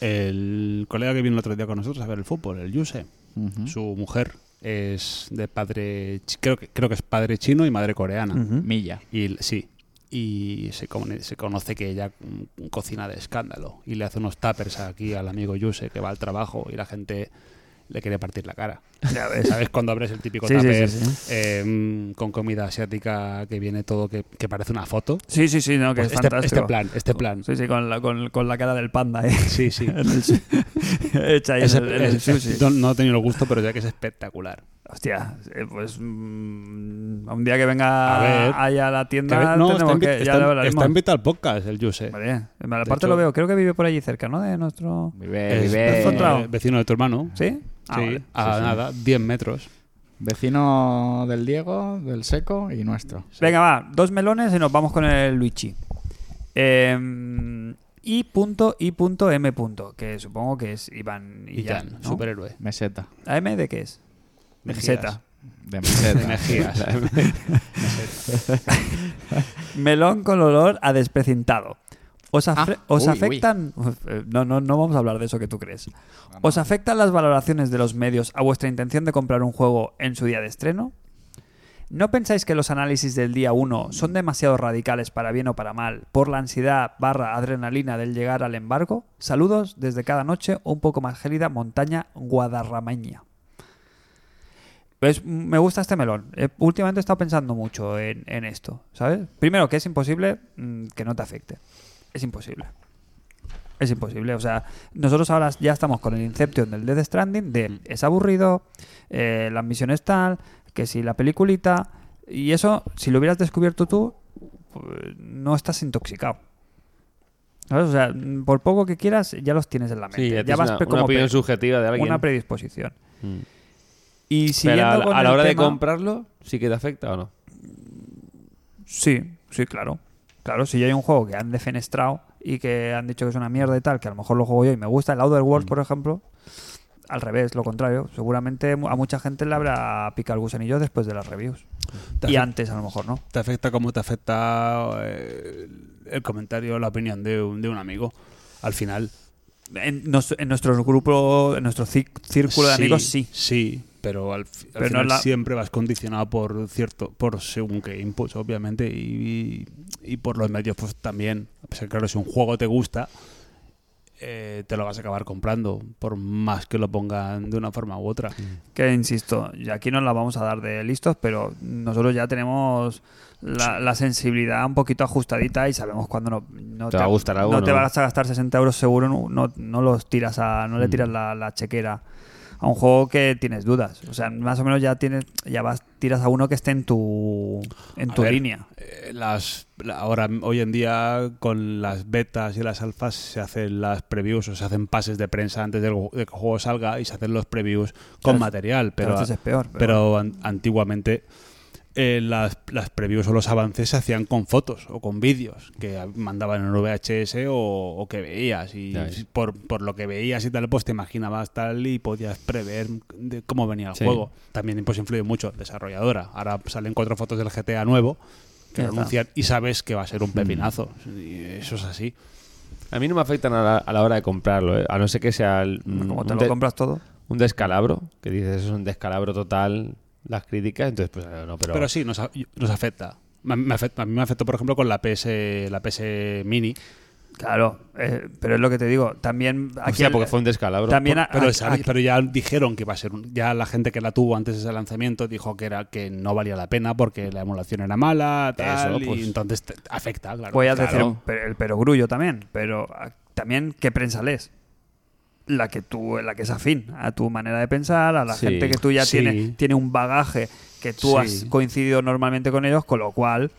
B: El colega que vino el otro día con nosotros a ver el fútbol, el Yuse,
A: Mm.
B: su mujer es de padre, chi- creo que, creo que es padre chino y madre coreana.
A: Ujú.
C: Milla.
B: Y l- sí, y se, come- se conoce que ella mm, cocina de escándalo y le hace unos tuppers aquí al amigo Yuse que va al trabajo y la gente le quiere partir la cara. ¿Sabes? Cuando abres el típico
A: Sí, sí,
B: tupper
A: sí, sí.
B: eh, mm, con comida asiática que viene todo que, que parece una foto.
A: Sí, sí, sí, no, que
B: Pues
A: es
B: este,
A: fantástico.
B: este plan, este plan.
A: Sí, sí, con la, con, con la cara del panda, ¿eh?
B: Sí, sí.
A: En el su- Hecha ahí
B: Ese-
A: en el, en el
B: ese-
A: sushi.
B: no, no he tenido el gusto, pero ya que es espectacular.
A: Hostia, eh, pues mm, un día que venga
B: A ver.
A: allá a la
B: Que ve-
A: tienda
B: no, está,
A: tenemos
B: invi-
A: que... ya
B: está-
A: lo hablaremos.
B: está invitado al podcast el Yuse.
A: Vale,
B: De
A: aparte
B: hecho-
A: lo veo, creo que vive por allí cerca, ¿no? De nuestro...
C: Vive,
B: Es eh,
C: vive-
A: encontrado.
B: vecino de tu hermano.
A: ¿Sí? Ah,
B: Sí,
A: vale.
B: a nada, 10 metros.
C: Vecino del Diego, del Seco y nuestro.
A: Venga, va, dos melones y nos vamos con el Luigi. Eh, y punto y punto M punto, que supongo que es Iván y,
B: Y Jan,
A: Jan, ¿no?
B: superhéroe.
C: Meseta.
A: ¿AM de qué es?
B: Mejías.
A: Meseta.
C: De meseta.
B: De Mejías.
A: Melón con olor a desprecintado. Os, afre-
C: Ah,
A: os
C: uy, uy.
A: afectan... Eh, No, no, no vamos a hablar de eso que tú crees. ¿Os afectan las valoraciones de los medios a vuestra intención de comprar un juego en su día de estreno? ¿No pensáis que los análisis del día 1 son demasiado radicales para bien o para mal por la ansiedad barra adrenalina del llegar al embargo? Saludos desde cada noche un poco más gélida montaña guadarrameña. Pues, mm, me gusta este melón. Eh, últimamente he estado pensando mucho en, en esto, ¿sabes? Primero, que es imposible mm, que no te afecte. Es imposible. Es imposible. O sea, nosotros ahora ya estamos con el Inception del Death Stranding de
D: Mm.
A: es aburrido, eh, las misiones tal, que si la peliculita. Y eso, si lo hubieras descubierto tú, pues, no estás intoxicado. ¿Sabes? O sea, mm, por poco que quieras, ya los tienes en la mente.
D: Sí, ya,
A: ya vas
D: una,
A: pre-
D: una
A: como
D: opinión
A: pre-
D: subjetiva de alguien.
A: una predisposición.
D: Mm.
A: Y
D: Pero
A: siguiendo
D: a, la-
A: con
D: a la
A: el
D: hora de
A: tema-
D: comprarlo, ¿sí que te afecta o no?
A: Sí, sí, claro. Claro, si yo hay un juego que han defenestrado y que han dicho que es una mierda y tal, que a lo mejor lo juego yo y me gusta, el Outer Worlds, por ejemplo, al revés, lo contrario. Seguramente mu- a mucha gente le habrá picado el gusanillo después de las reviews.
B: ¿Te,
A: Y
B: afecta,
A: antes, a lo mejor, ¿no?
B: te afecta como te afecta eh, el comentario, la opinión de un, de un amigo? Al final.
A: En, nos- en nuestro grupo, en nuestro ci- círculo de amigos, sí.
B: Sí, pero al, fi- al
A: Pero no
B: final
A: es la-
B: siempre vas condicionado por cierto, por según qué inputs, obviamente, y, y por los medios, pues también. A pesar, claro, si un juego te gusta, eh, te lo vas a acabar comprando, por más que lo pongan de una forma u otra.
A: Que insisto, y aquí nos la vamos a dar de listos, pero nosotros ya tenemos la, la sensibilidad un poquito ajustadita y sabemos cuándo no, no
D: Te va a gustar algo,
A: no te
D: ¿no?
A: vas a gastar 60 euros seguro, no, no, no los tiras a, no le
D: Mm.
A: tiras la, la chequera a un juego que tienes dudas. O sea, más o menos ya tienes, ya vas, tiras a uno que esté en tu en
B: A
A: tu
B: ver,
A: línea.
B: eh, las la- ahora hoy en día con las betas y las alfas se hacen las previews o se hacen pases de prensa antes del ju- de que el juego salga y se hacen los previews con
A: Claro,
B: material
A: Pero,
B: pero
A: es peor. Pero,
B: pero an- antiguamente eh, las, las previews o los avances se hacían con fotos o con vídeos que a- mandaban en VHS o, o que veías y
D: Ya ves.
B: por, por lo que veías y tal pues te imaginabas tal y podías prever de cómo venía el
D: Sí.
B: juego también pues influye mucho desarrolladora ahora salen cuatro fotos del GTA nuevo
A: Ya
B: que lo
A: está.
B: anuncian y sabes que va a ser
D: Mm.
B: un pepinazo y eso es así
D: A mí no me afectan a la, a la hora de comprarlo, ¿eh? a no ser que sea el- mm,
A: como te
D: un,
A: lo
D: de-
A: compras todo.
D: un descalabro, que dices, es un descalabro total las críticas, entonces pues no, pero...
B: Pero sí, nos, a- nos afecta. Me- me afecta- A mí me afectó, por ejemplo, con la PS, la PS Mini.
A: Claro, eh, pero es lo que te digo. También aquí
D: Hostia,
A: el-
D: porque fue un descalabro.
A: también a-
B: Pero,
A: a-
B: sabe- pero ya dijeron que iba a ser un- ya la gente que la tuvo antes de ese lanzamiento dijo que era que no valía la pena porque la emulación era mala, tal,
D: Eso, pues.
B: y entonces te- afecta, claro.
A: Voy a
B: Claro.
A: decir pe- el perogrullo también, pero ah, también qué prensa lees. La que tú, la que es afín a tu manera de pensar, a la
D: Sí,
A: gente que tú ya
B: sí.
A: tienes, tiene un bagaje que tú
B: Sí.
A: has coincidido normalmente con ellos, con lo cual,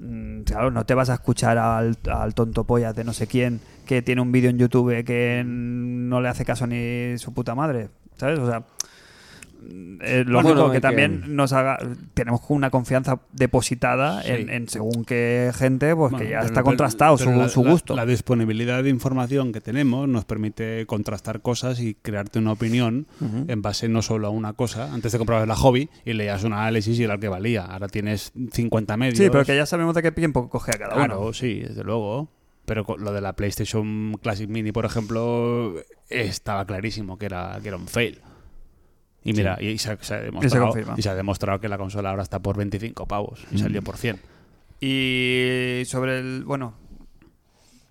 A: mm, claro, no te vas a escuchar al, al tonto pollas de no sé quién que tiene un vídeo en YouTube que no le hace caso ni su puta madre, ¿sabes? O sea, mm, es lógico
D: Bueno,
A: que
D: hay que-
A: también nos haga, tenemos una confianza depositada
B: Sí.
A: en, en según qué gente, pues
B: Bueno,
A: que ya
B: pero-
A: está
B: pero-
A: contrastado
B: pero
A: su,
B: la-
A: su
B: la-
A: gusto.
B: La, disponibilidad de información que tenemos nos permite contrastar cosas y crearte una opinión
A: Ujú.
B: en base no solo a una cosa. Antes de comprabas la hobby y leías un análisis y era el que valía. Ahora tienes 50 medios.
A: sí, pero que ya sabemos de qué tiempo coge a cada
B: Claro,
A: uno.
B: Ah, sí, desde luego. Pero con lo de la PlayStation Classic Mini, por ejemplo, estaba clarísimo que era, que era un fail. Y mira, y se, se ha demostrado,
A: confirma.
B: Mm. y se ha demostrado que la consola ahora está por 25 pavos y salió por 100.
A: Y sobre el. Bueno.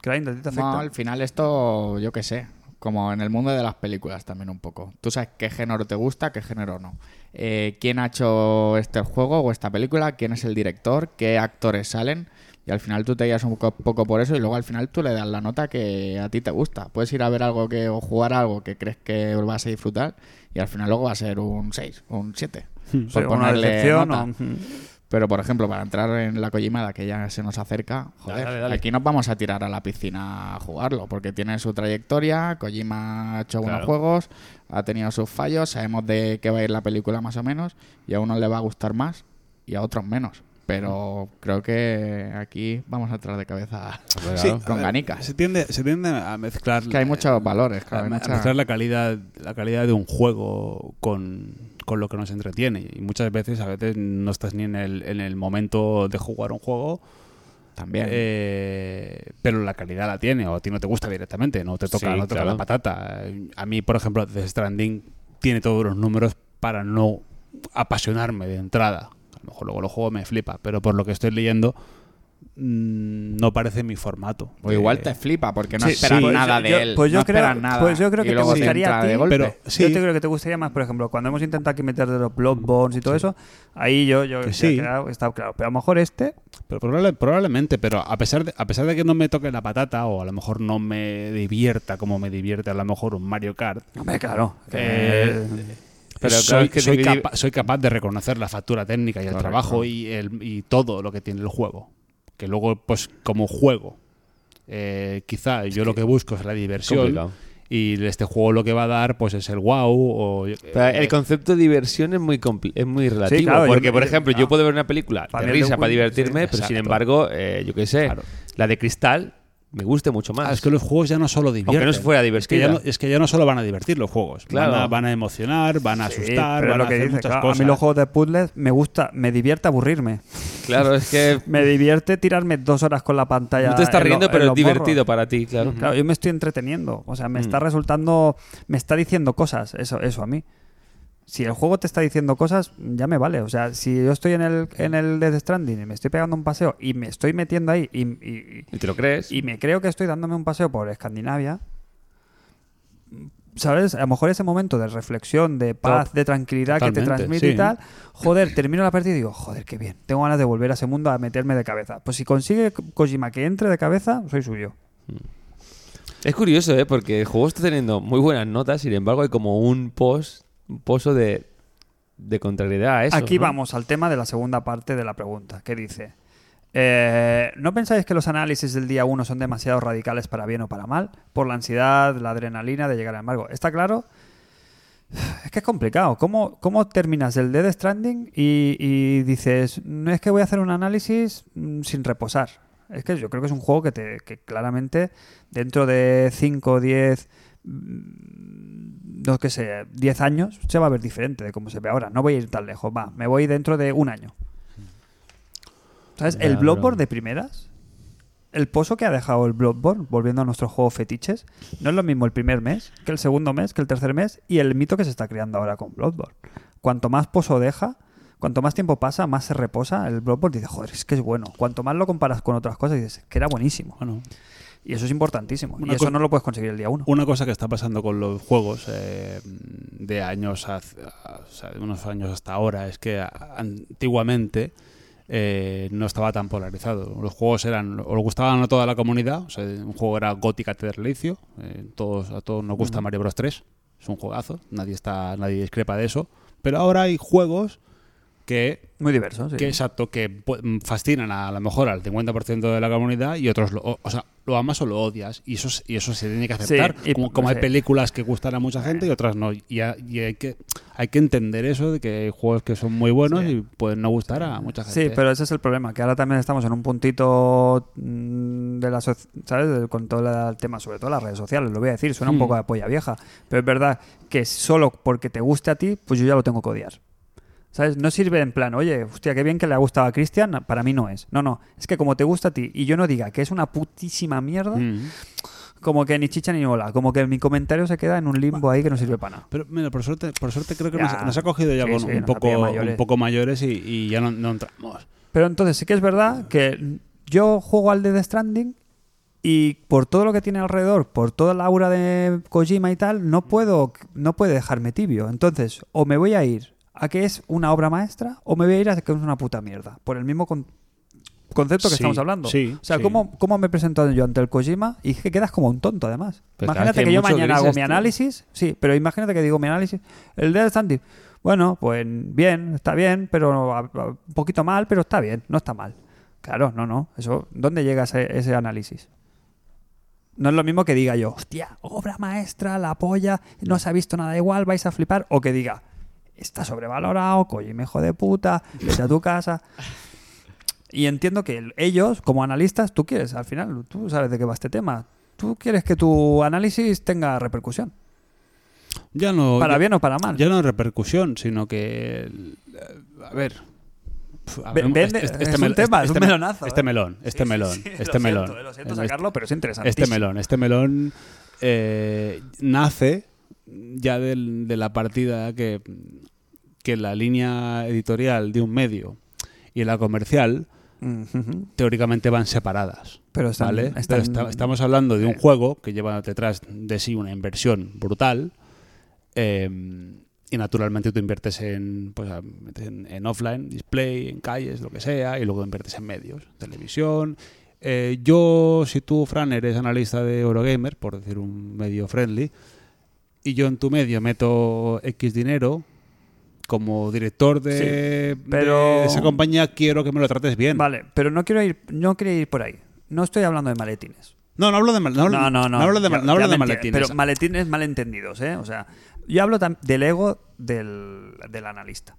A: Crane, ¿a ti te afecta?
C: No, al final esto, yo qué sé, como en el mundo de las películas también un poco. Tú sabes qué género te gusta, qué género no. Eh, ¿Quién ha hecho este juego o esta película? ¿Quién es el director? ¿Qué actores salen? Y al final tú te guías un poco, poco por eso y luego al final tú le das la nota que a ti te gusta. Puedes ir a ver algo que, o jugar algo que crees que vas a disfrutar y al final luego va a ser un 6 o un 7.
A: Sí, una decepción
C: nota.
A: o-
C: Pero, por ejemplo, para entrar en la Kojimada, que ya se nos acerca, joder,
D: dale, dale.
C: aquí nos vamos a tirar a la piscina a jugarlo, porque tiene su trayectoria, Kojima ha hecho
D: Claro.
C: buenos juegos, ha tenido sus fallos, sabemos de qué va a ir la película más o menos, y a unos le va a gustar más y a otros menos. Pero creo que aquí vamos a entrar de cabeza
B: Sí, a
C: con
B: ver,
C: ganicas.
B: Se tiende, se tiende a mezclar. eh,
C: Es que hay muchos valores,
B: a-
C: claro, hay
B: a
C: mucha-
B: mezclar la calidad, la calidad de un juego con, con lo que nos entretiene. Y muchas veces, a veces no estás ni en el, en el momento de jugar un juego,
C: también.
B: eh, pero la calidad la tiene, o a ti no te gusta directamente, no te toca,
D: Sí,
B: no te toca
D: claro.
B: la patata. A mí, por ejemplo, The Stranding tiene todos los números para no apasionarme de entrada. A lo mejor luego lo juego me flipa, pero por lo que estoy leyendo, mm, no parece mi formato.
C: o igual
B: Eh,
C: te flipa porque no
B: sí,
C: esperas
B: sí. Pues
C: nada
A: yo-
C: de
A: yo-
C: él.
A: pues yo
C: no
A: creo-
C: esperas nada.
A: pues yo creo
C: y
A: que te
C: luego
A: gustaría
C: entra
A: a ti,
C: de golpe.
B: Pero sí,
A: Yo te creo que te gustaría más, por ejemplo, cuando hemos intentado aquí meter de los Bloodborne y todo eso, ahí yo, yo
B: Que
A: ya
B: sí.
A: he quedado- he estado claro. Pero a lo mejor este,
B: Pero probable- probablemente, pero a pesar, de, a pesar de que no me toque la patata o a lo mejor no me divierta como me divierte a lo mejor un Mario Kart,
A: hombre, claro. que-
B: Eh,
D: Pero claro,
B: soy,
D: es que
B: soy
D: dividi-
B: capa- soy capaz de reconocer la factura técnica y el
C: Correcto.
B: trabajo y, el- y todo lo que tiene el juego. Que luego, pues como juego, eh, quizá yo lo que busco es la diversión
D: Complicado.
B: y este juego lo que va a dar pues es el wow o...
D: Pero el
B: eh,
D: concepto de diversión es muy compli- es muy relativo.
A: claro,
D: porque,
A: yo-
D: por
A: yo-
D: ejemplo,
A: ah.
D: yo puedo ver una película
A: Para
D: de
A: mí es de
D: risa
A: un punto-
D: para divertirme,
A: sí,
D: pero sin
B: exacto.
D: embargo, eh, yo qué sé,
B: Claro.
D: la de cristal me gusta mucho más.
B: Ah, es que los juegos ya no solo divierten.
D: no fuera
B: Es que, ya no,
D: divertida.
B: es que ya no solo van a divertir los juegos.
D: Claro.
B: Van, a, van a emocionar, van a
A: Sí,
B: asustar,
A: pero
B: van
A: lo
B: a
A: que
B: hacer
A: dices,
B: muchas
A: claro,
B: cosas.
A: A mí los juegos de puzzles me gusta, me divierte aburrirme.
D: Claro, es que
A: Me divierte tirarme dos horas con la pantalla.
D: no te
A: en
D: estás
A: lo-
D: riendo,
A: en
D: pero es
A: los
D: divertido Mm.
A: morros.
D: para ti, claro.
A: Claro, yo me estoy entreteniendo. O sea, me está resultando. Me está diciendo cosas, eso, eso a mí. Si el juego te está diciendo cosas, ya me vale. O sea, si yo estoy en el, en el Death Stranding y me estoy pegando un paseo y me estoy metiendo ahí y, y-
D: Y te lo crees.
A: y me creo que estoy dándome un paseo por Escandinavia, ¿sabes? A lo mejor ese momento de reflexión, de paz, de tranquilidad que te
B: totalmente,
A: transmite
B: sí.
A: y tal, joder, termino la partida y digo, joder, qué bien, tengo ganas de volver a ese mundo a meterme de cabeza. Pues si consigue Kojima que entre de cabeza, soy suyo.
D: Es curioso, ¿eh? Porque el juego está teniendo muy buenas notas, sin embargo, hay como un post, un pozo de, de contrariedad a eso.
A: Aquí
D: ¿no?
A: vamos al tema de la segunda parte de la pregunta, que dice, eh, ¿no pensáis que los análisis del día 1 son demasiado radicales para bien o para mal? Por la ansiedad, la adrenalina de llegar a embargo. ¿Está claro? Es que es complicado. ¿Cómo, cómo terminas el Dead Stranding y, y dices, no es que voy a hacer un análisis mm, sin reposar? Es que yo creo que es un juego que, te, que claramente dentro de 5, 10, mm, no que sé, 10 años se va a ver diferente de cómo se ve ahora. No voy a ir tan lejos, va, me voy dentro de un año. ¿Sabes?
D: Ya,
A: el Bloodborne
D: pero-
A: de primeras, el pozo que ha dejado el Bloodborne, volviendo a nuestro juego fetiches, no es lo mismo el primer mes que el segundo mes, que el tercer mes y el mito que se está creando ahora con Bloodborne. Cuanto más pozo deja, cuanto más tiempo pasa, más se reposa el Bloodborne. Dice, joder, es que es bueno. Cuanto más lo comparas con otras cosas, dices, que era buenísimo.
B: Bueno,
A: Y eso es importantísimo.
B: Una
A: y eso
B: cosa-
A: no lo puedes conseguir el día uno.
B: Una cosa que está pasando con los juegos eh, de años, hace- o sea, de unos años hasta ahora, es que a- antiguamente eh, no estaba tan polarizado. Los juegos eran, o le gustaban a toda la comunidad, o sea, un juego era gótica terlicio, todos, a todos nos gusta Mario Bros 3, es un juegazo, nadie está, nadie discrepa de eso. Pero ahora hay juegos que
A: Muy diverso, sí.
B: que exacto, que pu- mm, fascinan a, lo mejor al 50% de la comunidad y otros, lo, o, o sea, lo amas o lo odias y eso, es- y eso se tiene que aceptar.
A: Sí, y-
B: como como hay
A: sí.
B: películas que gustan a mucha gente y otras no. Y, ha- y hay, que, hay que entender eso de que hay juegos que son muy buenos
A: Sí.
B: y pueden no gustar a mucha gente.
A: Sí, pero ese es el problema, que ahora también estamos en un puntito mm, de la soci- ¿sabes? Del- Con todo la- el tema, sobre todo las redes sociales, lo voy a decir, suena un poco de polla vieja, pero es verdad que solo porque te guste a ti, pues yo ya lo tengo que odiar. ¿Sabes? No sirve en plan, oye, hostia, qué bien que le ha gustado a Cristian, para mí no es. No, no, es que como te gusta a ti y yo no diga que es una putísima mierda,
B: Mm.
A: como que ni chicha ni hola, como que mi comentario se queda en un limbo ahí que no sirve para nada.
B: Pero mira, por suerte, por suerte creo que
A: Ya.
B: nos, nos ha cogido ya
A: Sí,
B: con
A: sí,
B: un,
A: nos ha pillado
B: poco,
A: mayores.
B: un poco mayores y, y ya no, no entramos.
A: Pero entonces sí que es verdad que yo juego al Death Stranding y por todo lo que tiene alrededor, por toda la aura de Kojima y tal, no puedo, no puede dejarme tibio. Entonces, o me voy a ir a que es una obra maestra, o me voy a ir a que es una puta mierda. Por el mismo con- concepto que
B: Sí,
A: estamos hablando.
B: sí,
A: o sea,
B: sí.
A: ¿cómo, cómo me he presentado yo ante el Kojima? Y es que quedas como un tonto, además.
D: Pero claro, es
A: imagínate
D: que
A: que,
D: hay
A: yo
D: muchos
A: mañana hago
D: Pues grises,
A: mi
D: tío.
A: análisis, sí, pero imagínate que digo mi análisis, el Death Stranding. Bueno, pues bien, está bien, pero a- a- un poquito mal, pero está bien, no está mal. Claro, no, no. Eso, ¿dónde llega ese, ese análisis? No es lo mismo que diga yo, hostia, obra maestra, la polla, no se ha visto nada igual, vais a flipar, o que diga, está sobrevalorado, coño, hijo de puta, vete a tu casa. Y entiendo que el- ellos, como analistas, tú quieres, al final, tú sabes de qué va este tema. Tú quieres que tu análisis tenga repercusión,
B: Ya no.
A: para
B: ya-
A: bien o para mal.
B: Ya no es repercusión, sino que. el- A ver. pf,
A: Ve-
B: hablemos-
A: vende- es un tema, es un
B: me-
A: melonazo,
B: Este
A: eh.
B: melón, este
A: Sí, sí,
B: melón,
A: sí,
B: este
A: lo
B: melón.
A: siento, eh, lo siento
B: Este-
A: sacarlo, pero es interesantísimo.
B: Este melón, este melón eh, nace ya del- de la partida que, que la línea editorial de un medio y la comercial
A: Ujú.
B: teóricamente van separadas.
A: Pero están-
B: ¿vale?
A: están- eh.
B: Pero esta- estamos hablando de un juego que lleva detrás de sí una inversión brutal. eh, y naturalmente tú inviertes en, pues, a- en, en offline, display, en calles, lo que sea, y luego inviertes en medios, televisión. Eh, yo, si tú, Fran, eres analista de Eurogamer, por decir un medio friendly, y yo en tu medio meto X dinero, como director de,
A: pero-
B: de esa compañía quiero que me lo trates bien.
A: Vale, pero no quiero ir, no quería ir por ahí. No estoy hablando de maletines.
B: No, no hablo de mal, no, hablo-
A: No, no, no.
B: hablo de,
A: Ya-
B: mal- no hablo
A: ya
B: de
A: me entiendes,
B: maletines.
A: Pero maletines malentendidos, ¿eh? O sea, yo hablo tam- del ego del, del analista.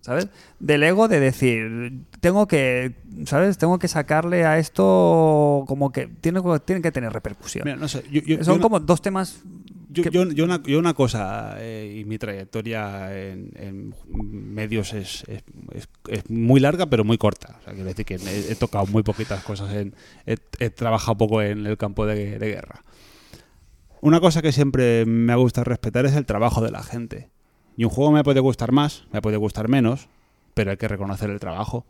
A: ¿Sabes? Del ego de decir, tengo que, ¿sabes? Tengo que sacarle a esto como que tiene, tiene que tener repercusión.
B: Mira, no sé, yo, yo-
A: Son
B: yo-
A: como dos temas
B: yo-
A: que-
B: yo- yo una, yo una cosa eh, y mi trayectoria en, en medios es, es- es- es muy larga pero muy corta. O sea, quiero decir que he, he tocado muy poquitas cosas, en, he, he trabajado poco en el campo de, de guerra. Una cosa que siempre me gusta respetar es el trabajo de la gente. Y un juego me puede gustar más, me puede gustar menos, pero hay que reconocer el trabajo.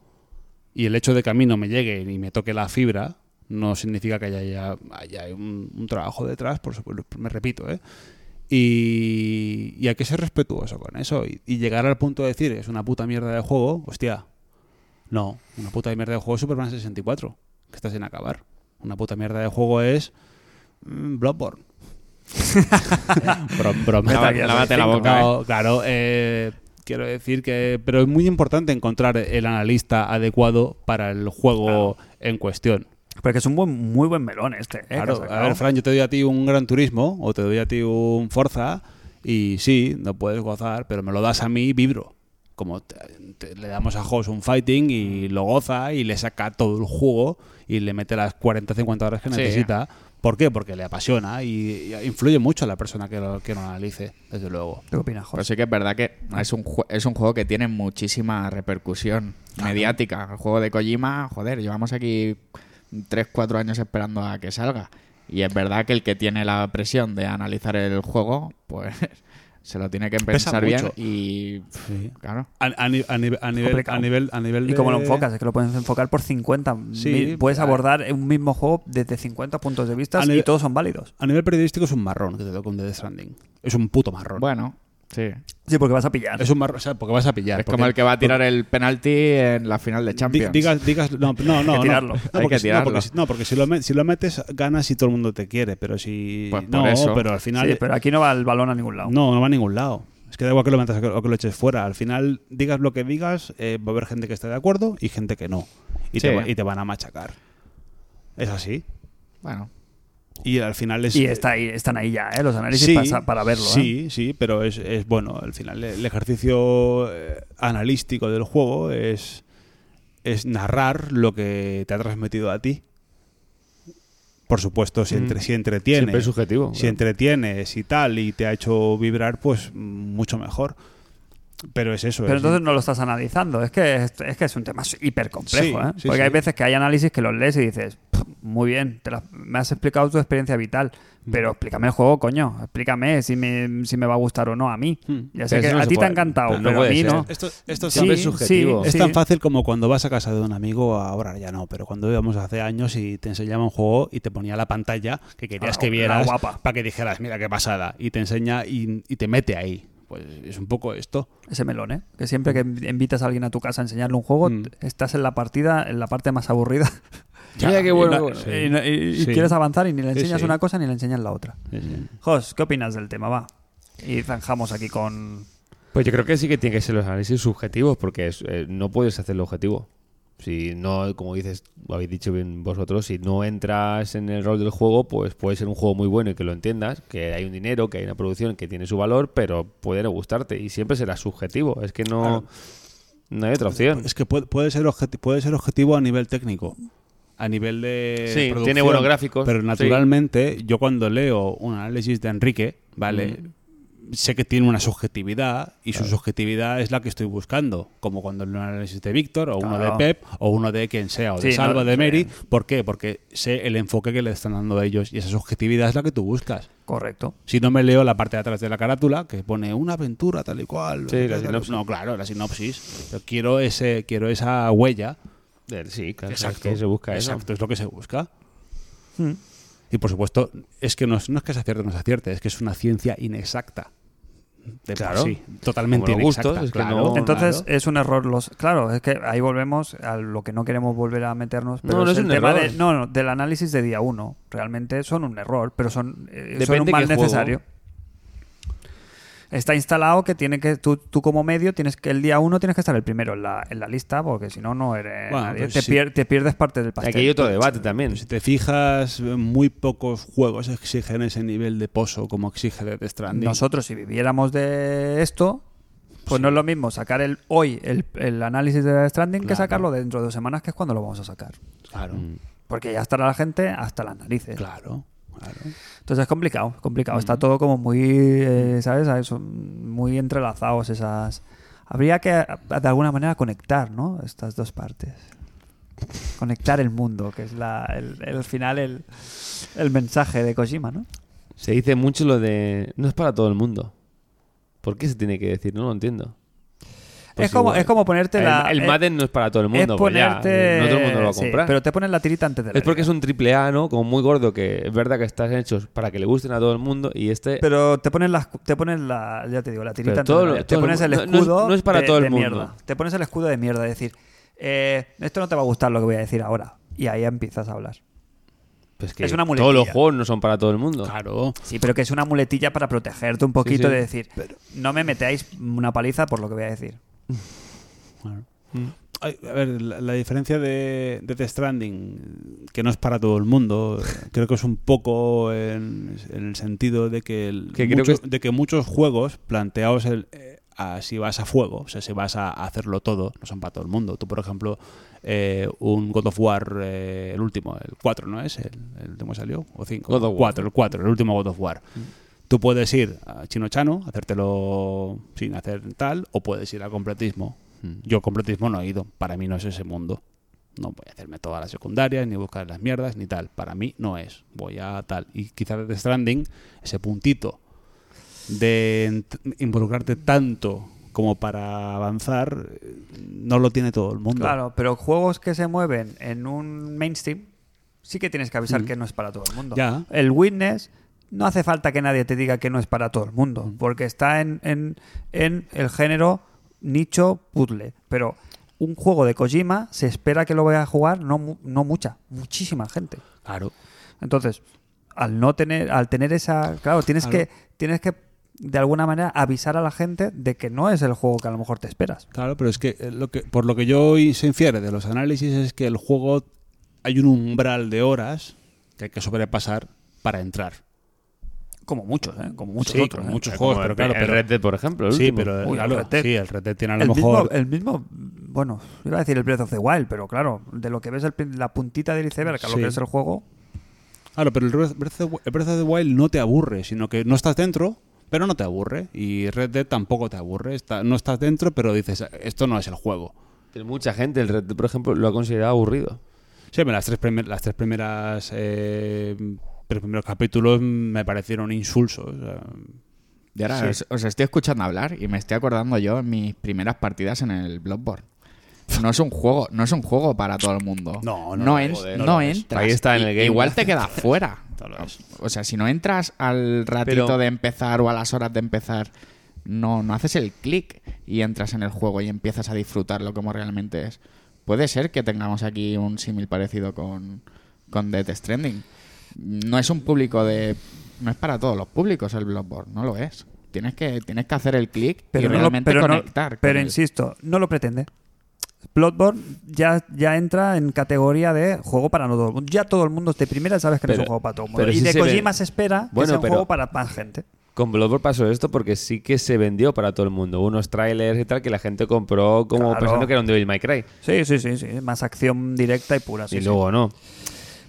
B: Y el hecho de que a mí no me llegue y me toque la fibra no significa que haya, haya, haya un, un trabajo detrás, por supuesto, me repito, ¿eh? Y, y hay que ser respetuoso con eso. Y, y llegar al punto de decir, es una puta mierda de juego, hostia, no, una puta mierda de juego es Superman 64, que está sin acabar. Una puta mierda de juego es mm, Bloodborne. Bro- broma.
C: Lava- lávate la boca,
B: No, claro, eh, quiero decir que. Pero es muy importante encontrar el analista adecuado para el juego en cuestión.
A: Porque es un buen, muy buen melón este. ¿eh? que has
B: Claro, a
A: sacado.
B: ver, Fran, yo te doy a ti un Gran Turismo o te doy a ti un Forza y sí, no puedes gozar, pero me lo das a mí y vibro. Como te- te- le damos a Jos un fighting y lo goza y le saca todo el juego y le mete las 40-50 horas que
C: Sí.
B: necesita. ¿Por qué? Porque le apasiona y, y influye mucho a la persona que lo, que lo analice, desde luego.
A: ¿Qué opinas, Jorge?
C: Pero sí que es verdad que es un, jue- es un juego que tiene muchísima repercusión mediática. El juego de Kojima, joder, llevamos aquí 3-4 años esperando a que salga. Y es verdad que el que tiene la presión de analizar el juego, pues se lo tiene que
B: Pesa
C: pensar bien
B: mucho.
C: y. Claro.
B: A, a ni- a nive- a nivel,
A: complicado.
B: a nivel, a nivel
A: ¿Y cómo lo
B: de-
A: enfocas? Es que lo puedes enfocar por 50.
B: Sí,
A: mil- puedes
B: claro.
A: abordar un mismo juego desde 50 puntos de vista
B: A
A: y
B: nivel-
A: todos son válidos.
B: A nivel periodístico es un marrón que te toca un Death Stranding. Es un puto marrón.
C: Bueno, sí.
A: Sí, porque vas a pillar.
B: Es un marrón, o sea, porque vas a pillar.
C: Es
B: porque-
C: como el que va a tirar el penalti en la final de
B: Di-
C: Champions.
B: Digas, digas, no, no, no, no.
A: tirarlo.
B: No,
C: Hay
B: porque
C: que
B: si- no,
C: tirarlo.
B: porque si- No, porque si lo, met- si lo metes, ganas y todo el mundo te quiere, pero si.
C: Pues por
B: no,
C: eso.
B: pero al final.
A: Sí, pero aquí no va el balón a ningún lado.
B: No, no va a ningún lado. Es que da igual que lo metas o que- o que lo eches fuera. Al final, digas lo que digas, eh, va a haber gente que esté de acuerdo y gente que no. Y, te,
C: Sí.
B: va- y te van a machacar. Es así.
C: Bueno,
B: Y al final es.
A: Y está ahí, están ahí ya, ¿eh? los análisis
B: Sí,
A: pasa- para verlo. ¿eh?
B: Sí, sí, pero es, es bueno. Al final, el ejercicio eh, analístico del juego es, es narrar lo que te ha transmitido a ti. Por supuesto, si,
A: Mm.
B: entre, si entretiene.
D: Siempre es subjetivo.
B: Si entretienes y tal y te ha hecho vibrar, pues mucho mejor. Pero es eso.
A: Pero
B: es-
A: entonces no lo estás analizando. Es que es, es que es un tema hiper complejo.
B: Sí,
A: ¿eh?
B: sí,
A: Porque
B: sí.
A: hay veces que hay análisis que los lees y dices, "Pff, muy bien, te las- me has explicado tu experiencia vital,
B: Mm.
A: pero explícame el juego, coño. Explícame si me, si me va a gustar o no a mí. Ya sé
D: Pero
A: que
D: eso no
A: a
D: se
A: ti te ha
D: puede.
A: encantado,
D: No
A: pero a
D: puede
A: mí
D: ser.
A: no.
B: Esto, esto es,
A: Sí,
B: tan-
D: es subjetivo.
B: es
A: sí.
B: tan fácil como cuando vas a casa de un amigo, ahora ya no, pero cuando íbamos hace años y te enseñaba un juego y te ponía la pantalla que querías
A: Ah,
B: que
A: la
B: vieras
A: guapa.
B: para que dijeras, mira qué pasada, y te enseña y, y te mete ahí. Pues es un poco esto.
A: Ese melón, ¿eh? Que siempre que invitas a alguien a tu casa a enseñarle un juego,
B: Mm.
A: t- estás en la partida, en la parte más aburrida.
C: Mira qué bueno.
A: Y no-
C: bueno.
B: Sí.
A: y no- y- y
B: Sí.
A: quieres avanzar y ni le
B: Sí,
A: enseñas
B: sí.
A: una cosa ni le enseñas la otra.
B: Sí, sí.
A: Jos, ¿qué opinas del tema? Va. Y zanjamos aquí con.
D: Pues yo creo que sí que tienen que ser los análisis subjetivos porque es- eh, no puedes hacer el objetivo. Si no, como dices, lo habéis dicho bien vosotros, si no entras en el rol del juego, pues puede ser un juego muy bueno y que lo entiendas, que hay un dinero, que hay una producción, que tiene su valor, pero puede no gustarte y siempre será subjetivo. Es que no, no hay otra opción.
B: Es que puede, puede ser objeti- puede ser objetivo a nivel técnico, a nivel de.
D: Sí,
B: producción,
D: tiene buenos gráficos,
B: Pero
D: sí.
B: naturalmente, yo cuando leo un análisis de Enrique, ¿vale?
D: Mm.
B: Sé que tiene una subjetividad y su subjetividad es la que estoy buscando, como cuando leo un análisis de Víctor o uno de
A: Claro.
B: Pep o uno de quien sea, o de
A: Sí, no,
B: Salva, de
A: sí.
B: Mary. ¿Por qué? Porque sé el enfoque que le están dando a ellos y esa subjetividad es la que tú buscas.
A: Correcto.
B: Si no me leo la parte de atrás de la carátula que pone una aventura tal y cual.
D: Sí,
B: tal y
D: la
B: cual.
D: sinopsis.
B: No, claro, la sinopsis. Yo quiero ese, quiero esa huella.
D: Eh, Sí, claro, es que se busca eso. Hmm.
B: Exacto, es lo que se busca.
A: Mm.
B: Y por supuesto, es que no es, no es que se acierte o no se acierte, es que es una ciencia inexacta. De por
D: Claro.
B: sí, totalmente
D: Como los gustos,
B: inexacta.
D: es que
B: claro.
D: no-
A: Entonces
B: claro.
A: es un error los claro es que ahí volvemos a lo que no queremos volver a meternos pero
D: No, no
A: es
D: es
A: el
D: un
A: tema
D: error.
A: de- no, no, del análisis de día uno realmente son un error pero son, eh, son
D: Depende
A: un mal
D: qué juego.
A: necesario está instalado que tiene que tú, tú como medio tienes que el día uno tienes que estar el primero en la, en la lista porque si no no eres
B: Bueno,
A: nadie.
B: pues
A: te,
B: sí.
A: pier- te pierdes parte del pastel
D: Aquí hay otro debate también.
B: pues, Si te fijas, muy pocos juegos exigen ese nivel de pozo como exige Death Stranding.
A: nosotros si viviéramos de esto pues no es lo mismo sacar el hoy el, el análisis de Death Stranding que
B: Claro.
A: sacarlo dentro de dos semanas que es cuando lo vamos a sacar
B: Claro,
D: Mm.
A: Porque ya estará la gente hasta las narices.
B: claro, claro.
A: Entonces es complicado, es complicado. Está todo como muy, eh, ¿sabes? Ah, son Muy entrelazados esas... Habría que, a- de alguna manera, conectar, ¿no? Estas dos partes. Conectar el mundo, que es la, el, el final, el, el mensaje de Kojima, ¿no?
D: Se dice mucho lo de no es para todo el mundo. ¿Por qué se tiene que decir? No lo entiendo. Pues
A: es, como,
D: igual.
A: es como ponerte
D: el,
A: la...
D: el
A: eh,
D: Madden no es para todo el
A: es
D: mundo, pues ya,
A: ponerte-
D: no todo el mundo lo va a
A: sí,
D: comprar.
A: pero te ponen la tirita antes de la
D: es porque
A: liga.
D: es un triple A, ¿no? Como muy gordo, que es verdad que están hechos para que le gusten a todo el mundo y este...
A: Pero te pones las, te pones la, ya te digo, la tirita.
D: Pero
A: antes
D: todo
A: de la-
D: lo-
A: te
D: todo
A: pones el
D: el mu- no- no es-
A: escudo.
D: no es para
A: de,
D: todo el
A: de
D: mundo.
A: Mierda. Te pones el escudo de mierda, es decir, eh, esto no te va a gustar lo que voy a decir ahora. Y ahí empiezas a hablar.
D: pues que
A: es una
D: todos los
A: muletilla.
D: juegos no son para todo el mundo.
B: Claro.
A: Sí, pero que es una muletilla para protegerte un poquito
D: sí.
A: de decir, no me metáis una paliza por lo que voy a decir.
B: Claro.
D: Mm.
B: Ay, a ver, la, la diferencia de, de Death Stranding, que no es para todo el mundo, creo que es un poco en, en el sentido de que, el-
D: Que creo
B: mucho-
D: que es-
B: de que muchos juegos planteados el, eh, a- si vas a fuego, o sea, si vas a hacerlo todo, no son para todo el mundo. Tú, por ejemplo, eh, un God of War, eh, el último, el 4, ¿no es? El, el último que salió, o 5.
D: God of War.
B: 4,
D: Mm.
B: el 4, el último God of War. Tú puedes ir a Chino Chano, hacértelo sin hacer tal, o puedes ir a completismo. Yo completismo no he ido, para mí no es ese mundo. No voy a hacerme todas las secundarias, ni buscar las mierdas, ni tal. Para mí no es. Voy a tal. Y quizás de Stranding, ese puntito de ent- involucrarte tanto como para avanzar, eh, no lo tiene todo el mundo.
A: Claro, pero juegos que se mueven en un mainstream, sí que tienes que avisar que no es para todo el mundo.
B: Mm. Ya.
A: El Witness, no hace falta que nadie te diga que no es para todo el mundo,
B: Mm.
A: porque está en, en- en el género nicho puzzle. Pero un juego de Kojima se espera que lo vaya a jugar no, mu- no mucha, muchísima gente.
B: Claro.
A: Entonces, al no tener, al tener esa, claro, tienes
B: Claro.
A: que, tienes que de alguna manera avisar a la gente de que no es el juego que a lo mejor te esperas.
B: Claro, pero es que, eh, lo que por lo que yo hoy se infiere de los análisis es que el juego hay un umbral de horas que hay que sobrepasar para entrar.
A: Como muchos, ¿eh? Como muchos
B: Sí,
A: otros,
B: con
A: ¿eh?
B: muchos
D: Como
B: juegos, pero
D: el-
B: claro,
D: el
B: pero-
D: Red Dead, por ejemplo, el
B: sí,
D: último.
B: pero
A: Uy,
B: claro,
A: el Red Dead.
B: sí, el Red Dead tiene a lo
A: el
B: mejor
A: mismo, el mismo, bueno, iba a decir el Breath of the Wild, pero claro, de lo que ves el pin- la puntita del iceberg, a lo
B: Sí.
A: que es el juego,
B: Claro, pero el Breath, Breath of the Wi- el Breath of the Wild no te aburre, sino que no estás dentro, Pero no te aburre. Y Red Dead tampoco te aburre. Está- no estás dentro, pero dices, esto no es el juego.
D: Pero mucha gente, el Red Dead, por ejemplo, lo ha considerado aburrido.
B: Sí, pero las tres, primer- las tres primeras. eh, tres primeros capítulos me parecieron insulsos. o sea,
C: Y ahora
B: Sí.
C: os, os estoy escuchando hablar y me estoy acordando yo en mis primeras partidas en el Bloodborne. No es un juego, no es un juego para todo el mundo.
B: No, no lo
C: en-
B: es, joder,
C: no
B: no lo es.
C: entras.
D: Ahí está en
C: I-
D: el game.
C: Igual te quedas fuera.
B: No lo es.
C: O sea, si no entras al ratito
D: Pero-
C: de empezar o a las horas de empezar, no, no haces el clic y entras en el juego y empiezas a disfrutarlo como realmente es. Puede ser que tengamos aquí un símil parecido con, con Death Stranding. No es un público de. No es para todos los públicos el Bloodborne, no lo es. Tienes que, tienes que hacer el clic y
A: Pero, no lo-
C: realmente
A: pero no-
C: conectar. con
A: pero
C: él.
A: insisto, no lo pretende. Bloodborne ya, ya entra en categoría de juego para no todo el mundo. Ya todo el mundo de primera sabes que no es
D: Pero-
A: un juego para todo el mundo.
D: pero
A: Y
D: sí
A: de
D: se ve-
A: Kojima se espera
D: Bueno,
A: que sea un
D: pero-
A: juego para más gente.
D: Con Bloodborne pasó esto porque sí que se vendió para todo el mundo. Unos trailers y tal que la gente compró como
A: Claro.
D: pensando que era un Devil May Cry.
A: Sí, sí, sí, sí. Más acción directa y pura. sí,
D: y
A: sí.
D: luego no.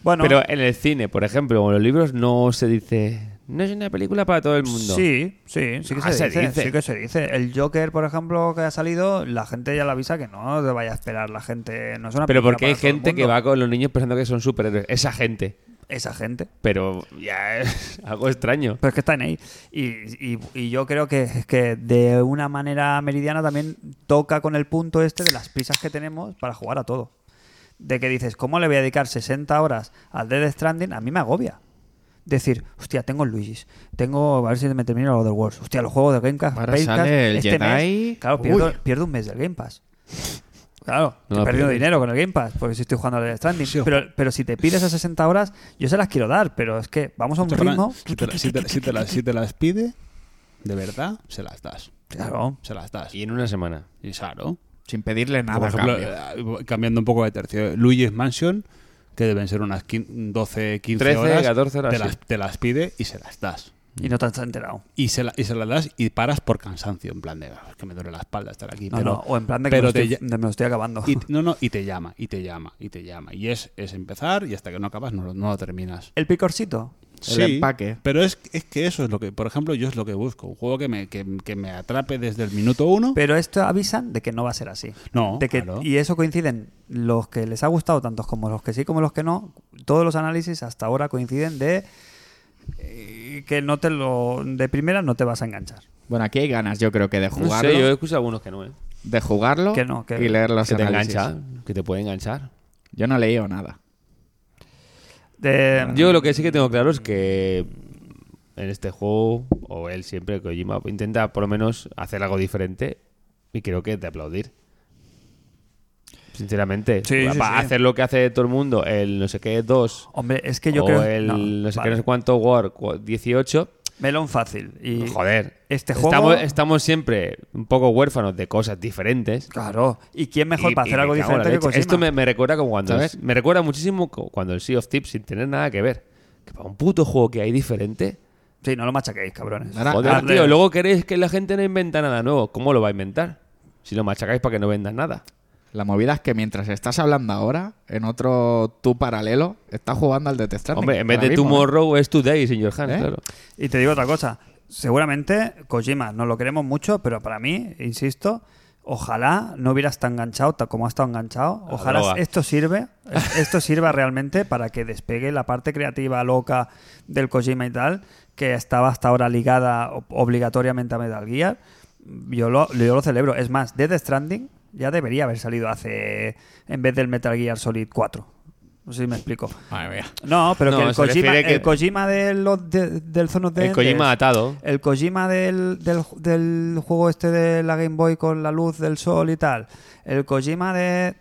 A: Bueno,
D: Pero en el cine, por ejemplo, o en los libros, no se dice. No es una película para todo el mundo.
A: Sí, sí, sí que
D: Ah,
A: se,
D: se
A: dice,
D: dice.
A: Sí que se dice. El Joker, por ejemplo, que ha salido, la gente ya le avisa que no te vaya a esperar. La gente no es una
D: Pero
A: película
D: porque hay
A: para todo el
D: gente que
A: mundo.
D: va con los niños pensando que son superhéroes. Esa gente.
A: Esa gente.
D: Pero ya es algo extraño.
A: Pero es que están ahí. Y, y- y yo creo que, es que de una manera meridiana también toca con el punto este de las prisas que tenemos para jugar a todo. De que dices, ¿cómo le voy a dedicar 60 horas al Dead Stranding? A mí me agobia. Decir, hostia, tengo el Luigi's, tengo, a ver si me termino los Other Worlds, hostia, los juegos de Gamecast, este
C: Ahora sale el Jedi.
A: mes, claro, pierdo,
C: Uy.
A: pierdo un mes del Game Pass. Claro,
D: No
A: estoy
D: lo
A: perdiendo
D: pierdes.
A: dinero con el Game Pass, porque si estoy jugando al Death Stranding.
B: Sí.
A: Pero, pero si te pides a 60 horas, yo se las quiero dar, pero es que vamos a un ritmo.
B: Si te, la- si te- si te las, si te las pide, de verdad, se las das.
A: Claro.
B: Se las das.
D: Y en una semana.
B: Y claro.
C: Sin pedirle nada.
B: Por
C: a
B: ejemplo,
C: cambio.
B: eh, cambiando un poco de tercio, Luigi's Mansion, que deben ser unas quin- 12, 15
D: 13,
B: horas,
D: 14 horas,
B: te,
D: sí.
B: las, te las pide y se las das.
A: Y no te has enterado.
B: Y se, la- y se las das y paras por cansancio, en plan de "Ah, es que me duele la espalda estar aquí.
A: No,
B: pero,
A: no, o en plan de que
B: pero
A: me,
B: te
A: estoy,
B: lla-
A: de me lo estoy acabando.
B: y, no, no, y te llama, y te llama, y te llama. Y es, es empezar y hasta que no acabas no, lo- no lo terminas.
A: El picorcito.
C: empaque.
B: Pero es, es que eso es lo que, por ejemplo, yo es lo que busco. Un juego que me, que, que me atrape desde el minuto uno.
A: Pero esto avisan de que no va a ser así.
B: No,
A: De que-
B: claro.
A: Y eso coinciden los que les ha gustado, tantos como los que sí como los que no. Todos los análisis hasta ahora coinciden de eh, que no te lo de primera no te vas a enganchar.
C: Bueno, aquí hay ganas, yo creo que de
D: No
C: jugarlo,
D: sé, yo he escuchado algunos que no, ¿eh?
C: de jugarlo
A: Que no, que-
C: y leer los
D: Que te
C: análisis.
D: engancha. Que te puede enganchar.
C: Yo no he leído nada.
A: De-
D: Yo lo que sí que tengo claro es que en este juego, o él siempre, Kojima, intenta por lo menos hacer algo diferente y creo que es de aplaudir. Sinceramente,
A: Sí,
D: Pa-
A: sí,
D: pa-
A: sí.
D: hacer lo que hace todo el mundo, el no sé qué 2,
A: Hombre, es que yo
D: o
A: creo
D: el
A: no,
D: no, sé
A: vale.
D: qué, no sé cuánto War cu- 18,
A: melón fácil y
D: joder.
A: este
D: estamos,
A: juego-
D: estamos siempre un poco huérfanos de cosas diferentes.
A: claro, ¿y quién mejor
D: Y-
A: para
D: y
A: hacer
D: me
A: algo
D: cago en la
A: diferente que
D: leche.
A: Kojima?
D: Esto me, me recuerda como cuando
C: ¿Sabes?
D: me recuerda muchísimo co- cuando el Sea of Tips sin tener nada que ver. Que para un puto juego que hay diferente,
A: Sí, no lo machaquéis, cabrones.
C: Ahora-
D: Joder,
A: Hazle-
D: tío, luego queréis que la gente no inventa nada nuevo. ¿Cómo lo va a inventar? Si lo machacáis para que no vendan nada.
C: La movida es que mientras estás hablando ahora, en otro tú paralelo, estás jugando al Death Stranding.
D: Hombre, en vez
C: Ahora
D: de
C: mismo, ¿eh?
D: Tomorrow es Today, señor Hans,
C: ¿Eh?
D: claro.
A: Y te digo otra cosa. Seguramente, Kojima, no lo queremos mucho, pero para mí, insisto, ojalá no hubieras estado enganchado ta- como has estado enganchado.
D: A la
A: Ojalá
D: droga.
A: esto sirve, es- esto sirva realmente para que despegue la parte creativa loca del Kojima y tal, que estaba hasta ahora ligada ob- obligatoriamente a Metal Gear. Yo lo, yo lo celebro. Es más, Dead Stranding ya debería haber salido hace, en vez del Metal Gear Solid 4. No sé si me explico.
C: Madre mía.
A: No, pero
D: No,
A: que el
D: se refiere
A: Kojima,
D: que-
A: el Kojima de los de- del Zonos de
D: El Kojima
A: Enders,
D: atado.
A: el Kojima del, del, del juego este de la Game Boy con la luz del sol y tal. El Kojima de.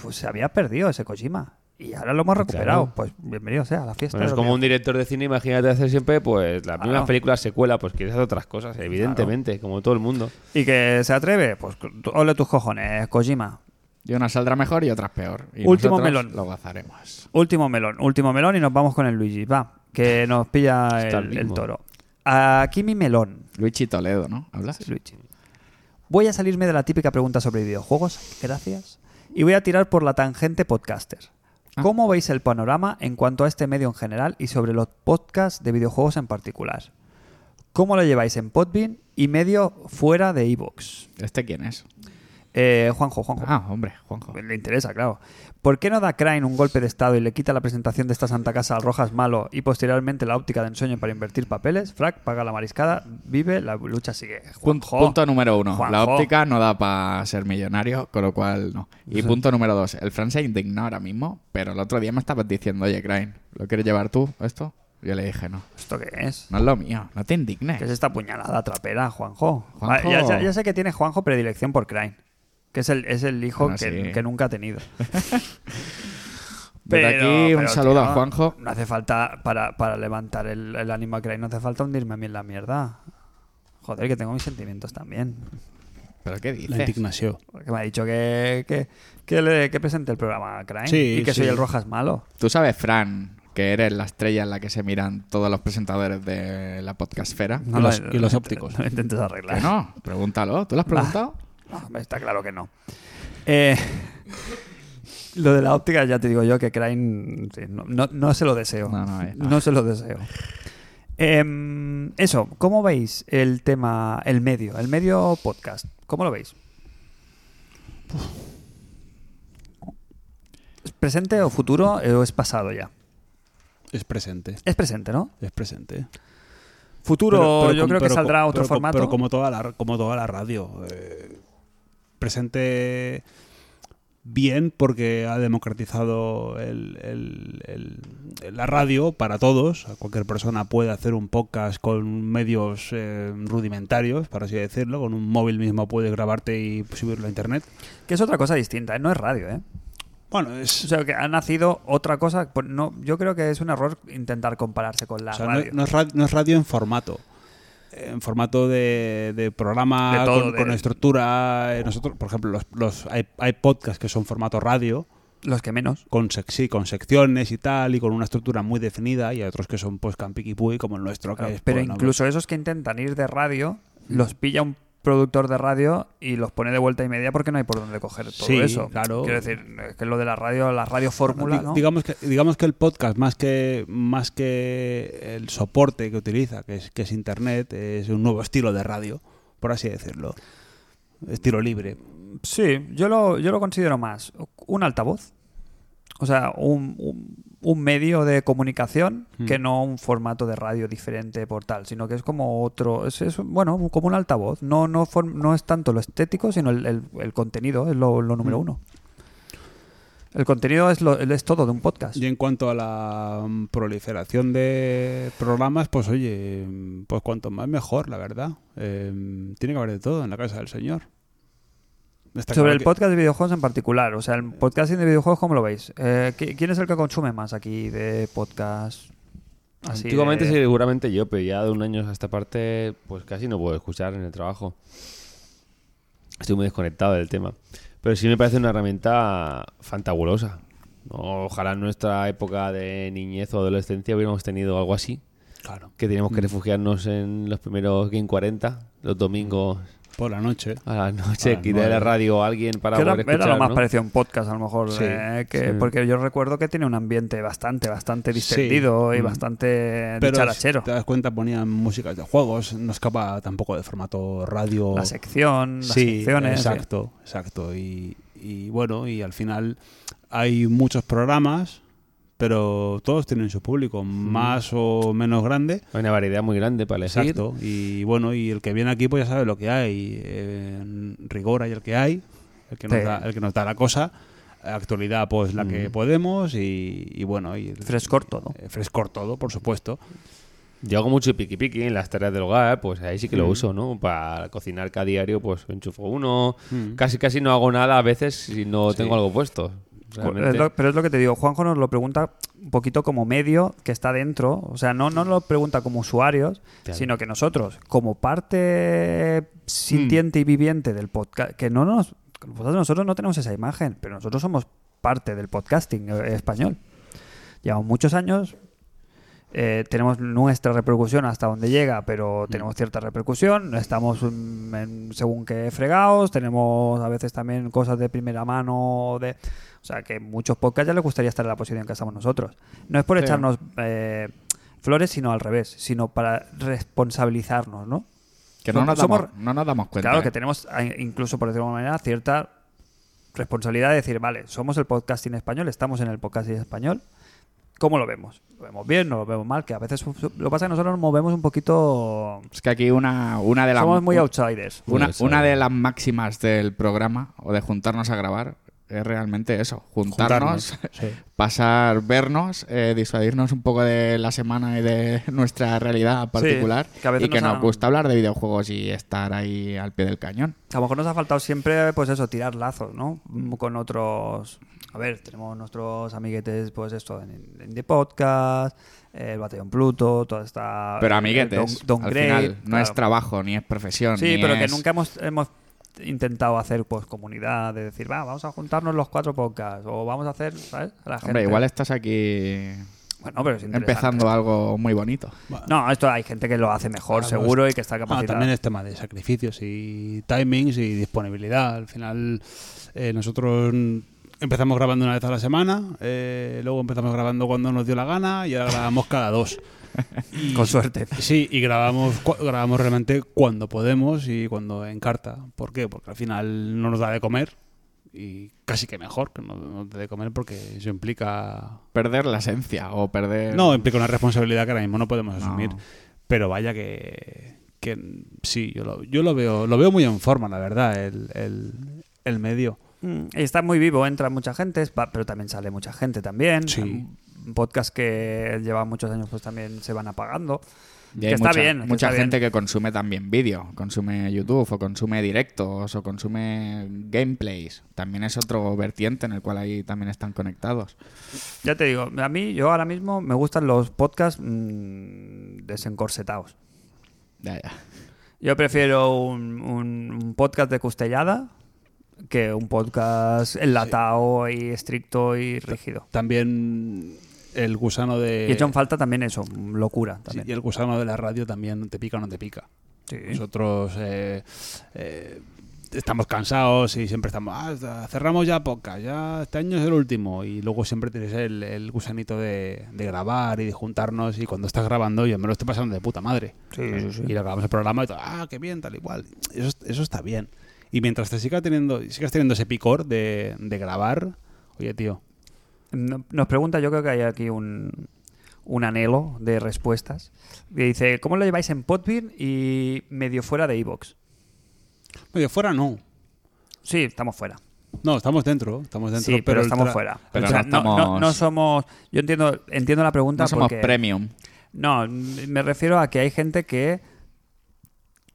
A: Pues se había perdido ese Kojima. Y ahora lo hemos recuperado.
D: Claro.
A: Pues bienvenido sea a la fiesta.
D: Bueno, es
A: de los
D: como un
A: videojuegos.
D: director de cine, imagínate hacer siempre pues las
A: Claro.
D: mismas películas secuela, pues quieres hacer otras cosas, evidentemente, como todo el mundo.
A: Y que se atreve, pues ole tus cojones, Kojima.
C: Y una saldrá mejor y otra peor. Y
A: Último
C: nosotros
A: melón.
C: Lo gozaremos.
A: Último melón, último melón y nos vamos con el Luigi. Va, que nos pilla
D: Está
A: el,
D: el
A: el
D: mismo.
A: toro. Aquí mi melón.
C: Luigi Toledo, ¿no? ¿Hablas?
A: Luigi. Voy a salirme de la típica pregunta sobre videojuegos, gracias, y voy a tirar por la tangente podcaster.
C: Ah.
A: ¿Cómo veis el panorama en cuanto a este medio en general y sobre los podcasts de videojuegos en particular? ¿Cómo lo lleváis en Podbean y medio fuera de Evox?
C: ¿Este quién es?
A: Eh, Juanjo, Juanjo.
C: Ah, hombre, Juanjo.
A: Pues Le interesa, claro. ¿Por qué no da Crane un golpe de estado y le quita la presentación de esta Santa Casa al Rojas Malo y posteriormente la óptica de ensueño para invertir papeles? Frac paga la mariscada, vive, la lucha sigue.
C: Pun-
A: Juanjo.
C: Punto número uno. La
A: Juanjo.
C: óptica no da para ser millonario, con lo cual no. Y punto número dos. El Fran se indignó ahora mismo, pero el otro día me estabas diciendo, oye, Crane, ¿lo quieres llevar tú esto? Yo le dije, no,
A: ¿Esto qué es?
C: no es lo mío, no te indignes.
A: ¿Qué es esta puñalada trapera, Juanjo?
C: Juanjo.
A: Ah, Ya, sé- ya sé que tiene Juanjo predilección por Crane, que es el, es el hijo
C: Bueno,
A: que,
C: Ah, sí.
A: que nunca ha tenido.
C: Desde aquí, un
A: pero,
C: saludo
A: tío,
C: a Juanjo.
A: No hace falta, para, para levantar el, el ánimo a Crane, no hace falta hundirme a mí en la mierda. Joder, que tengo mis sentimientos también.
C: ¿Pero qué
B: La
C: dices?
B: indignación.
A: Porque me ha dicho que, que, que le- que presente el programa a Crane
B: Sí,
A: y que
B: sí.
A: soy el Rojas malo.
C: Tú sabes, Fran, que eres la estrella en la que se miran todos los presentadores de la podcastfera.
A: No
B: Y
A: lo-
B: los- y los
A: no
B: ópticos.
A: int- No intentes arreglar.
C: Que no, pregúntalo. ¿Tú lo has preguntado?
A: No, Está claro que no. Eh, lo de la óptica, ya te digo yo que Crane sí, no, no- no se lo deseo.
C: No, no, eh.
B: ah.
A: No se lo deseo. Em, eso, ¿cómo veis el tema, el medio, el medio podcast? ¿Cómo lo veis? ¿Es presente o futuro eh, o es pasado ya?
B: Es presente.
A: Es presente, ¿no?
B: Es presente.
A: Futuro,
B: Pero- pero
A: yo
B: com-
A: creo que
B: pero
A: saldrá
B: co-
A: otro
B: pero co-
A: formato.
B: Pero como toda la, como toda la radio. eh, presente bien porque ha democratizado el- el- el- la radio para todos. Cualquier persona puede hacer un podcast con medios eh, rudimentarios, por así decirlo. Con un móvil mismo puedes grabarte y subirlo a internet.
A: Que es otra cosa distinta, ¿eh? no es radio, ¿eh?
B: Bueno, es,
A: O sea, que ha nacido otra cosa. pues No, yo creo que es un error intentar compararse con la
B: O sea, no,
A: radio.
B: no es radio, no es radio en formato. En formato de, de programa,
A: De todo,
B: con,
A: de-
B: con estructura. eh, Nosotros, por ejemplo, los, los- hay, hay podcasts que son formato radio,
A: Los que menos.
B: con, sec- sí, con secciones y tal, y con una estructura muy definida, y hay otros que son pues campiquipuy, como el nuestro, que
A: claro,
B: es, pues,
A: pero
B: bueno,
A: incluso esos que intentan ir de radio, los pilla un productor de radio y los pone de vuelta y media porque no hay por dónde coger todo
B: Sí,
A: eso.
B: claro.
A: Quiero decir, es que lo de la radio, la radio
B: Bueno,
A: fórmula,
B: pues, di-
A: ¿no?
B: digamos que digamos que el podcast más que más que el soporte que utiliza que es que es internet es un nuevo estilo de radio por así decirlo estilo libre
A: Sí, yo lo, yo lo considero más un altavoz. O sea, un, un- un medio de comunicación
B: Hmm.
A: que no un formato de radio diferente por tal, sino que es como otro, es, es, bueno, como un altavoz. No, no, form- no es tanto lo estético, sino el, el- el contenido, es lo, lo
B: Hmm.
A: número uno. El contenido es, lo, es todo de un podcast.
B: Y en cuanto a la mm, proliferación de programas, pues oye, mm, pues cuanto más mejor, la verdad. Eh, tiene que haber de todo en la casa del señor. Está
A: Sobre
B: claro
A: el
B: que-
A: podcast de videojuegos en particular, o sea, el podcasting de videojuegos, ¿cómo lo veis? Eh, ¿qui- ¿Quién es el que consume más aquí de podcast? Así
D: Antiguamente
A: de-
D: seguramente yo, pero ya de un año a esta parte, pues casi no puedo escuchar en el trabajo. Estoy muy desconectado del tema. Pero sí me parece una herramienta fantabulosa. Ojalá en nuestra época de niñez o adolescencia hubiéramos tenido algo así.
B: Claro,
D: Que teníamos
A: Mm.
D: que refugiarnos en los primeros Game 40, los domingos
B: por la noche.
D: a la noche,
B: las
D: quitar la
B: nueve.
D: radio a alguien para
A: Que era,
D: poder escuchar,
A: era lo más
D: ¿no?
A: parecido a un podcast, a lo mejor.
B: Sí,
A: eh, que, Porque yo recuerdo que tiene un ambiente bastante, bastante distendido y bastante
B: si
A: dicharachero.
B: te das cuenta, ponían músicas de juegos, no escapa tampoco de formato radio.
A: La sección, las
B: sí,
A: secciones.
B: exacto, exacto. Y, y bueno, y al final hay muchos programas, pero todos tienen su
A: Mm.
B: público, más o menos grande.
D: Hay una variedad muy grande para elegir.
B: Exacto. Y bueno, y el que viene aquí pues ya sabe lo que hay. Eh, rigor hay el que hay, el que, nos
A: Sí.
B: da, el que nos da la cosa. Actualidad pues la que podemos y, y bueno, y
A: eh, Frescor todo.
B: eh, frescor todo, por supuesto.
D: Yo hago mucho piqui piqui en las tareas del hogar, pues ahí sí que lo
A: Mm.
D: uso, ¿no? Para cocinar cada diario, pues enchufo uno.
A: Mm.
D: Casi casi no hago nada a veces si no tengo algo puesto.
A: Es
D: Realmente.
A: lo- pero es lo que te digo, Juanjo nos lo pregunta un poquito como medio que está dentro, o sea, no, no lo pregunta como usuarios,
D: Claro.
A: sino que nosotros, como parte sintiente y viviente del podcast, que no nos, que nosotros- nosotros no tenemos esa imagen, pero nosotros somos parte del podcasting eh, español. Llevamos muchos años, eh, tenemos nuestra repercusión hasta donde llega, pero
C: Mm.
A: tenemos cierta repercusión. Estamos mm, en- según que fregados, tenemos a veces también cosas de primera mano. De, o sea, que muchos podcasts ya les gustaría estar en la posición que estamos nosotros. No es por echarnos eh, flores, sino al revés, sino para responsabilizarnos, ¿no?
C: Que no
A: Som-
C: nos, damos,
A: somos-
C: no nos damos cuenta.
A: Claro
C: ¿eh?
A: que tenemos, a- incluso por decirlo de alguna manera, cierta responsabilidad de decir, vale, somos el podcasting español, estamos en el podcasting español, ¿cómo lo vemos? ¿Lo vemos bien? ¿No lo vemos mal? Que a veces su- su- lo que pasa es que nosotros nos movemos un poquito...
C: Es que aquí una, una de las...
A: Somos muy
C: un-
A: outsiders.
C: Una,
D: Eso.
C: una de las máximas del programa o de juntarnos a grabar es realmente eso, juntarnos,
B: Ah,
C: pasar, vernos, eh, disuadirnos un poco de la semana y de nuestra realidad particular
A: que a veces
C: y que
A: nos
C: nos,
A: han-
C: gusta hablar de videojuegos y estar ahí al pie del cañón.
A: A lo mejor nos ha faltado siempre, pues eso, tirar lazos, ¿no? Mm, Con otros. A ver, tenemos nuestros amiguetes, pues esto, en, en The Podcast, eh, el Batallón Pluto, toda esta.
C: Pero
A: el
C: amiguetes,
A: Don, Don
C: al
A: Grey,
C: final no
A: claro.
C: es trabajo ni es profesión.
A: Sí,
C: ni
A: pero que
C: es-
A: nunca hemos, hemos intentado hacer, pues, comunidad, de decir, va, vamos a juntarnos los cuatro podcasts, o vamos a hacer, ¿sabes? La gente.
C: Hombre, igual estás aquí
A: Bueno, pero es interesante.
C: empezando algo muy bonito.
A: No, esto hay gente que lo hace mejor,
B: Ah,
A: seguro, y que está
B: Ah,
A: capacitada.
B: también es tema de sacrificios y timings y disponibilidad. Al final, eh, nosotros mm, empezamos grabando una vez a la semana, eh, luego empezamos grabando cuando nos dio la gana y ahora grabamos cada dos.
A: Con suerte.
B: Sí, y grabamos, cu- grabamos realmente cuando podemos y cuando encarta. ¿Por qué? Porque al final no nos da de comer y casi que mejor que no nos dé de comer porque eso implica...
C: Perder la esencia o perder...
B: No, implica una responsabilidad que ahora mismo no podemos asumir.
C: Eh, No.
B: Pero vaya que, que sí, yo, lo, yo lo, veo, lo veo muy en forma, la verdad, el, el, el medio.
A: Mm, y Está muy vivo, entra mucha gente, es pa- pero también sale mucha gente también.
B: Sí.
A: Un Podcast que lleva muchos años, pues también se van apagando.
C: Y
A: Que
C: hay
A: está
C: mucha,
A: bien, que
C: mucha
A: está
C: gente que consume también vídeo, consume YouTube o consume directos o consume gameplays. También es otro vertiente en el cual ahí también están conectados.
A: Ya te digo, a mí, yo ahora mismo me gustan los podcasts mm, desencorsetados.
C: Ya, ya.
A: Yo prefiero un, un- un podcast de custellada que un podcast enlatado y estricto y
C: Eh,
A: rígido.
B: También el gusano de...
A: Y hecho
C: eh,
A: en falta también eso, locura
B: sí,
A: también.
B: y el gusano de la radio también te pica o no te pica.
A: Sí.
B: Nosotros eh, eh, estamos cansados y siempre estamos, "Ah, está- cerramos ya podcast, ya este año es el último. Y luego siempre tienes el, el gusanito de, de grabar y de juntarnos. Y cuando estás grabando, yo me lo estoy pasando de puta madre. Y le grabamos el programa y todo, ah, qué bien, tal igual. Eso, eso está bien. Y mientras te siga teniendo, sigas teniendo ese picor de, de grabar, oye, tío,
A: No- Nos pregunta, yo creo que hay aquí un, un anhelo de respuestas. Que dice, ¿cómo lo lleváis en Podbean y medio fuera de Evox?
B: medio fuera no.
A: Sí, estamos fuera.
B: No, estamos dentro, estamos dentro.
A: sí, pero,
B: el
A: estamos
B: tra-
A: fuera.
C: pero
A: O sea, no,
C: no
A: no-
C: estamos-
A: no somos... Yo entiendo entiendo la pregunta
C: No somos
A: porque-
C: premium.
A: No, m- me refiero a que hay gente que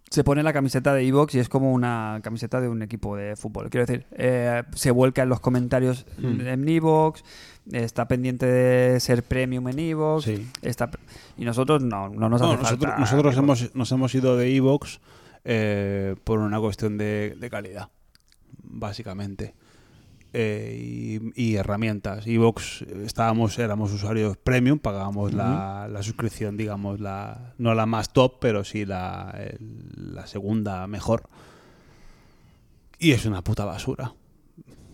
A: se pone la camiseta de Evox y es como una camiseta de un equipo de fútbol. Quiero decir, eh, se vuelca en los comentarios
B: Hmm.
A: en Evox, está pendiente de ser premium en Evox.
B: Sí.
A: Está... Y nosotros no, no nos
B: No,
A: hace
B: nosotros,
A: falta.
B: nosotros
A: Evox.
B: hemos, nos hemos ido de Evox eh, por una cuestión de, de calidad, básicamente. Eh, y, y herramientas. Evox estábamos, éramos usuarios premium, pagábamos la, la suscripción, digamos, la, no la más top, pero sí la, el- la segunda mejor. Y es una puta basura,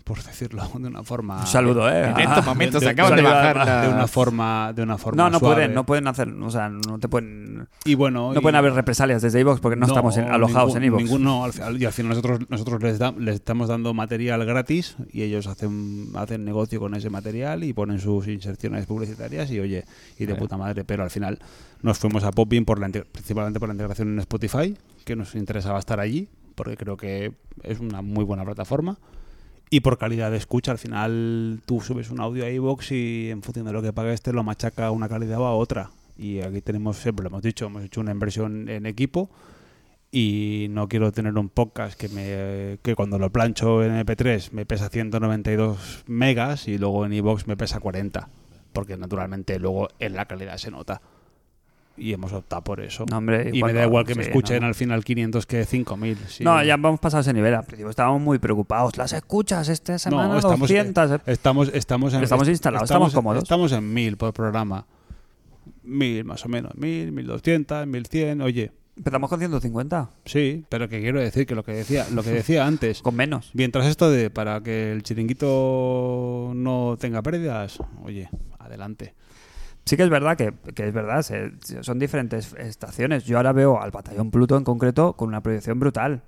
B: por decirlo de una forma.
A: Un saludo, ¿eh?
C: En estos momentos se acaban de
A: saliva-
C: bajar la-
B: de una forma de una forma
A: No, no
B: suave.
A: pueden, no pueden hacer, o sea, no te pueden,
B: y bueno
A: no
B: y-
A: pueden haber represalias desde Evox porque no, estamos en- alojados
B: ningún-
A: en Evox.
B: ningún- no, al final- y al final nosotros, nosotros les, da- les estamos dando material gratis y ellos hacen, hacen negocio con ese material y ponen sus inserciones publicitarias y oye, y de puta madre. Pero al final nos fuimos a Popin por la, inte- principalmente por la integración en Spotify, que nos interesaba estar allí, porque creo que es una muy buena plataforma. Y por calidad de escucha, al final tú subes un audio a iVoox y en función de lo que pagues te lo machaca a una calidad o a otra. Y aquí tenemos, siempre lo hemos dicho, hemos hecho una inversión en equipo y no quiero tener un podcast que me que cuando lo plancho en MP3 me pesa 192 megas y luego en iVoox me pesa 40. Porque naturalmente luego en la calidad se nota. Y hemos optado por eso.
A: No, hombre,
B: y me da
A: no,
B: igual que me
A: sí,
B: escuchen
A: no.
B: al final 500 que 5000. sí.
A: No, ya vamos pasado ese nivel. Al principio estábamos muy preocupados. Las escuchas esta semana
B: No, estamos,
A: 200.
B: eh, estamos, estamos, en-
A: Estamos instalados, estamos cómodos.
B: Estamos en 1000 por programa. 1000 más o menos, 1000, 1200, 1100, oye,
A: Empezamos con 150,
B: sí, pero que quiero decir que lo que decía, lo que decía antes,
A: con menos.
B: mientras esto de para que el chiringuito no tenga pérdidas, oye, adelante.
A: sí que es verdad que, que es verdad, se- se- son diferentes estaciones. Yo ahora veo al batallón Pluto en concreto con una proyección brutal.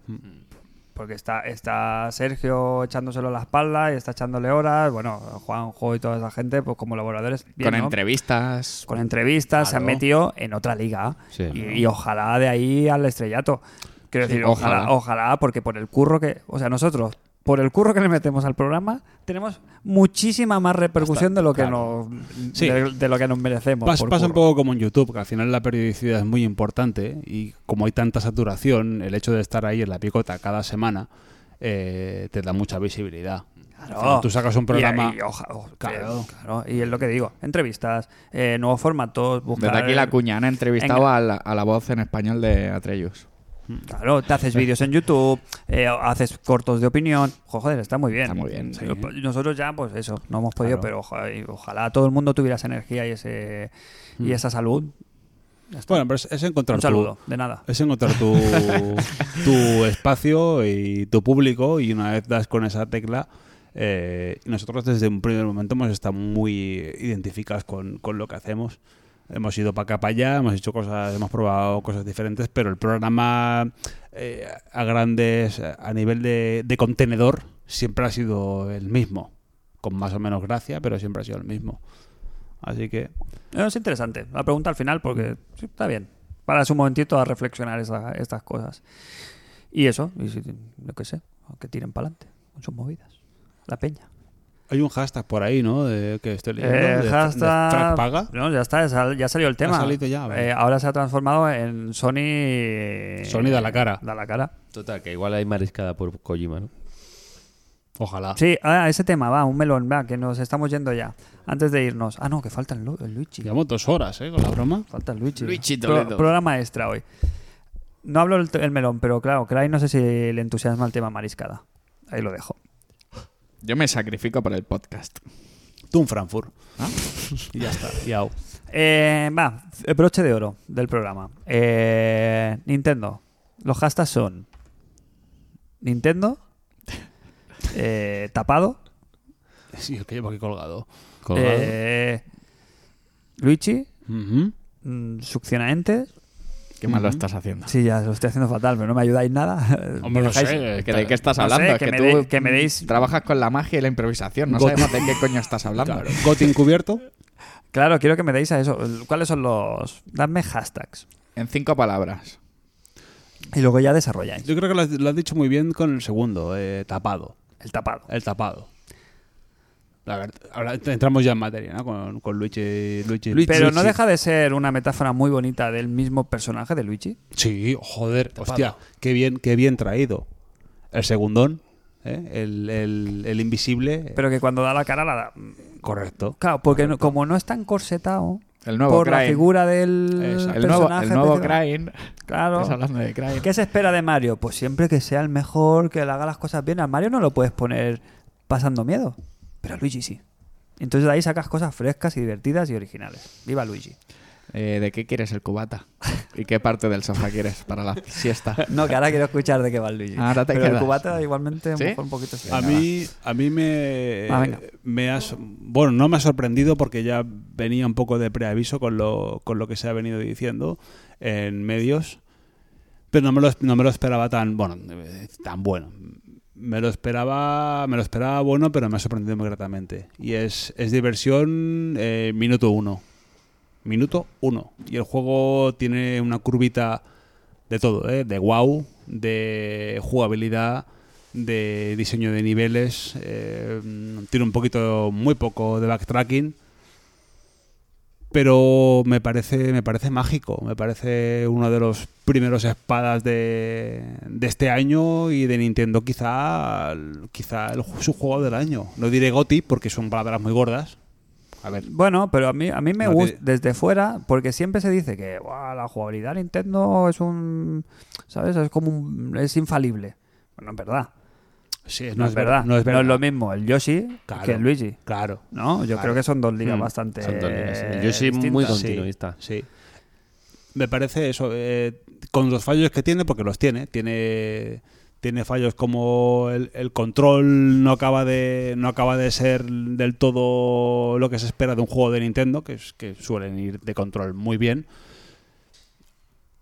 A: Porque está, está Sergio echándoselo a la espalda y está echándole horas. Bueno, Juanjo y toda esa gente, pues como laboradores. bien,
C: Con
A: ¿no?
C: entrevistas.
A: con entrevistas, se han
C: Claro.
A: metido en otra liga.
D: Sí.
A: y, y ojalá de ahí al estrellato. Quiero
C: Sí,
A: decir, ojalá. ojalá,
C: ojalá.
A: porque por el curro que. O sea, nosotros, por el curro que le metemos al programa, tenemos muchísima más repercusión de lo que nos
B: Sí.
A: de, de lo que nos merecemos.
B: Pas-
A: por
B: pasa un
A: curro.
B: poco como en YouTube, que al final la periodicidad es muy importante y como hay tanta saturación, el hecho de estar ahí en la picota cada semana eh, te da mucha visibilidad.
A: Claro.
B: Al final Tú sacas un programa...
A: Y, y oja- oh,
B: Claro.
A: eh, claro. Y es lo que digo: entrevistas, eh, nuevos formatos, buscar.
C: Desde aquí la cuña han entrevistado a la, a la voz en español de Atreyus.
A: Claro, te haces vídeos en YouTube, eh, haces cortos de opinión. Jo, Joder, está muy bien.
C: Está muy bien, sí.
A: Yo- Nosotros ya, pues eso, no hemos podido, pero oja- y ojalá todo el mundo tuviera esa energía y, ese,
C: Mm.
A: y esa salud.
B: Bueno, pero es, es encontrar
A: Un
B: tu-
A: saludo, de
C: Eh.
A: nada.
B: Es encontrar tu, tu espacio y tu público y una vez das con esa tecla, eh, nosotros desde un primer momento hemos estado muy identificados con, con lo que hacemos. Hemos ido para acá, para allá, hemos hecho cosas, hemos probado cosas diferentes, pero el programa eh, a grandes, a nivel de, de contenedor, siempre ha sido el mismo. Con más o menos gracia, pero siempre ha sido el mismo. Así que
A: No, Eh, es interesante la pregunta al final
C: Mm.
A: porque sí, está bien. Paras un momentito a reflexionar esa- estas cosas. Y eso, y si, lo que sé, que tiren para adelante con sus movidas. La peña.
B: hay un hashtag por ahí, ¿no? De- que estoy leyendo.
A: Eh,
B: de- de
A: hashtag-
B: Frank Paga.
A: No, ya está, ya sal- ya salió el tema.
B: salido ya, vale.
A: Eh, ahora se ha transformado en Sony.
B: Sony da la cara.
A: Da la cara.
D: Total, que igual hay mariscada por Kojima, ¿no?
B: Ojalá.
A: Sí, ah, ese tema, va, un melón, va, que nos estamos yendo ya. Antes de irnos. Ah, no, que falta el, Lu- el Luigi.
B: Llevamos dos horas, ¿eh? Con la broma.
A: Falta el Luigi.
C: Luigi
A: Pro-
C: Toledo.
A: programa extra hoy. No hablo el, el melón, pero claro, Cry no sé si le entusiasma el tema mariscada. Ahí lo dejo.
C: Yo me sacrifico por el podcast.
B: Tú un Frankfurt. Y ya está. Yao.
A: Eh, va, el broche de oro del programa. Eh, Nintendo. Los hashtags son Nintendo, eh, tapado,
B: Sí, es que llevo aquí colgado.
A: eh, Luigi,
B: Ujú.
A: mm, succionaentes.
C: Qué mal lo estás haciendo.
A: Sí, ya lo estoy haciendo fatal, pero no me ayudáis nada.
B: Hombre, no
A: Dejáis-
B: sé.
C: ¿Que ¿De qué estás
A: No sé,
C: hablando? Es
A: que
C: que,
A: me
C: tú
A: deis- que me deis-
C: trabajas con la magia y la improvisación. No
B: Got-
C: sabemos de qué coño estás hablando.
B: Claro. Gotin cubierto.
A: Claro, quiero que me deis a eso. ¿Cuáles son los...? Dadme hashtags.
C: En cinco palabras.
A: Y luego ya desarrolláis.
B: Yo creo que lo has, lo has dicho muy bien con el segundo, eh, tapado.
A: El tapado.
B: El tapado. A ver, ahora entramos ya en materia, ¿no? Con, con Luigi, Luigi.
A: Pero no
B: Luigi.
A: deja de ser una metáfora muy bonita del mismo personaje de Luigi.
B: Sí, joder, hostia, qué bien, qué bien traído. El segundón, ¿eh? el, el- el invisible.
A: Pero que cuando da la cara la da... mm,
B: correcto.
A: Claro, porque no- como no está encorsetado
C: El nuevo
A: por la
C: Crane.
A: figura del
B: Exacto.
C: El nuevo,
A: personaje
C: el nuevo
A: principal.
C: Crane. Estás
A: Claro.
C: hablando de Crane.
A: ¿Qué se espera de Mario? Pues siempre que sea el mejor, que le haga las cosas bien. A Mario no lo puedes poner pasando miedo, pero a Luigi sí. Entonces de ahí sacas cosas frescas y divertidas y originales. Viva Luigi.
C: Eh, ¿De qué quieres el cubata? ¿Y qué parte del sofá quieres para la siesta?
A: No, que ahora quiero escuchar de qué va el Luigi.
C: Ahora te
A: Pero el
C: quedas.
A: cubata igualmente a lo
C: ¿Sí?
A: mejor un poquito sí.
B: A mí, a mí me,
A: Ah, venga.
B: me ha so- bueno, no me ha sorprendido porque ya venía un poco de preaviso con lo, con lo que se ha venido diciendo en medios, pero no me lo, no me lo esperaba tan bueno, eh, tan bueno. Me lo esperaba, me lo esperaba bueno, pero me ha sorprendido muy gratamente. Y es, es diversión eh, minuto uno. Minuto uno. Y el juego tiene una curvita de todo, ¿eh? de wow, de jugabilidad, de diseño de niveles, eh, tiene un poquito, muy poco de backtracking, pero me parece, me parece mágico, me parece uno de los primeros espadas de, de este año y de Nintendo quizá, el- quizá el ju- su juego del año. No diré GOTI porque son palabras muy gordas. A ver,
A: Bueno, pero a mí, a mí me
B: No
A: gusta
B: tiene-
A: desde fuera, porque siempre se dice que "Buah, la jugabilidad de Nintendo es un. ¿Sabes? Es como un- es infalible. Bueno, es verdad.
B: sí,
A: No, es verdad.
B: No es verdad.
A: lo mismo el Yoshi
B: Claro,
A: que el Luigi.
B: Claro.
A: ¿No? Yo
B: Claro.
A: creo que son dos ligas
D: Mm,
A: bastante.
D: son dos ligas, sí. El Yoshi muy
A: distintas.
D: con- continuista.
B: Sí, sí. Me parece eso, eh, con los fallos que tiene, porque los tiene, tiene, tiene fallos como el, el control no acaba de no acaba de ser del todo lo que se espera de un juego de Nintendo, que, es- que suelen ir de control muy bien,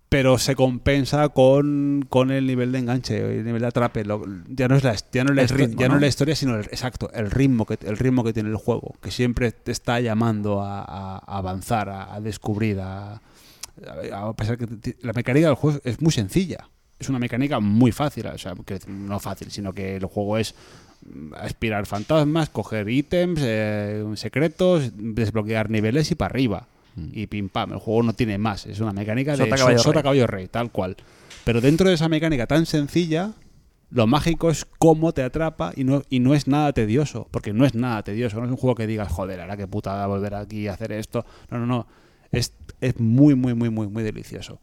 B: pero se compensa con, con el nivel de enganche, el nivel de atrape. lo- ya no es la, ya no es la
A: El
B: histo-
A: ritmo,
B: ya no
A: ¿no?
B: es la historia, sino el, exacto, el ritmo que el ritmo que tiene el juego, que siempre te está llamando a, a- a avanzar, a, a descubrir, a, a- a pesar que ti- la mecánica del juego es muy sencilla. Es una mecánica muy fácil, o sea, que no fácil, sino que el juego es mm, aspirar fantasmas, coger ítems, eh, secretos, desbloquear niveles y para arriba. Y pim pam, el juego no tiene más. Es una mecánica
A: Sota,
B: de
A: caballo,
B: so- sota,
A: rey.
B: caballo, rey, tal cual. Pero dentro de esa mecánica tan sencilla, lo mágico es cómo te atrapa y no, y no es nada tedioso, porque no es nada tedioso, no es un juego que digas, joder, ahora qué putada volver aquí a hacer esto. No, no, no. Es, es muy, muy, muy, muy, muy delicioso.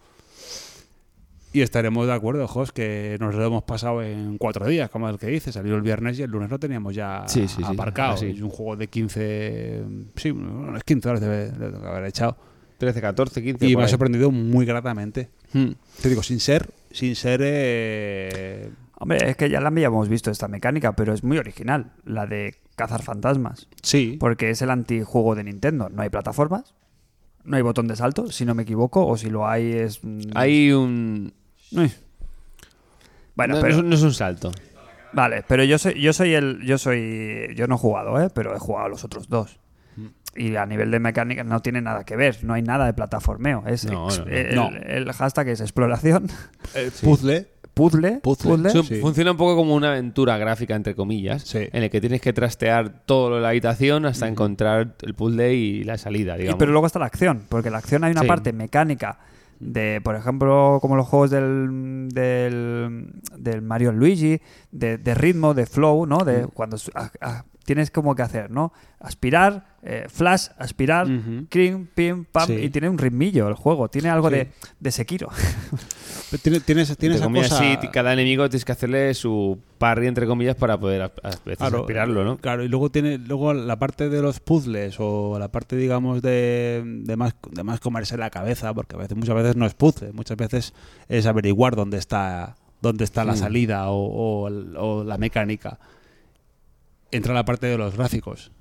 B: Y estaremos de acuerdo, Jos, que nos lo hemos pasado en cuatro días, como el que dice. Salió el viernes y el lunes lo teníamos ya
D: Sí, sí, sí.
B: aparcado.
D: Así.
B: Es un juego de 15, sí, unas 15 horas debe, debe haber echado.
D: 13, 14, 15.
B: Y me ha
D: por ahí. Hmm.
B: sorprendido muy gratamente. Te digo, sin ser, sin ser eh,
A: Hombre, es que ya la habíamos visto esta mecánica, pero es muy original, la de cazar fantasmas.
B: Sí.
A: Porque es el antijuego de Nintendo. No hay plataformas, no hay botón de salto, si no me equivoco, o si lo hay es. mm,
D: Hay un.
A: Uy. Bueno,
D: no,
A: pero. ¿Eh?
D: no es- no es un salto.
A: Vale, pero yo soy, yo soy el. Yo soy. Yo no he jugado, ¿eh? Pero he jugado a los otros dos.
D: Mm.
A: Y a nivel de mecánica no tiene nada que ver, no hay nada de plataformeo. Es
D: No,
A: ex-
D: no, no.
A: El,
B: No.
A: el hashtag es exploración,
D: Eh,
B: puzzle.
A: puzzle,
B: Puzzle.
A: puzzle.
D: Es un-
B: Sí.
D: Funciona un poco como una aventura gráfica, entre comillas,
B: Sí.
D: en el que tienes que trastear todo lo de la habitación hasta encontrar el puzzle y la salida,
A: Mm. Y-
D: digamos.
A: pero luego está la acción, porque la acción hay una
D: Sí.
A: parte mecánica de, por ejemplo, como los juegos del, del, del Mario Luigi, de, de ritmo, de flow, ¿no? De cuando su- a- a- tienes como que hacer, ¿no? Aspirar, eh, flash, aspirar,
B: Ujú.
A: crim, pim, pam,
B: Sí.
A: y tiene un ritmillo el juego, tiene algo
B: Sí.
A: de, de Sekiro.
B: Pero tiene- Tienes,
D: Entre
B: tienes esa
D: comillas,
B: cosa...
D: sí, t- cada enemigo tienes que hacerle su parry, entre comillas, para poder a- a veces
B: Claro,
D: aspirarlo, ¿no?
B: Claro, y luego tiene luego la parte de los puzzles o la parte, digamos, de, de más, de más comerse la cabeza, porque a veces, muchas veces no es puzzle, muchas veces es averiguar dónde está, dónde está
D: Mm.
B: la salida o, o el- o la mecánica. Entra la parte de los gráficos.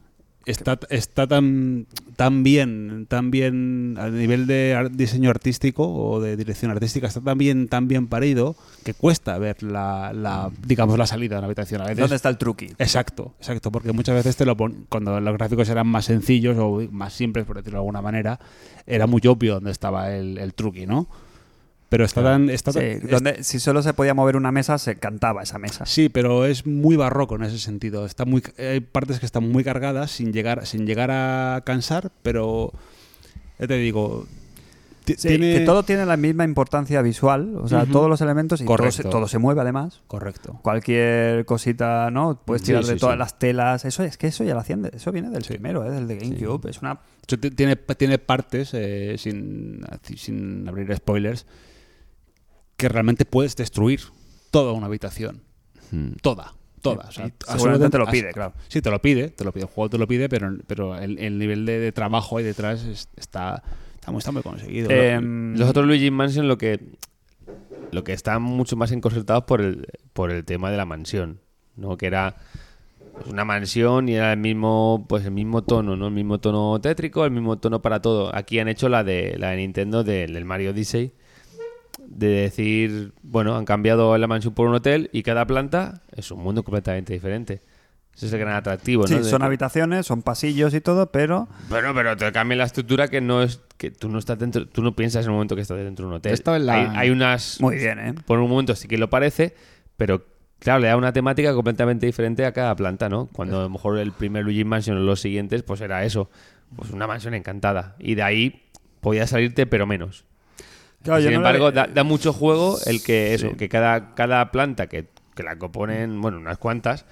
B: Está, está tan, tan bien, tan bien a nivel de ar- diseño artístico o de dirección artística, está tan bien, tan bien parido que cuesta ver la, la,
D: Mm.
B: digamos, la salida de la habitación. A veces
A: ¿Dónde está el truqui?
B: Exacto, exacto, porque muchas veces te lo pon- cuando los gráficos eran más sencillos o más simples, por decirlo de alguna manera, era muy obvio dónde estaba el, el truqui, ¿no? Pero está tan... Está tan-
A: Sí,
B: es-
A: donde, si solo se podía mover una mesa, se cantaba esa mesa.
B: sí, pero es muy barroco en ese sentido. Está muy, hay partes que están muy cargadas sin llegar, sin llegar a cansar, pero... Ya te digo... ti-
A: Sí,
B: tiene-
A: Que todo tiene la misma importancia visual, o sea,
B: Ujú.
A: todos los elementos y todo se,
B: Correcto.
A: todo se mueve además.
B: Correcto.
A: cualquier cosita, ¿no? Puedes
D: Sí,
A: tirar de
D: sí,
A: todas
D: sí.
A: las telas. Eso es que eso ya lo hacían, de- eso viene del primero, ¿eh? del de GameCube. Es una
B: De hecho, ti- tiene, tiene partes, eh, sin, sin abrir spoilers, que realmente puedes destruir toda una habitación. Toda. Toda. O sea,
A: Y seguramente te lo
B: absolutamente-
A: pide,
B: as-
A: claro.
B: Sí, te lo pide, te lo pide, el juego te lo pide, pero, pero el, el nivel de, de trabajo ahí detrás es- está, está, muy, está muy conseguido.
A: Em,
B: Mm.
D: Los otros Luigi Mansion lo que lo que están mucho más encorsetados por el por el tema de la mansión, ¿no? Que era pues, una mansión y era el mismo pues el mismo tono, ¿no? El mismo tono tétrico, el mismo tono para todo. Aquí han hecho la de la de Nintendo del, del Mario Odyssey de decir, bueno, han cambiado la mansión por un hotel y cada planta es un mundo completamente diferente. Ese es el gran atractivo,
A: sí,
D: ¿no? De
A: son
D: que-
A: habitaciones, son pasillos y todo, pero
D: bueno, pero te cambia la estructura que no es que tú no estás dentro, tú no piensas en el momento que estás dentro de un hotel.
C: Yo estaba en la-
D: hay, hay unas
A: muy bien, ¿eh?
D: por un momento sí que lo parece, pero claro, le da una temática completamente diferente a cada planta, ¿no? Cuando a lo mejor el primer Luigi Mansion o los siguientes pues era eso, pues una mansión encantada y de ahí podía salirte pero menos.
A: Claro, yo
D: Sin
A: no la-
D: embargo, da, da mucho juego el que eso, que cada, cada planta que, que la componen, bueno, unas cuantas,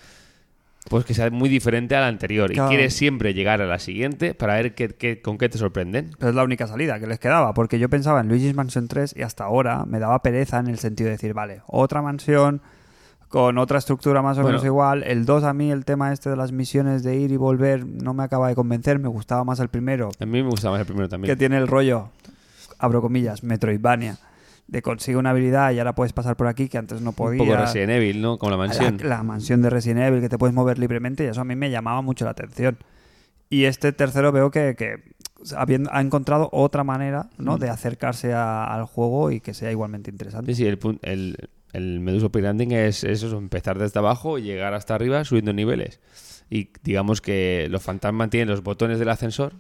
D: pues que sea muy diferente a la anterior.
A: Claro.
D: Y quieres siempre llegar a la siguiente para ver qué, qué- con qué te sorprenden.
A: Pero es la única salida que les quedaba, porque yo pensaba en Luigi's Mansion 3 y hasta ahora me daba pereza en el sentido de decir, vale, otra mansión con otra estructura más o
D: Bueno.
A: menos igual. El 2 a mí, el tema este de las misiones de ir y volver, no me acaba de convencer, me gustaba más el primero,
D: A mí me gustaba más el primero
A: que
D: también.
A: tiene el rollo, abro comillas, Metroidvania, de consigue una habilidad y ahora puedes pasar por aquí que antes no
D: Un
A: podías.
D: poco Resident Evil, ¿no? Como la
A: La-
D: mansión.
A: La, mansión de Resident Evil, que te puedes mover libremente, y eso a mí me llamaba mucho la atención. Y este tercero veo que, que habiendo- ha encontrado otra manera ¿no? de acercarse a- al juego y que sea igualmente interesante.
D: Mm. Sí, sí, el, pun- el, el Medusa Piranding es eso, es empezar desde abajo y llegar hasta arriba subiendo niveles. Y digamos que los fantasmas tienen los botones del ascensor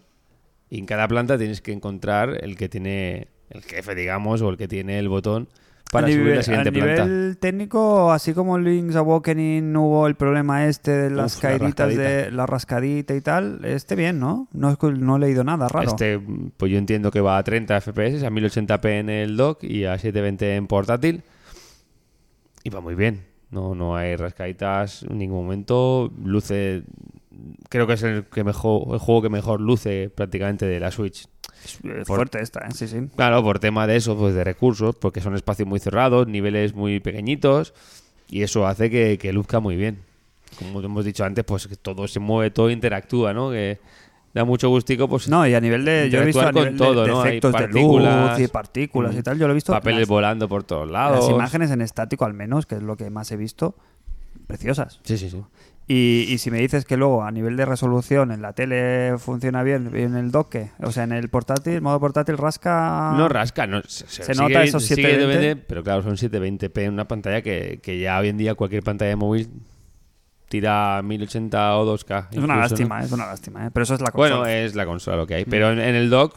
D: y en cada planta tienes que encontrar el que tiene el jefe, digamos, o el que tiene el botón para
A: A
D: subir
A: nivel-
D: la siguiente
A: a
D: planta.
A: nivel técnico, así como en Link's Awakening hubo el problema este de las
D: Uf, la
A: caíditas, de
D: rascadita.
A: la rascadita y tal, este bien, ¿no? No, he escu- Ah, no he leído nada raro.
D: Este, pues yo entiendo que va a 30 FPS, a 1080p en el dock y a 720 en portátil. Y va muy bien. No, no hay rascaditas en ningún momento. Luce. Creo que es el, que mejor, el juego que mejor luce prácticamente de la Switch.
A: es eh,
D: por-
A: fuerte esta, ¿eh? sí, sí.
D: Claro, por tema de eso, pues de recursos, porque son espacios muy cerrados, niveles muy pequeñitos, y eso hace que, que luzca muy bien. Como hemos dicho antes, pues que todo se mueve, todo interactúa, ¿no? Que da mucho gustico, pues
A: No, y a nivel de. Eh, Yo he visto a
D: Interactuar con
A: nivel
D: todo,
A: de,
D: ¿no?
A: de
D: Hay
A: efectos de luz
D: partículas.
A: y partículas y
D: Mm.
A: tal. Yo lo he visto.
D: papeles
A: las-
D: volando por todos lados.
A: Las imágenes en estático, al menos, que es lo que más he visto, preciosas.
D: Sí, sí, sí.
A: Y, y si me dices que luego a nivel de resolución en la tele funciona bien, en el doque, o sea, en el portátil, modo portátil rasca.
D: No rasca, no, se,
A: Ah. Se nota esos
D: sigue
A: 720.
D: 720, pero claro, son 720p en una pantalla que, que ya hoy en día cualquier pantalla de móvil tira 1080 o 2K.
A: es una
D: incluso,
A: lástima,
D: ¿no?
A: es una lástima, ¿eh? pero eso es la cosa.
D: Bueno, es la consola lo que hay, pero en, en el dock,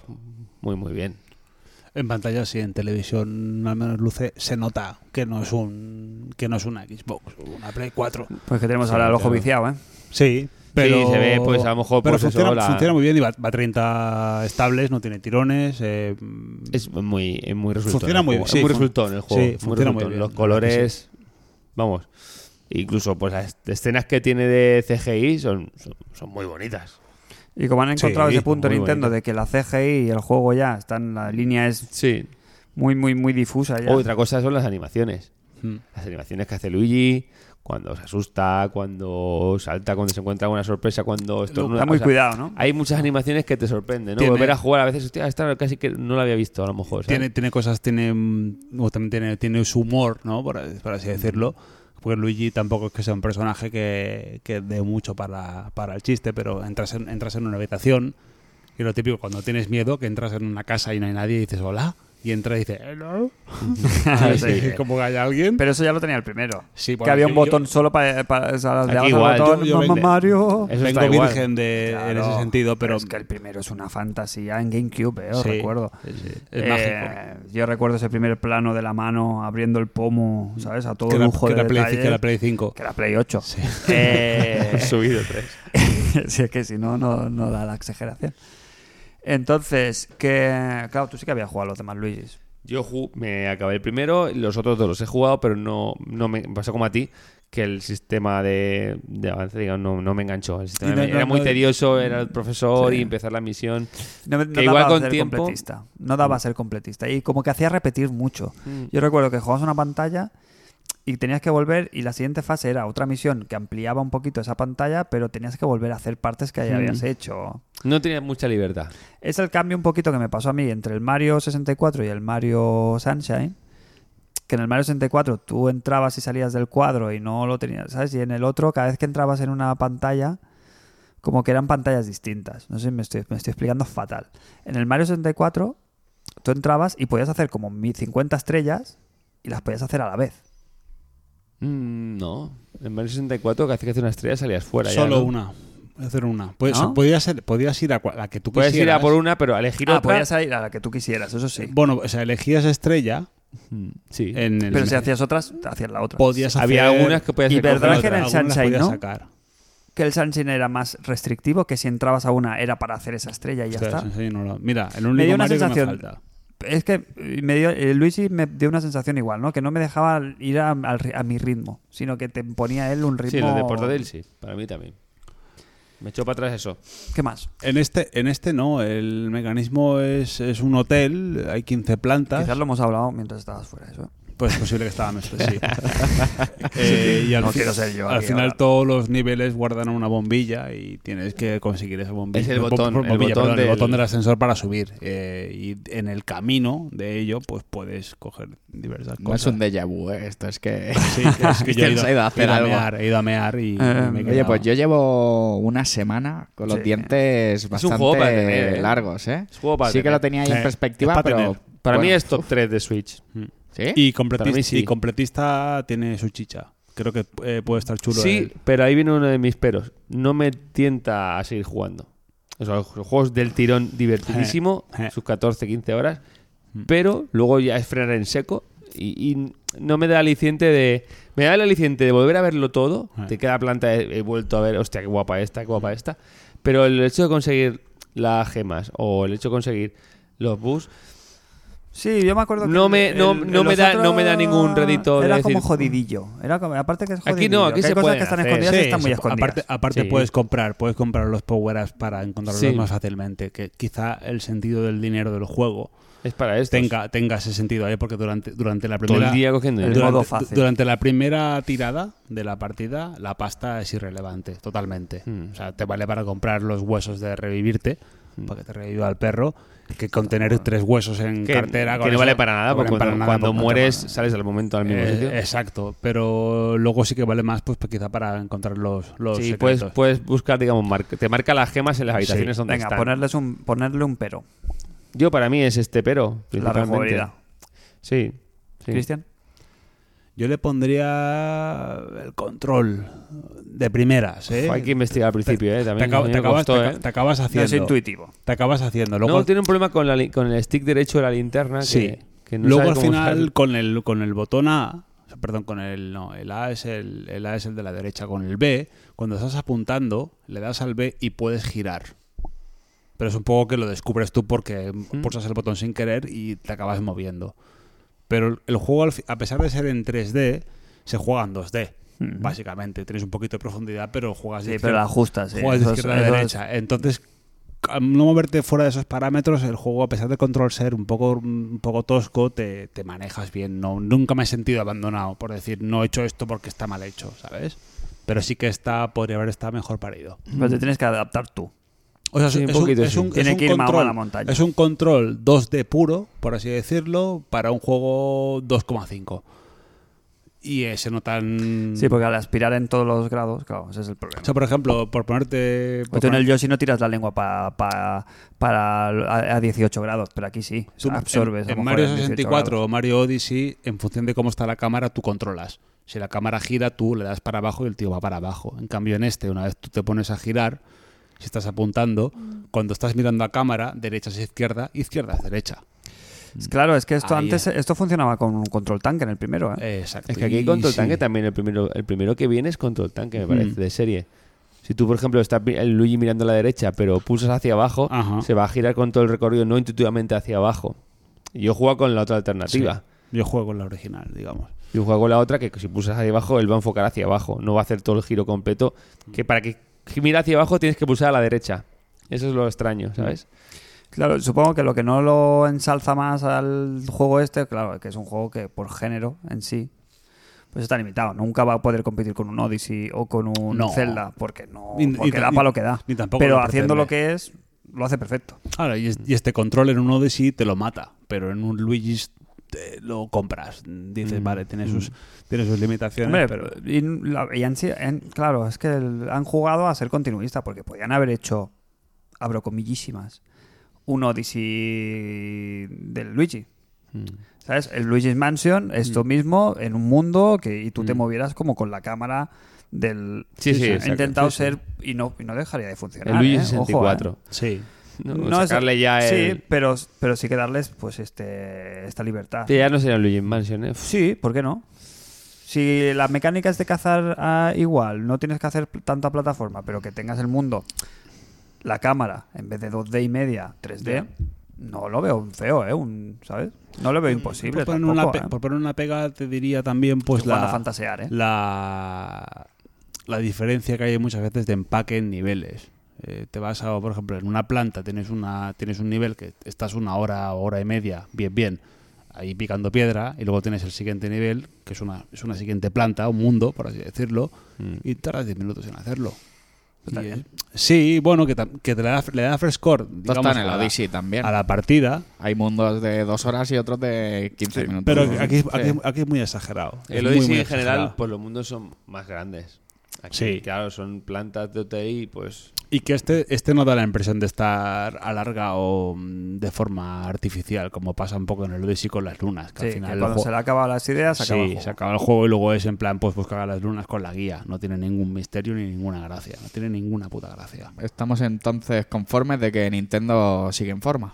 D: muy, muy bien.
B: En pantalla sí, en televisión al menos luce, se nota que no es un que no es una Xbox, una Play 4.
A: pues que tenemos ahora el ojo
D: claro.
A: viciado, ¿eh?
B: Sí, pero
D: se ve, pues, a lo mejor,
B: pero
D: pues, eso,
B: funciona,
D: la-
B: funciona muy bien y va, va a 30 estables, no tiene tirones, eh,
D: Es muy, es muy resultón.
B: Funciona
D: el
B: muy
D: juego,
B: bien, sí,
D: es muy
B: fun-
D: resultón el juego.
B: sí,
D: muy
B: funciona muy
D: resultón.
B: bien,
D: Los
B: la
D: colores, vamos, incluso pues las escenas que tiene de CGI son, son, son muy bonitas.
A: Y como han encontrado
B: Sí,
A: ese punto
D: muy
A: Nintendo
D: bonito.
A: de que la CGI y el juego ya están, la línea es
D: Sí.
A: muy, muy, muy difusa ya.
D: Otra cosa son las animaciones.
B: Mm.
D: Las animaciones que hace Luigi, cuando se asusta, cuando salta, cuando se encuentra una sorpresa, cuando estornuda.
A: Está muy
D: O sea,
A: cuidado, ¿no?
D: Hay muchas animaciones que te sorprenden, ¿no?
B: Tiene-
D: Volver a jugar a veces, hostia, esta casi que no la había visto a lo mejor. ¿sabes?
B: tiene, tiene cosas, tiene mm, o también tiene, tiene su humor, ¿no? Por, por así decirlo. Porque Luigi tampoco es que sea un personaje que, que dé mucho para, para el chiste, pero entras en, entras en una habitación y lo típico cuando tienes miedo, que entras en una casa y no hay nadie y dices hola, y entras y "Eh, dices hello,
D: Sí, sí.
B: Y como que hay alguien.
A: Pero eso ya lo tenía el primero.
B: Sí,
A: que
B: bueno,
A: había
B: yo-
A: un botón
B: yo-
A: solo para, para o sea, le
D: Aquí
A: dabas al
D: igual, yo-
A: botón,
B: yo
A: "Mamá
B: vende-
A: Mario.
D: Eso
B: vengo
D: está igual.
B: virgen de, en
A: Claro,
B: ese sentido, pero
A: es que el primero es una fantasía en GameCube, eh, os
B: Sí,
A: recuerdo.
B: es mágico.
A: Eh, Yo recuerdo ese primer plano de la mano abriendo el pomo, ¿sabes? A todo
B: Que la,
A: lujo
B: que
A: de
B: la Play,
A: detalles.
B: que la Play 5.
A: Que la Play 8.
B: Sí.
A: Eh,
D: Han subido tres.
A: si es que si no, no, no da la exageración. Entonces, que. Claro, tú sí que habías jugado a los demás Luigis.
D: Yo ju- me acabé el primero, los otros dos los he jugado, pero no, no me pasó como a ti, que el sistema de, de avance digamos, no, no me enganchó. El sistema
B: Y no-
D: me- era
B: no-
D: muy
B: no-
D: tedioso, era el profesor
A: Sí.
D: y empezar la misión.
A: No, no
D: Que
A: daba
D: igual
A: a
D: con
A: ser
D: tiempo-
A: completista. No daba a ser completista. Y como que hacía repetir mucho.
D: Mm.
A: Yo recuerdo que jugabas una pantalla y tenías que volver y la siguiente fase era otra misión que ampliaba un poquito esa pantalla, pero tenías que volver a hacer partes
D: Mm.
A: que ya habías hecho.
D: No tenía mucha libertad.
A: Es el cambio un poquito que me pasó a mí entre el Mario 64 y el Mario Sunshine. Que en el Mario 64 tú entrabas y salías del cuadro y no lo tenías, ¿sabes? Y en el otro, cada vez que entrabas en una pantalla, como que eran pantallas distintas. No sé si me estoy, me estoy explicando fatal. En el Mario 64 tú entrabas y podías hacer como mi- 50 estrellas y las podías hacer a la vez.
D: Mm, no. En Mario 64, que hace que hace una estrella, salías fuera. ya,
B: Solo
D: ¿no?
B: una. Voy a hacer una. Pues,
A: ¿No?
B: podías, ser- podías ir a cua- la que tú
D: Puedes ir
B: quisieras. Eh,
D: a por una, pero al elegir
A: Ah,
D: otra.
A: podías ir a la que tú quisieras, eso sí.
B: Bueno, o sea, elegías estrella
D: Mm, Sí.
B: en el.
A: Pero si hacías otras, hacías la otra.
B: podías eh, pues hacer-
D: Había algunas que podías
A: Y
D: hacer
A: verdad
D: con
A: que
D: otra.
A: era-
B: algunas
A: Sunshine,
B: podías
A: ¿no?
B: sacar.
A: Que el Sunshine era más restrictivo, que si entrabas a una era para hacer esa estrella y ya
B: Hostia,
A: está.
B: Sunshine no lo- Mira, el
A: Me dio
B: único
A: una
B: Mario que me
A: sensación-
B: falta.
A: Es que eh, me dio- eh, Luigi me dio una sensación igual, ¿no? Que no me dejaba ir a, al ri- a mi ritmo, sino que te ponía él un ritmo.
D: Sí, lo de portátil, sí. Para mí también. Me echó para atrás eso.
A: ¿Qué más?
B: En este, en este no, el mecanismo es, es un hotel, hay 15 plantas.
A: Quizás lo hemos hablado mientras estabas fuera, eso. ¿eh?
B: Pues es posible que estaba mezclado, sí. Eh, y al,
A: No
B: fin-
A: quiero ser yo
B: al
A: aquí
B: final
A: ahora.
B: todos los niveles guardan una bombilla y tienes que conseguir esa bombilla.
C: Es el
B: bo-
C: botón,
B: bo-
C: el
B: bombilla,
C: botón
B: perdón,
C: del-
B: botón del ascensor para subir. Eh, y en el camino de ello, pues puedes coger diversas
C: No es
B: cosas.
C: un déjà vu eh, esto, es que...
B: Sí, es que yo he
C: Cristian
B: ido,
C: se ha ido a
B: he
C: hacer
B: ido a
C: algo.
B: mear, he ido a mear y,
A: Eh,
B: y me he
C: Oye,
B: quedado.
C: pues yo llevo una semana con los
A: Sí.
C: dientes bastante
D: juego para tener, ¿eh?
C: largos, ¿eh?
D: Es juego para
C: sí que
D: tener.
C: lo tenía ahí
B: Sí.
C: en perspectiva,
B: Es para
C: pero...
B: tener.
D: Para mí
C: bueno,
D: es top 3 de Switch. Mm.
C: ¿Sí?
B: Y
D: Para mí
B: completista,
D: sí.
B: y completista tiene su chicha. Creo que eh, puede estar chulo.
D: sí,
B: el-
D: pero ahí viene uno de mis peros. No me tienta a seguir jugando. O sea, los juegos del tirón divertidísimo,
B: Je, Mm. je.
D: sus 14, 15 horas, pero luego ya es frenar en seco y, y no me da aliciente de... Me da el aliciente de volver a verlo todo.
B: Je.
D: De cada planta he, he vuelto a ver, hostia, qué guapa esta, qué guapa esta. Pero el hecho de conseguir las gemas o el hecho de conseguir los bus,
A: Sí, yo me acuerdo que.
D: No me- no- no me
A: los
D: da- no me da ningún rédito de
A: Era como
D: decir-
A: jodidillo. Era como, aparte que es
D: Aquí
A: jodidillo.
D: no, aquí
A: que
D: se
A: hay cosas
D: pueden
A: que están
D: hacer,
A: escondidas
B: Eh, Sí,
A: y están muy
B: se-
A: escondidas.
B: Aparte, aparte
D: Sí. ah,
B: puedes comprar, puedes comprar los power-ups para encontrarlos
D: Sí.
B: más fácilmente. Que quizá el sentido del dinero del juego
D: es para esto.
B: tenga, tenga ese sentido ahí, porque durante, durante la
D: Todo
B: primera.
D: el día cogiendo...
A: el
D: dinero.
B: durante,
A: modo fácil.
B: durante la primera tirada de la partida, la pasta es irrelevante, totalmente.
D: Mm.
B: O sea, te vale para comprar los huesos de revivirte,
D: Hmm.
B: para que te reviva el perro, que contener tres huesos en
D: Ah. que,
B: cartera.
D: que
B: con
D: no
B: eso-
D: vale para nada,
B: no valen
D: porque
B: para
D: cuando,
B: nada,
D: cuando
B: porque no te
D: mueres
B: van a-
D: sales al momento al mismo
B: Eh,
D: sitio.
B: exacto, pero luego sí que vale más pues quizá para encontrar los, los
D: sí, pues, puedes,
B: secretos.
D: puedes buscar, digamos, mar- te marca las gemas en las habitaciones donde
A: Venga,
D: están.
A: ponerles un, ponerle un pero.
D: Yo para mí es este pero,
A: La
D: principalmente.
A: rejugabilidad.
D: Sí. sí.
A: Cristian.
B: Yo le pondría el control de primeras, ¿eh?
D: Uf, hay que investigar al principio, ¿eh?
B: te,
D: También
B: acaba-
D: me
B: te acabas,
D: costó,
B: te
D: ¿eh?
B: aca- te acabas
A: No es
B: haciendo.
A: intuitivo.
B: te acabas haciendo. Luego,
D: No, tiene un problema con, la li- con el stick derecho de la linterna. que-
B: sí.
D: que no
B: Luego
D: sabe
B: al
D: cómo
B: final
D: usarlo.
B: con el, con el botón A, o sea, perdón, con el no, el A es el, el A es el de la derecha, con el B, cuando estás apuntando, le das al B y puedes girar. Pero es un poco que lo descubres tú porque pulsas el botón sin querer y te acabas moviendo. Pero el- el juego, al fi- a pesar de ser en 3D, se juega en 2D, básicamente. Tienes un poquito de profundidad, pero juegas de
A: Sí, pero la
B: izquierda-
A: ajustas. sí.
B: Juegas de
A: Eso es-
B: izquierda a
A: eso es-
B: derecha. Entonces, al no moverte fuera de esos parámetros, el juego, a pesar de control ser un poco, un poco tosco, te, te manejas bien. No, nunca me he sentido abandonado por decir, no he hecho esto porque está mal hecho, ¿sabes? Pero sí que está, podría haber estado mejor parido.
A: Pero te tienes que adaptar tú.
B: O sea,
D: Sí,
B: es,
D: un
B: un-
D: poquito,
B: es
D: sí.
B: un, es
A: Tiene
B: un
A: que ir más
B: control,
A: a la montaña.
B: Es un control 2D puro, por así decirlo, para un juego 2,5. Y eh, se
D: Mm.
B: notan...
A: Sí, porque al aspirar en todos los grados, claro, ese es el problema.
B: o sea, por ejemplo, por ponerte... por
A: Porque tú en
B: poner-
A: el Yoshi no tiras la lengua pa- pa- para a, a 18 grados, pero aquí sí.
B: Tú
A: absorbes.
B: En,
A: a lo mejor
B: en Mario
A: 18
B: 64
A: grados.
B: o Mario Odyssey, en función de cómo está la cámara, tú controlas. Si la cámara gira, tú le das para abajo y el tío va para abajo. En cambio, en este, una vez tú te pones a girar, si estás apuntando, cuando estás mirando a cámara, derecha es izquierda, izquierda es derecha.
A: Claro, es que esto
B: Ahí
A: antes esto funcionaba con un control tanque en el primero. ¿eh?
B: Exacto.
D: Es que aquí hay
B: Y
D: control
B: sí. Mm.
D: tanque también. El primero, el primero que viene es control tanque, me parece, de serie. Si tú, por ejemplo, estás mi- el Luigi mirando a la derecha, pero pulsas hacia abajo,
B: Ajá.
D: se va a girar con todo el recorrido no intuitivamente hacia abajo. Y Yo juego con la otra alternativa.
B: Yo juego con la original, digamos.
D: Y un juego con la otra que si pulsas hacia abajo, él va a enfocar hacia abajo. No va a hacer todo el giro completo. Que para que mire hacia abajo tienes que pulsar a la derecha. Eso es lo extraño, ¿sabes?
A: Claro, supongo que lo que no lo ensalza más al juego este, claro, que es un juego que por género en sí, pues está limitado. Nunca va a poder competir con un Odyssey o con un
B: No.
A: Zelda, porque no
B: Ni- ni
A: porque
B: ta-
A: da
B: ni-
A: para lo que da.
B: ni tampoco
A: pero
B: lo
A: haciendo lo
B: pretende.
A: que es, lo hace perfecto.
B: Ahora, y, es- y este control en un Odyssey te lo mata, pero en un Luigi's te lo compras.
D: Mm.
B: Dices, vale, tiene sus, tiene sus limitaciones.
A: Hombre,
B: pero...
A: y, la- y han sido- han- claro, es que el- han jugado a ser continuista porque podían haber hecho, abro comillísimas, un Odyssey del Luigi.
D: Mm.
A: ¿Sabes? El Luigi's Mansion, esto mismo, en un mundo que y tú te movieras como con la cámara del...
D: Mm. Sí, sí,
A: o sea,
D: exacto.
A: he intentado
D: Sí, sí.
A: ser y no, y no dejaría de funcionar.
D: El Luigi
A: ¿eh? Ojo, ¿eh?
D: 64.
B: Sí.
D: No,
A: No es-
D: sacarle ya el...
A: Sí, pero, pero sí que darles pues este esta libertad.
D: Que ya no sería Luigi Mansion, ¿eh?
A: Sí, ¿por qué no? Si las mecánicas de cazar ah, igual, no tienes que hacer pl- tanta plataforma, pero que tengas el mundo, la cámara, en vez de 2D y media, 3D, no lo veo feo, ¿eh? Un, ¿Sabes? No lo veo imposible.
B: Por poner,
A: tampoco,
B: Mm, pues una pe-
A: ¿eh?
B: por poner una pega, te diría también pues
A: Estoy jugando
B: la,
A: a fantasear, ¿eh?
B: la, la diferencia que hay muchas veces de empaque en niveles. Eh, te vas a, por ejemplo, en una planta tienes, una, tienes un nivel que estás una hora, hora y media, bien, bien. ahí picando piedra, y luego tienes el siguiente nivel, que es una, es una siguiente planta, un mundo, por así decirlo,
C: Mm.
B: y tardas 10 minutos en hacerlo. Y es- sí, bueno, que, tam- que te le da, le da frescor
C: Esto
B: digamos,
C: está en el
B: a,
C: Odyssey
B: la,
C: también.
B: a la partida,
C: Hay mundos de dos horas y otros de 15 minutos.
B: pero aquí,
C: Sí.
B: aquí, aquí es muy exagerado. Es
D: El
B: muy,
D: Odyssey
B: muy
D: en general,
B: exagerado.
D: pues los mundos son más grandes. Aquí,
B: Sí.
D: Claro, son plantas de OTI, pues.
B: Y que este, este no da la impresión de estar alargado mm, de forma artificial, como pasa un poco en el Odyssey con las lunas. Que
A: Sí,
B: al
A: que
B: final el
A: cuando
B: juego-
A: se le han acabado las ideas, se acaba el
B: Sí,
A: juego.
B: se acaba el juego y luego es en plan, pues buscar a las lunas con la guía. No tiene ningún misterio ni ninguna gracia. No tiene ninguna puta gracia.
C: Estamos entonces conformes de que Nintendo sigue en forma.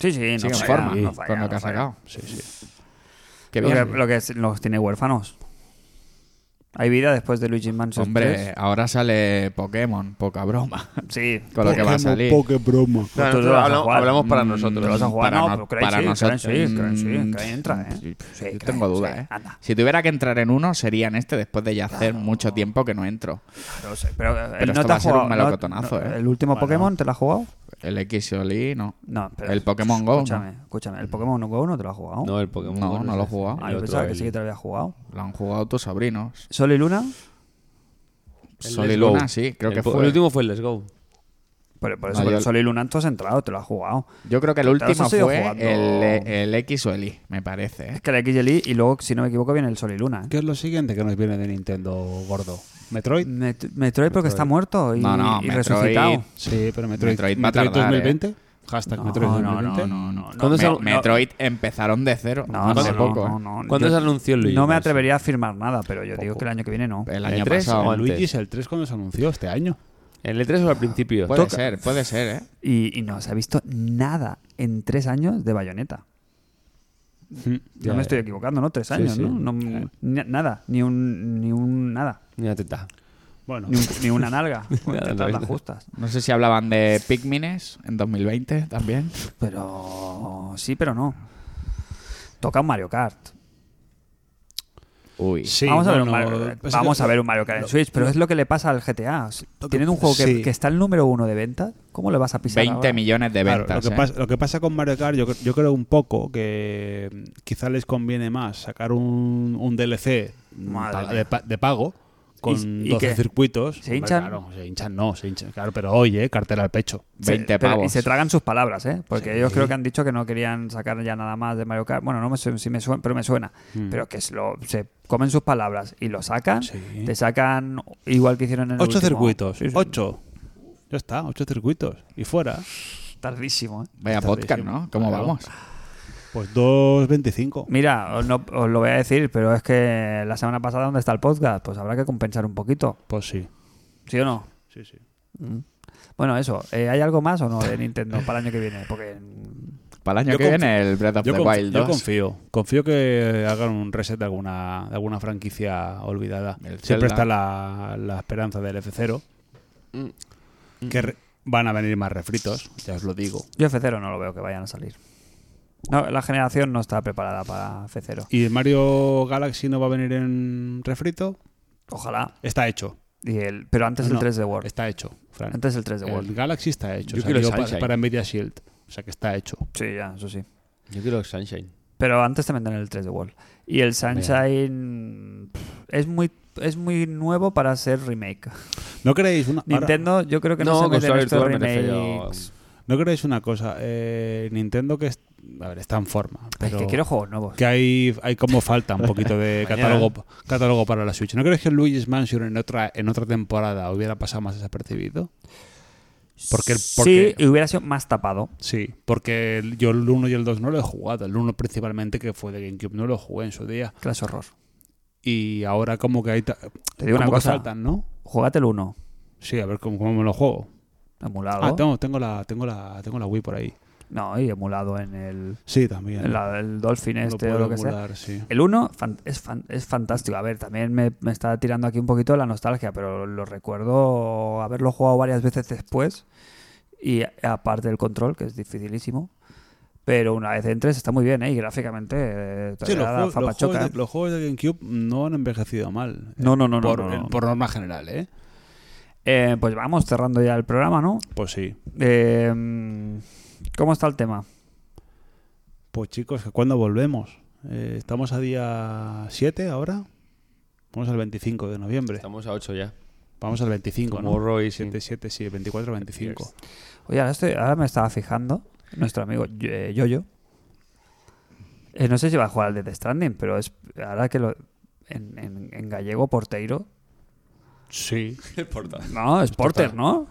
A: Sí, sí, no
C: Sigue en
A: falla,
C: forma
A: no
C: con
A: falla,
C: lo
A: no
C: que ha
A: falla.
C: sacado.
B: Sí, sí.
C: Qué
A: Lo que,
C: bien.
A: lo que es- los tiene huérfanos. ¿Hay vida después de Luigi Mansion
C: Hombre,
A: 3?
C: ahora sale Pokémon, poca broma.
A: Sí.
C: Con lo que va a salir.
B: Poke broma.
A: Tú te lo vas a jugar. Mm, Te lo vas a jugar,
C: Para
A: no,
C: no-
A: pero Craig
C: para
A: sí,
C: nosotros-
A: Craig sí, Craig sí,
C: Mm,
A: Craig entra, ¿eh?
C: sí,
A: Sí,
C: yo
A: Craig,
C: tengo duda,
A: sí,
C: ¿eh?
A: anda.
C: Si tuviera que entrar en uno, sería en este después de ya hacer mucho tiempo que no entro.
A: No sé, pero, eh,
C: Pero
A: no
C: esto
A: te
C: va
A: ha
C: a ser un
A: jugado, no-
C: melocotonazo,
A: no,
C: ¿eh?
A: ¿El último
B: Bueno.
A: Pokémon te lo has jugado?
C: El X Oli, no.
A: No, pero-
C: El Pokémon Go,
A: Escúchame, escúchame. ¿El Pokémon Go Oh. no te lo has jugado?
D: No, el Pokémon.
C: No,
D: Go
C: no
D: es
C: lo he
D: ese.
C: jugado.
A: Ah,
D: El
A: yo
D: otro,
A: pensaba que
D: el-
A: sí que te lo había jugado.
C: Lo han jugado tus sobrinos.
A: ¿Sol y Luna?
D: el
C: Sol y
D: Let's Go.
C: Luna, sí, creo
D: El
C: que
D: po-
C: fue.
D: El último fue el Let's Go.
A: Por, por eso,
C: No, yo-
A: Sol y Luna tú has entrado, te lo has jugado.
C: Yo creo que el
A: Pero te lo has
C: último
A: seguido
C: fue
A: jugando.
C: el, el X o el Y, me parece. ¿eh?
A: Es que la XLI y luego, si no me equivoco, viene el Sol y Luna. ¿eh?
B: ¿Qué es lo siguiente que nos viene de Nintendo gordo? ¿Metroid?
A: Met- Metroid porque está muerto y,
C: No, no,
A: y
C: Metroid-
A: resucitado.
B: Sí, pero Metroid.
C: Metroid va a tardar, ¿eh?
B: 2020? Hashtag
A: No,
B: Metroid
A: no, no,
B: 2020.
A: no, no, no.
D: ¿Cuándo
C: Me-
D: sal- no.
C: Metroid empezaron de cero.
A: No,
C: hace
A: no,
C: poco.
A: no,
C: ¿eh?
A: no,
D: ¿Cuándo
A: yo
D: se anunció el Luigi?
A: No me
D: Mansion?
A: atrevería a afirmar nada, pero yo digo que el año que viene no.
C: El
D: ¿El
C: año
D: E3
C: pasado.
D: o
B: El Luigi es el 3 cuando se anunció este año.
D: ¿En el E3 o al principio?
C: Puede
D: Toca.
C: ser, puede ser, ¿eh?
A: Y, y no se ha visto nada en tres años de bayoneta. Yo me estoy equivocando, ¿no? Tres años,
D: sí.
A: ¿no? No-
D: Sí.
A: ni- nada, ni un, ni un nada,
D: Ni una teta.
B: Bueno,
A: ni, un- ni una nalga. Con
D: Nada,
A: tetas
D: no.
A: las justas.
C: No sé si hablaban de Pikmines en 2020 también.
A: Pero sí, pero no. Toca un Mario Kart.
C: Uy.
B: sí,
A: vamos a ver
B: bueno,
A: un Mario,
B: pues es
A: vamos
B: que-
A: a ver un Mario Kart en Switch, pero es lo que le pasa al GTA. Tienen un juego que,
B: sí.
A: que está el número uno de ventas. ¿Cómo le vas a pisar?
C: 20
A: ahora?
C: millones de
B: Claro,
C: ventas.
B: lo, que
C: ¿eh?
B: pasa, lo que pasa con Mario Kart, yo, cre- yo creo un poco que mm, quizá les conviene más sacar un, un DLC
A: Madre
B: mm, pa-
A: mía.
B: de, pa- de pago con
A: ¿Y- y
B: 12
A: qué?
B: circuitos.
A: ¿Se hinchan?
B: Claro, se hinchan, no, se hinchan. Claro, pero oye, cartera al pecho.
A: Sí,
C: 20
A: pero-
C: pavos.
A: Y se tragan sus palabras, ¿eh? Porque ellos creo que han dicho que no querían sacar ya nada más de Mario Kart. Bueno, no me suena, sí me suena, pero me suena. Pero que es lo- se comen sus palabras y lo sacan.
B: Mm. Sí.
A: Te sacan igual que hicieron en el
B: Ocho
A: último.
B: circuitos,
A: Sí, sí.
B: ocho. Ya está, ocho circuitos. Y fuera,
A: Tardísimo, ¿eh?
C: Vaya podcast, ¿no? ¿Cómo
B: Claro.
C: vamos?
B: pues 2.25.
A: Mira, os, no- os lo voy a decir, pero es que la semana pasada, ¿dónde está el podcast? Pues habrá que compensar un poquito.
B: Pues sí.
A: ¿Sí o no?
B: Sí, sí.
A: Bueno, eso. eh, ¿Hay algo más o no de Nintendo para el año que viene? Porque mm,
C: Para el año
B: Yo
C: que
B: conf-
C: viene, el Breath of
B: Yo,
C: the
B: conf-
C: Wild
B: yo
C: 2.
B: confío. Confío que hagan un reset de alguna, de alguna franquicia olvidada.
C: El Zelda.
B: Siempre está la, la esperanza del F0. Que re- van a venir más refritos, ya os lo digo.
A: yo F0 no lo veo que vayan a salir. No, la generación no está preparada para F0.
B: ¿Y el Mario Galaxy no va a venir en refrito?
A: Ojalá.
B: Está hecho.
A: Y el, pero antes
B: Ah, No,
A: el 3 de World.
B: Está hecho, Fran.
A: Antes el 3 de World.
B: El Galaxy está hecho.
D: Yo
B: salió
D: quiero
B: pa- para,
D: Sunshine.
B: Media Shield. O sea que está hecho.
A: Sí, ya, eso sí.
D: Yo quiero el Sunshine.
A: Pero antes también tener el 3 de World. Y el Sunshine pff, es muy es muy nuevo para ser remake.
B: ¿No creéis una, ahora-
A: Nintendo, yo creo que no, se
D: con
A: mete en
D: Solar
A: estos
D: Virtual me refiero-
A: remakes.
B: ¿no creéis una cosa? Eh, Nintendo que es- a ver, está en forma.
A: Ay,
B: Pero
A: que quiero juegos nuevos.
B: que hay, hay como falta un poquito de
D: Mañana.
B: catálogo, catálogo para la Switch. ¿No crees que Luigi's Mansion en otra, en otra temporada hubiera pasado más desapercibido? Porque, el-
A: Sí,
B: porque
A: y hubiera sido más tapado.
B: sí, porque el- yo el 1 y el 2 no lo he jugado. El 1 principalmente que fue de GameCube no lo jugué en su día.
A: Clash Horror.
B: Y ahora como que hay... ta-
A: Te digo una
B: como que
A: cosa.
B: faltan, ¿no?
A: Jugate el 1.
B: Sí, a ver cómo, cómo me lo juego.
A: Emulado.
B: Ah, tengo, tengo, la, tengo, la, tengo la Wii por ahí.
A: No, y emulado en el,
B: Sí, también.
A: en la- el Dolphin
B: Lo
A: este
B: puedo
A: o lo que sea.
B: emular, sí.
A: El 1 es, fan- es fantástico. A ver, también me, me está tirando aquí un poquito la nostalgia, pero lo recuerdo haberlo jugado varias veces después. Y a- aparte del control, que es dificilísimo. Pero una vez entres está muy bien, ¿eh? Y gráficamente eh,
B: Sí,
A: todavía da
B: los, juegos, los
A: fapachoca.
B: juegos de, los juegos de GameCube no han envejecido mal. ¿eh?
A: No, ¿eh? no, no, no,
B: por,
A: no, no.
B: por norma general, ¿eh?
A: Eh, pues vamos cerrando ya el Pues programa, ¿no?
B: Pues sí.
A: Eh, ¿Cómo está el tema?
B: Pues chicos, ¿que ¿cuándo volvemos? Eh, estamos a día 7 ahora. Vamos al 25 de noviembre.
D: Estamos a 8 ya.
B: Vamos al 25, ¿no?
D: Tomorrow is in-
B: 7, 7, sí, 24, 25.
A: Oye, ahora, Pues estoy- ahora me estaba fijando, nuestro amigo eh, Yoyo. Eh, no sé si va a jugar al Death Stranding, pero es ahora que lo. En, en- en gallego, porteiro.
B: Sí.
A: No, es Porter, ¿no?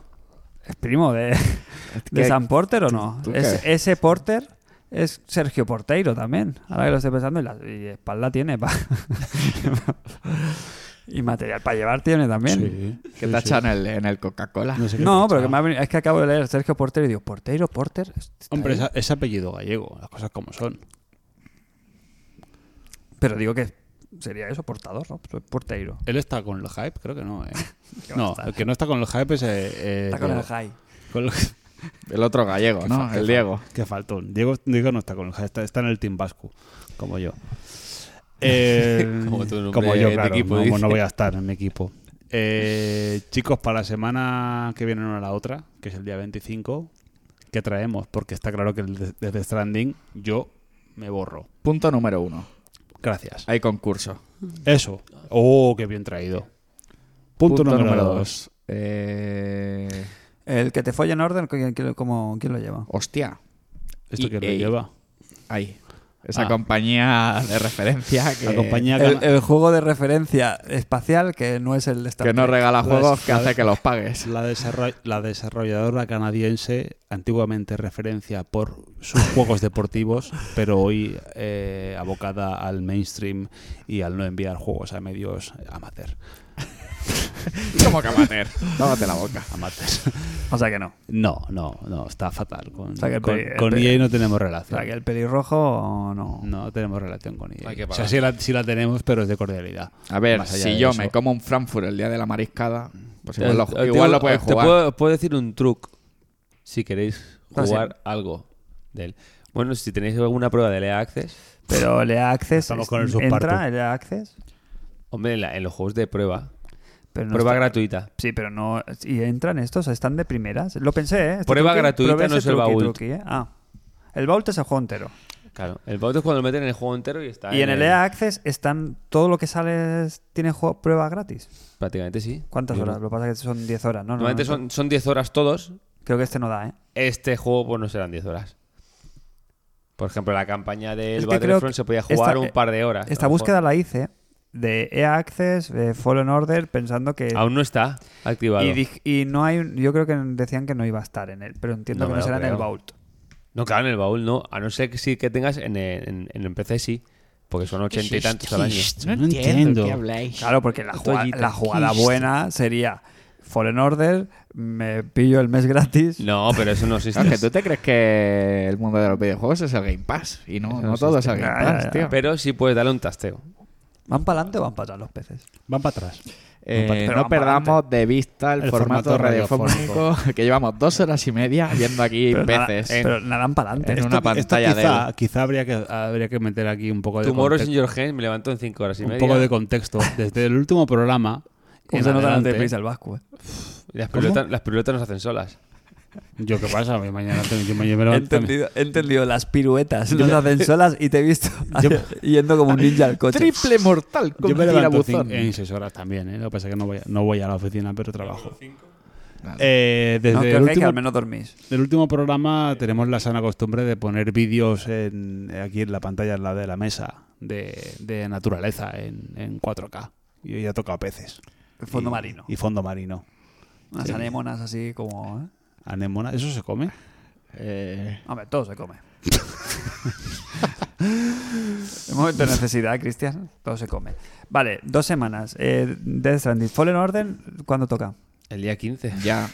A: Es primo de, de
C: que-
A: San Porter o no.
C: tú
A: Es- ese Porter es Sergio Porteiro también. Ahora que lo estoy pensando, y, la, y espalda tiene. pa- y material para llevar tiene también.
C: Que te echan en el, en el Coca-Cola.
B: sé qué
A: No,
B: pensaba.
A: pero que me ha venido- es que acabo de leer Sergio Portero y digo, ¿Portero? ¿Porter? ¿Está
B: Hombre,
A: ahí?
B: esa- es apellido gallego, las cosas como son.
A: Pero digo que sería eso, portador, ¿no? Pues Porteiro.
B: ¿Él está con el hype? Creo que no, ¿eh?
A: Que va a
B: No,
A: estar.
B: el que no está con el hype es... eh, eh,
A: Está con
B: Diego.
A: el high.
B: Con el-
C: El otro gallego,
B: Qué
C: ¿no?
B: fa-
C: El Diego.
B: Qué faltón. Diego, Diego no está con el está, está en el Team Vasco, como yo. Eh,
D: Como tú, en un
B: como yo,
D: de
B: claro.
D: equipo,
B: no,
D: dice.
B: no voy a estar en mi equipo. Eh, chicos, para la semana que viene una a la otra, que es el día 25, ¿qué traemos? Porque está claro que el de- desde Stranding yo me borro.
C: Punto número uno.
B: Gracias.
C: Hay concurso.
B: Eso. Oh, qué bien traído. Punto, número, dos.
C: Eh,
A: El que te folla en orden, ¿quién, quién, lo- cómo- quién lo lleva?
C: hostia,
B: ¿Esto que lo
C: EA.
B: lleva?
C: ahí. Esa
B: Ah.
C: compañía de referencia que,
B: La compañía
A: El,
B: cana-
A: el juego de referencia espacial que no es el de Star
C: que no
A: Trek.
C: regala
B: Las-
C: juegos, que
B: las-
C: hace que los pagues.
B: La, desarroll- la desarrolladora canadiense, antiguamente referencia por sus juegos deportivos, pero hoy eh, abocada al mainstream y al no enviar juegos a medios amateur.
C: Como que amateur. Tómate la boca.
B: amateur.
A: O sea que no.
B: No, no, no, está fatal. Con,
A: O sea que el
B: con,
A: pe- el
B: con
A: pe-
B: EA no tenemos
A: O sea que
B: relación.
A: el pelirrojo no.
B: No tenemos relación con EA.
D: Hay que
B: o sea,
D: pagar.
B: sí la, sí la tenemos, pero es de cordialidad.
C: A ver,
B: Más allá
C: si
B: de
C: yo
B: eso.
C: me como un Frankfurt el día de la mariscada, pues
D: Te-
C: igual lo,
D: Eh, te-
C: igual lo puedes
D: te
C: jugar.
D: Puedo, puedo decir un truc si queréis
A: Ah, sí.
D: jugar algo de él. Bueno, si tenéis alguna prueba de EA Access,
A: Pero el EA Access
B: Estamos con el
A: es-
B: subparto.
A: entra, el EA Access.
D: hombre, en, la- en los juegos de prueba,
A: Pero no
D: prueba
A: está-
D: gratuita.
A: Sí, pero no. ¿Y entran estos? ¿Están de primeras? Lo pensé, ¿eh? Este
D: Prueba
A: truqui-
D: gratuita,
A: probé
D: no
A: ese
D: es el
A: truqui,
D: baúl.
A: truqui, ¿eh? Ah. El baúl es el juego entero.
D: Claro, el voto es cuando lo meten en el juego entero y está.
A: Y en el EA Access están todo lo que sale es- tiene juego, prueba gratis.
D: Prácticamente sí.
A: ¿Cuántas
D: Yo
A: horas? Lo que pasa es que son 10 horas, ¿no?
D: Normalmente
A: Normalmente-
D: son, son 10 horas todos.
A: Creo que este no da, ¿eh?
D: Este juego, pues no serán 10 horas. Por ejemplo, la campaña del
A: Es que creo
D: Battlefront
A: que
D: se podía
A: esta-
D: jugar un par de horas.
A: Esta
D: a lo mejor.
A: búsqueda la hice de EA Access, eh, Fallen Order, pensando que...
D: Aún no está activado.
A: y, dij- y no hay... un- Yo creo que decían que no iba a estar en él, pero entiendo
D: No
A: que
D: me
A: no
D: lo
A: será en el
D: creo.
A: Vault.
D: No, claro, en el baúl no. A no ser que sí que tengas en el, en, en el PC sí. Porque son ochenta y tantos al año.
B: No, entiendo.
A: Claro, porque la, jugada- la jugada buena sería Fallen Order, me pillo el mes gratis.
D: No, pero eso no
C: Claro, que
D: existe.
C: tú te crees que el mundo de los videojuegos es el Game Pass. Y no, no todo es el Game
A: Ya, ya,
C: Pass,
A: ya.
C: tío.
D: Pero sí puedes darle un tasteo.
A: ¿Van para adelante o van para atrás los peces?
B: Van para atrás.
C: Eh,
A: pero
C: no
A: van para
C: perdamos de vista el,
B: El
C: formato,
B: formato
C: radiofónico, que llevamos dos horas y media viendo aquí
A: Pero nada-
C: peces.
A: pero nadan para adelante.
C: en una
B: Esto
C: pantalla de
B: quizá,
C: él.
B: quizá habría que habría que meter aquí un poco de
D: Tomorrow
B: contexto.
D: in your hand me levanto en cinco horas y
B: un
D: media.
B: poco de contexto. Desde el último programa.
A: ¿Cómo
B: en
A: se nota
B: adelante,
A: el país al vasco, eh?
D: Las
B: ¿Cómo?
D: piruletas, las piruletas nos hacen solas.
B: Yo, ¿qué pasa? Hoy Mañana tengo- yo me llevo
A: He
B: la-
A: entendido, he entendido las piruetas, las hacen solas y te he visto yendo como un ninja al coche.
C: Triple mortal con
B: Yo me levanto
C: tirabuzón.
B: cin- en seis horas también, ¿eh? Lo que pasa es que no voy a, no voy a la oficina, pero trabajo. Eh, desde
A: No,
B: el
A: creo que, hay que
B: último,
A: al menos dormís.
B: del último programa tenemos la sana costumbre de poner vídeos en- aquí en la pantalla, en la de la mesa, de, de naturaleza, en, en 4K. Y hoy ha tocado peces.
A: El fondo
B: Y-
A: marino.
B: Y fondo marino.
A: Unas
B: sí.
A: anémonas así como... ¿eh?
B: Anemona, ¿eso se come?
C: Eh,
A: Hombre, todo se come. En momento de necesidad, Cristian, todo se come. Vale, dos semanas. Eh, Death Stranding. Fallen Order, ¿cuándo toca?
D: El día 15.
C: ya.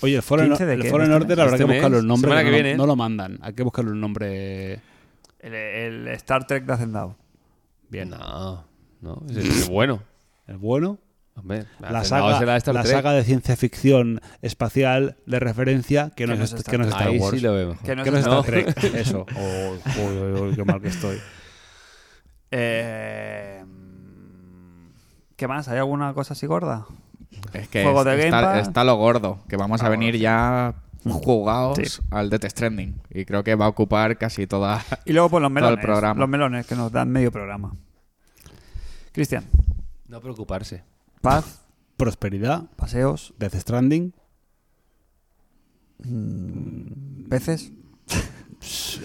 B: Oye, el Foreign,
A: 15 de
B: el
A: qué?
B: Foreign
A: ¿Este
B: Order
D: mes?
B: habrá
D: Este
B: que buscarle
D: mes,
B: un nombre.
D: semana que
B: no, lo-
D: viene.
B: no lo mandan. Hay que buscarle un nombre
A: El, el Star Trek de Hacendado.
D: Bien. No, no. Es el bueno.
B: el eh, bueno.
D: Hombre,
B: la
D: hacen
B: saga,
D: nada, será Star
B: la
D: Trek.
B: saga de ciencia ficción espacial de referencia que no es, est- que no es Star
D: Ahí
B: Wars.
D: sí lo vemos.
A: Que no
B: que no es
A: es
B: Star
A: Star
B: Trek. Eso. Oh, uy, uy, uy, qué mal que estoy.
A: Eh, mm, ¿Qué más? ¿Hay alguna cosa así gorda?
C: Es que
A: Juego
C: es-
A: de Game
C: está,
A: Pass.
C: está lo gordo, que vamos a venir ya jugados
A: Sí.
C: al Death Stranding. Y creo que va a ocupar casi toda.
A: Y luego por los
C: el
A: melones.
C: programa.
A: Los melones que nos dan medio programa. Cristian,
D: No preocuparse.
A: paz,
B: Prosperidad,
A: paseos,
B: Death Stranding.
A: peces,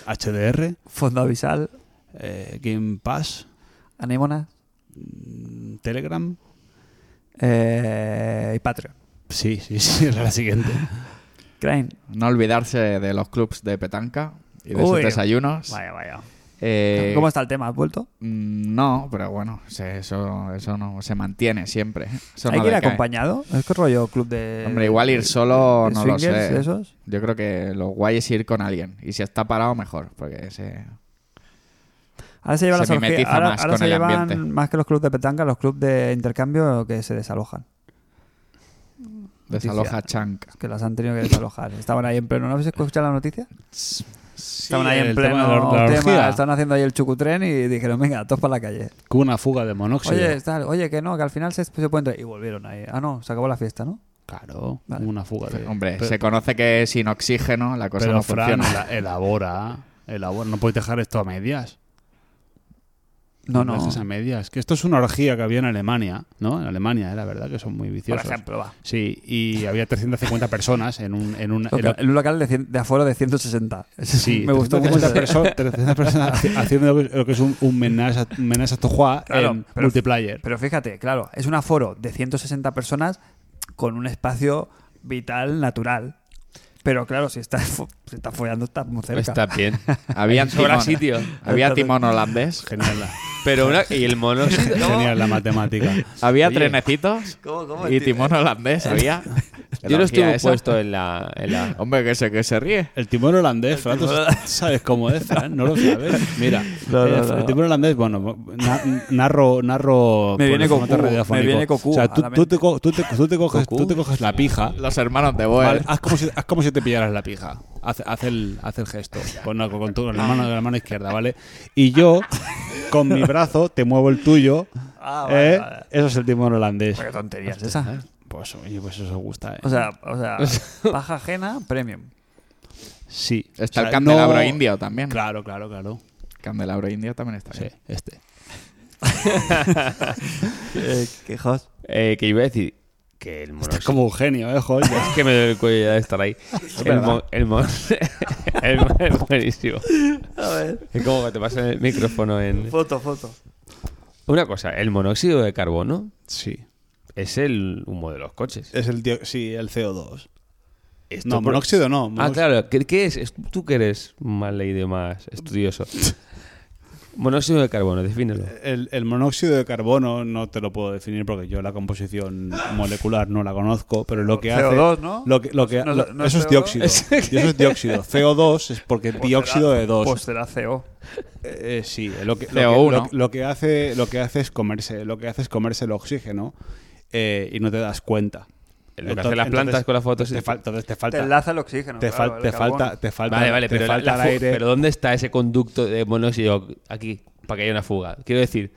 B: HDR,
A: fondo abisal,
B: eh, Game Pass,
A: anémonas
B: mm, Telegram.
A: eh, y Patreon.
B: Sí, sí, sí, era la siguiente.
A: Crane.
C: No olvidarse de los clubs de petanca y de sus
A: Uy.
C: desayunos.
A: Vaya, vaya.
C: Pues, Eh,
A: ¿Cómo está el tema? ¿Has vuelto?
C: mm, No, pero bueno, se- eso, eso no se mantiene siempre. Eso
A: ¿Hay
C: no
A: que ir
C: decae.
A: acompañado? ¿Es que rollo club de.
C: Hombre, igual ir solo
A: de
C: no lo
A: swingers
C: sé.
A: de esos?
C: Yo creo que lo guay es ir con alguien. Y si está parado, mejor. Porque se...
A: Ahora se llevan
C: Se
A: las orgi-
C: mimetiza
A: ahora-
C: más
A: ahora
C: con
A: se
C: el
A: llevan
C: ambiente.
A: más que los clubes de petanca, los clubes de intercambio que se desalojan.
C: Desaloja Chunk.
A: Que las han tenido que desalojar. Estaban ahí en pleno. ¿No habéis escuchado la noticia? Estaban ahí en
B: el tema
A: pleno.
B: de la- de la
A: tema,
B: orgía.
A: estaban haciendo ahí el chucutren y dijeron, venga, todos para la calle.
B: Con una fuga de monóxido.
A: Oye, tal, oye, que no, que al final se, se pueden traer. Y volvieron ahí. Ah, no, se acabó la fiesta, ¿no?
B: claro,
A: Vale.
B: una fuga de
C: Hombre,
B: Pero-
C: se conoce que sin oxígeno la cosa
B: Pero
C: no
B: Fran,
C: funciona.
B: ela- elabora, elabora. No puedes dejar esto a medias.
A: No, no.
B: dejes a medias. Que esto es una orgía que había en Alemania, ¿no? En Alemania, eh, la verdad, que son muy
A: Por
B: viciosos.
A: ejemplo, va.
B: Sí, y había 350 personas en un... En un en-
A: Local- En un local de, cien- de aforo de 160.
B: Sí,
A: me gustó mucho.
B: 350 perso- 300 personas haci- haciendo lo que- lo que es un, un menaje a- un menaje a Tojuá
A: Claro,
B: en
A: pero-
B: multiplayer.
A: Pero fíjate, claro, es un aforo de 160 personas con un espacio vital natural. Pero claro, si estás, fo- si estás follando, estás muy cerca.
D: Está bien.
C: Había
D: Sobra
C: timón.
D: sitio.
C: Había timón holandés.
B: Genial, la-
D: Pero una... Y el mono...
B: genial la matemática.
C: Había
D: Oye.
C: trenecitos. y timón holandés. Había.
D: Yo no estuve
C: Energía esa.
D: puesto en la... En la...
C: Hombre, que se, que se ríe.
B: El timón holandés, Fran, ¿tú
A: timón holandés.
B: sabes cómo es, Fran? No lo sabes. Mira,
A: No, no,
B: eh,
A: no.
B: el timón holandés, bueno, na- narro... narro
A: Me
B: por
A: viene
B: el formato
A: Goku, me
B: radiofónico.
A: viene Goku
B: O sea, tú,
A: a la
B: tú te, co- tú te- tú te coges, tú te coges la pija...
C: Los hermanos de Boer.
B: Vale, haz, como si, haz como si te pillaras la pija. Haz, haz el, haz el gesto con, la- con tu- con la mano de la mano izquierda, ¿vale? Y yo, con mi brazo, te muevo el tuyo.
A: Ah, vale,
B: ¿eh?
A: vale.
B: Eso es el timón holandés.
A: Pero Qué tontería es esa.
B: Pues, oye, pues eso os gusta, ¿eh?
A: O sea, o sea, paja ajena, premium.
B: sí.
C: Está
B: O sea,
C: el candelabro
B: no-
C: indio también.
B: Claro, claro, claro.
C: Candelabro indio también está
B: Sí,
C: bien.
B: este.
A: Quejos.
D: Eh, que iba a decir que el mono...
B: Estás como un genio, ¿eh, joder?
D: Es que me duele el cuello ya de estar ahí. El
C: verdad.
D: mon, el mon, el mon es buenísimo.
A: A ver.
D: Es como que te pasa el micrófono en...
A: Foto, foto.
D: Una cosa, el monóxido de carbono
B: Sí.
D: es el humo de los coches.
B: Es el sí, el CO2.
D: Esto
B: No,
D: por-
B: monóxido no.
D: Ah,
B: monóxido-
D: claro. ¿Qué, qué es? Es- Tú que eres más leído, y más estudioso. Monóxido de carbono, defínelo.
B: El, el monóxido de carbono no te lo puedo definir porque yo la composición molecular no la conozco, pero lo que
A: CO2,
B: hace.
A: ¿no?
B: Lo que, lo que-
A: No,
B: lo-
A: no es
B: eso es
A: CO2.
B: dióxido. Y eso es dióxido. CO2 es porque es dióxido de 2.
A: Pues será CO.
B: Eh, eh, sí, lo que, lo,
C: CO1.
B: que, lo- lo que hace, lo que hace es comerse, lo que hace es comerse el oxígeno eh, y no te das cuenta.
D: Lo que hacen las plantas con la
B: Te
D: fotosíntesis.
B: fal- entonces te
A: Te
B: falta.
A: enlaza el oxígeno.
B: te,
A: claro,
B: fal-
A: el
B: te
A: carbono.
B: falta, te falta,
D: Vale, vale,
B: te
D: pero, la-
B: falta
D: la
B: el
D: fu-
B: aire.
D: pero ¿dónde está ese conducto de monóxido aquí para que haya una fuga? Quiero decir,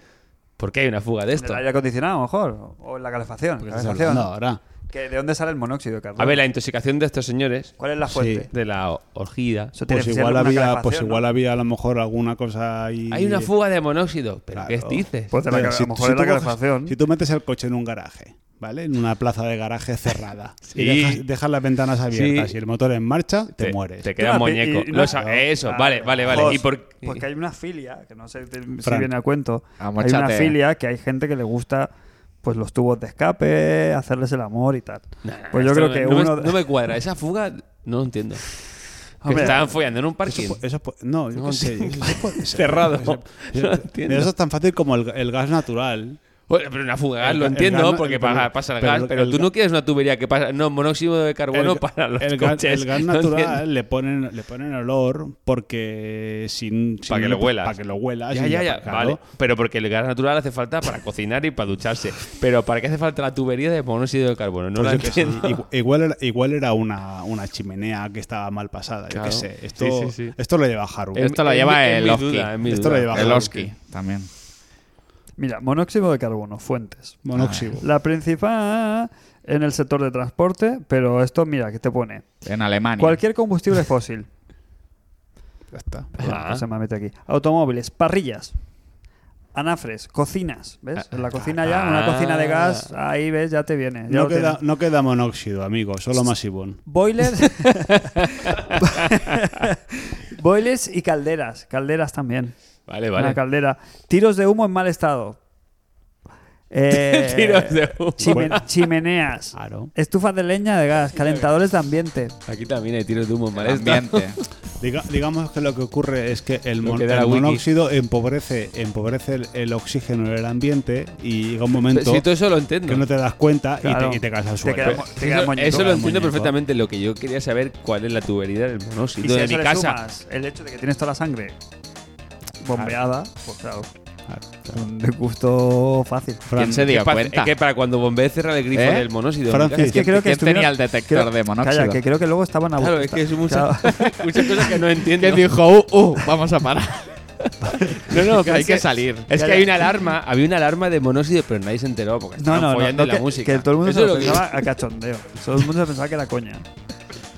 D: ¿por qué hay una fuga de
A: En el
D: esto?
A: aire acondicionado, a lo mejor. O en la calefacción.
B: ¿Qué estás
A: calefacción.
B: hablando ahora?
A: Que ¿De dónde sale el monóxido de carbono?
D: A ver, la intoxicación de estos señores
A: ¿Cuál es la
B: Sí.
A: fuente?
D: de la orgía.
A: Eso tiene
B: Pues
A: que ser
B: igual
A: alguna
B: había, pues
A: calefacción, ¿no?
B: igual había a lo mejor alguna cosa ahí.
D: Hay una fuga de monóxido. ¿Pero
B: Claro.
D: qué dices?
A: Pues de la,
B: Mira,
A: que- a
B: si-
A: lo mejor es
B: si
A: la
B: tú coges-
A: calefacción.
B: Si tú metes el coche en un garaje, ¿vale? En una plaza de garaje cerrada.
D: Sí.
B: Y dejas, dejas las ventanas abiertas
D: Sí.
B: y el motor en marcha, te, mueres.
D: Te
A: Claro,
D: queda
A: y-
D: muñeco.
A: y-
D: Lo sa- eso, vale, vale, vale.
A: Pues-
D: ¿Y por
A: Porque hay una filia, que no sé te- si
B: Fran.
A: viene a cuento. Hay
C: Amóchate.
A: una filia que hay gente que le gusta pues los tubos de escape, hacerles el amor y tal. pues yo
D: Esto
A: creo
D: no me-
A: que
D: no me-
A: uno...
D: no me cuadra. Esa fuga no lo entiendo. Que
A: Hombre,
D: estaban follando en un
B: Eso
D: parking.
B: po- eso po- no, yo
D: No
B: qué sé.
D: entiendo.
B: eso puede ser.
D: Cerrado.
B: Eso-
D: No entiendo.
B: Eso es tan fácil como el, el gas natural.
D: Bueno, pero una fuga de gas,
B: El
D: lo
B: ga- el
D: entiendo,
B: gas no-
D: porque
B: el-
D: pasa,
B: pero-
D: pasa el
B: pero
D: gas,
B: el-
D: pero
B: el
D: tú
B: ga-
D: no quieres una tubería que pasa... No, monóxido de carbono
B: el,
D: para los
B: el gas,
D: coches.
B: el gas
D: No entiendo.
B: natural le ponen le ponen olor porque sin, sin-
D: Para que lo huelas.
B: Para que lo huelas.
D: Ya,
B: y
D: ya, ya.
B: Ah, claro.
D: Vale. Pero porque el gas natural hace falta para cocinar y para ducharse. Pero ¿para qué hace falta la tubería de monóxido de carbono? No
B: Pues
D: la
B: yo qué sé,
D: entiendo.
B: igu- igual era, igual era una, una chimenea que estaba mal pasada, yo
D: Claro.
B: qué sé. Esto,
D: Sí, sí, Em, sí.
B: esto lo lleva Haru.
C: Esto lo
D: Es
C: lleva
D: mi- es
C: el
D: mi
C: Oski.
D: duda, es mi
B: Esto lo
D: duda.
B: lleva
C: El
B: Haru.
C: Oski también.
A: Mira, monóxido de carbono, fuentes.
B: Monóxido.
A: La principal en el sector de transporte, pero esto, mira, que te pone.
C: En Alemania.
A: Cualquier combustible fósil.
B: Ya está.
D: Ah.
A: Perdón, que se me mete aquí. Automóviles, parrillas, anafres, cocinas. ¿Ves?
D: Ah,
A: En la cocina ya, en una cocina de gas, ahí ves, ya te viene. ya
B: No
A: lo tienes.
B: queda, no queda monóxido, amigo, solo masivón.
A: Boilers. Boilers y calderas. Calderas también.
D: Vale,
A: Una
D: vale.
A: caldera. Tiros de humo en mal estado. Eh,
D: Tiros de humo.
A: chime- chimeneas.
B: Claro.
A: Estufas de leña de gas. Calentadores de ambiente.
D: Aquí también hay tiros de humo en
C: El
D: Malesta.
C: ambiente.
B: Diga- digamos que lo que ocurre es que el,
D: Lo
B: mon-
D: que da la
B: el
D: wiki.
B: monóxido empobrece, empobrece el, el oxígeno en el ambiente y llega un
D: Pero
B: momento
D: Si todo eso lo
B: que
D: entiendo.
B: no te das cuenta y te-
A: Claro.
B: y te, caes al
A: Te
B: suelo.
A: queda- te queda
D: Eso,
A: moñito.
D: eso lo
B: Al
D: entiendo
B: moñito.
D: perfectamente. Lo que yo quería saber cuál es la tubería del
A: Y
D: monóxido
A: si a
D: de
A: eso
D: mi
A: le
D: casa.
A: sumas el hecho de que tienes toda la sangre bombeada, pues claro,
B: Claro, claro.
A: un gusto fácil.
B: Fran,
C: ¿Quién se
D: Que
C: dio
D: pa-
C: cuenta?
D: es que para cuando bombeé cerrar el grifo
C: ¿Eh?
D: del monóxido.
B: Francis.
D: mira,
A: Es que creo que
C: ¿Quién tenía
A: estuvieron-
C: el detector
A: creo-
C: de monóxido?
A: Calla, que creo que luego estaban a
D: Claro, es que es mucha- muchas cosas que no entiendo.
C: Que dijo, uh, uh, vamos a parar.
D: No, no,
C: que
D: pero
C: hay
D: es
C: que salir.
D: Es
A: Ya,
D: que
A: ya.
D: hay una alarma, había una alarma de monóxido, pero nadie se enteró porque
A: No,
D: estaban
A: no, no,
D: follando
A: no,
D: la
A: que,
D: música.
A: que todo el mundo
D: Eso
A: se
D: es
A: lo
D: que-
A: pensaba a cachondeo. Todo el mundo se pensaba que era coña.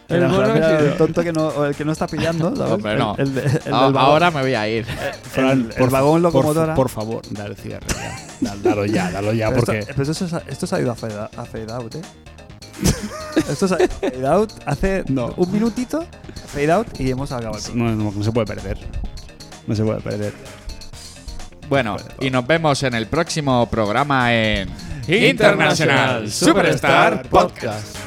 D: El
A: Era en plan,
D: monóxido.
A: mira, el tonto que no, o el que no está pillando, ¿sabes?
C: Hombre, no.
A: El, el de- el del
C: Ah,
A: vagón.
C: Ahora me voy a ir.
B: Fran,
A: el vagón locomotora.
B: Por, favor, dale cierre ya. Dal- Dalo ya, dalo ya,
A: Pero
B: porque
A: esto, pero eso, se ha- esto se ha ido a fade, a fade out, ¿eh? esto se ha fade out hace
B: No.
A: un minutito, fade out y hemos acabado el programa.
B: no, no- no se puede perder. No se puede perder.
C: Bueno, y nos vemos en el próximo programa en
D: Internacional
C: Superstar Podcast.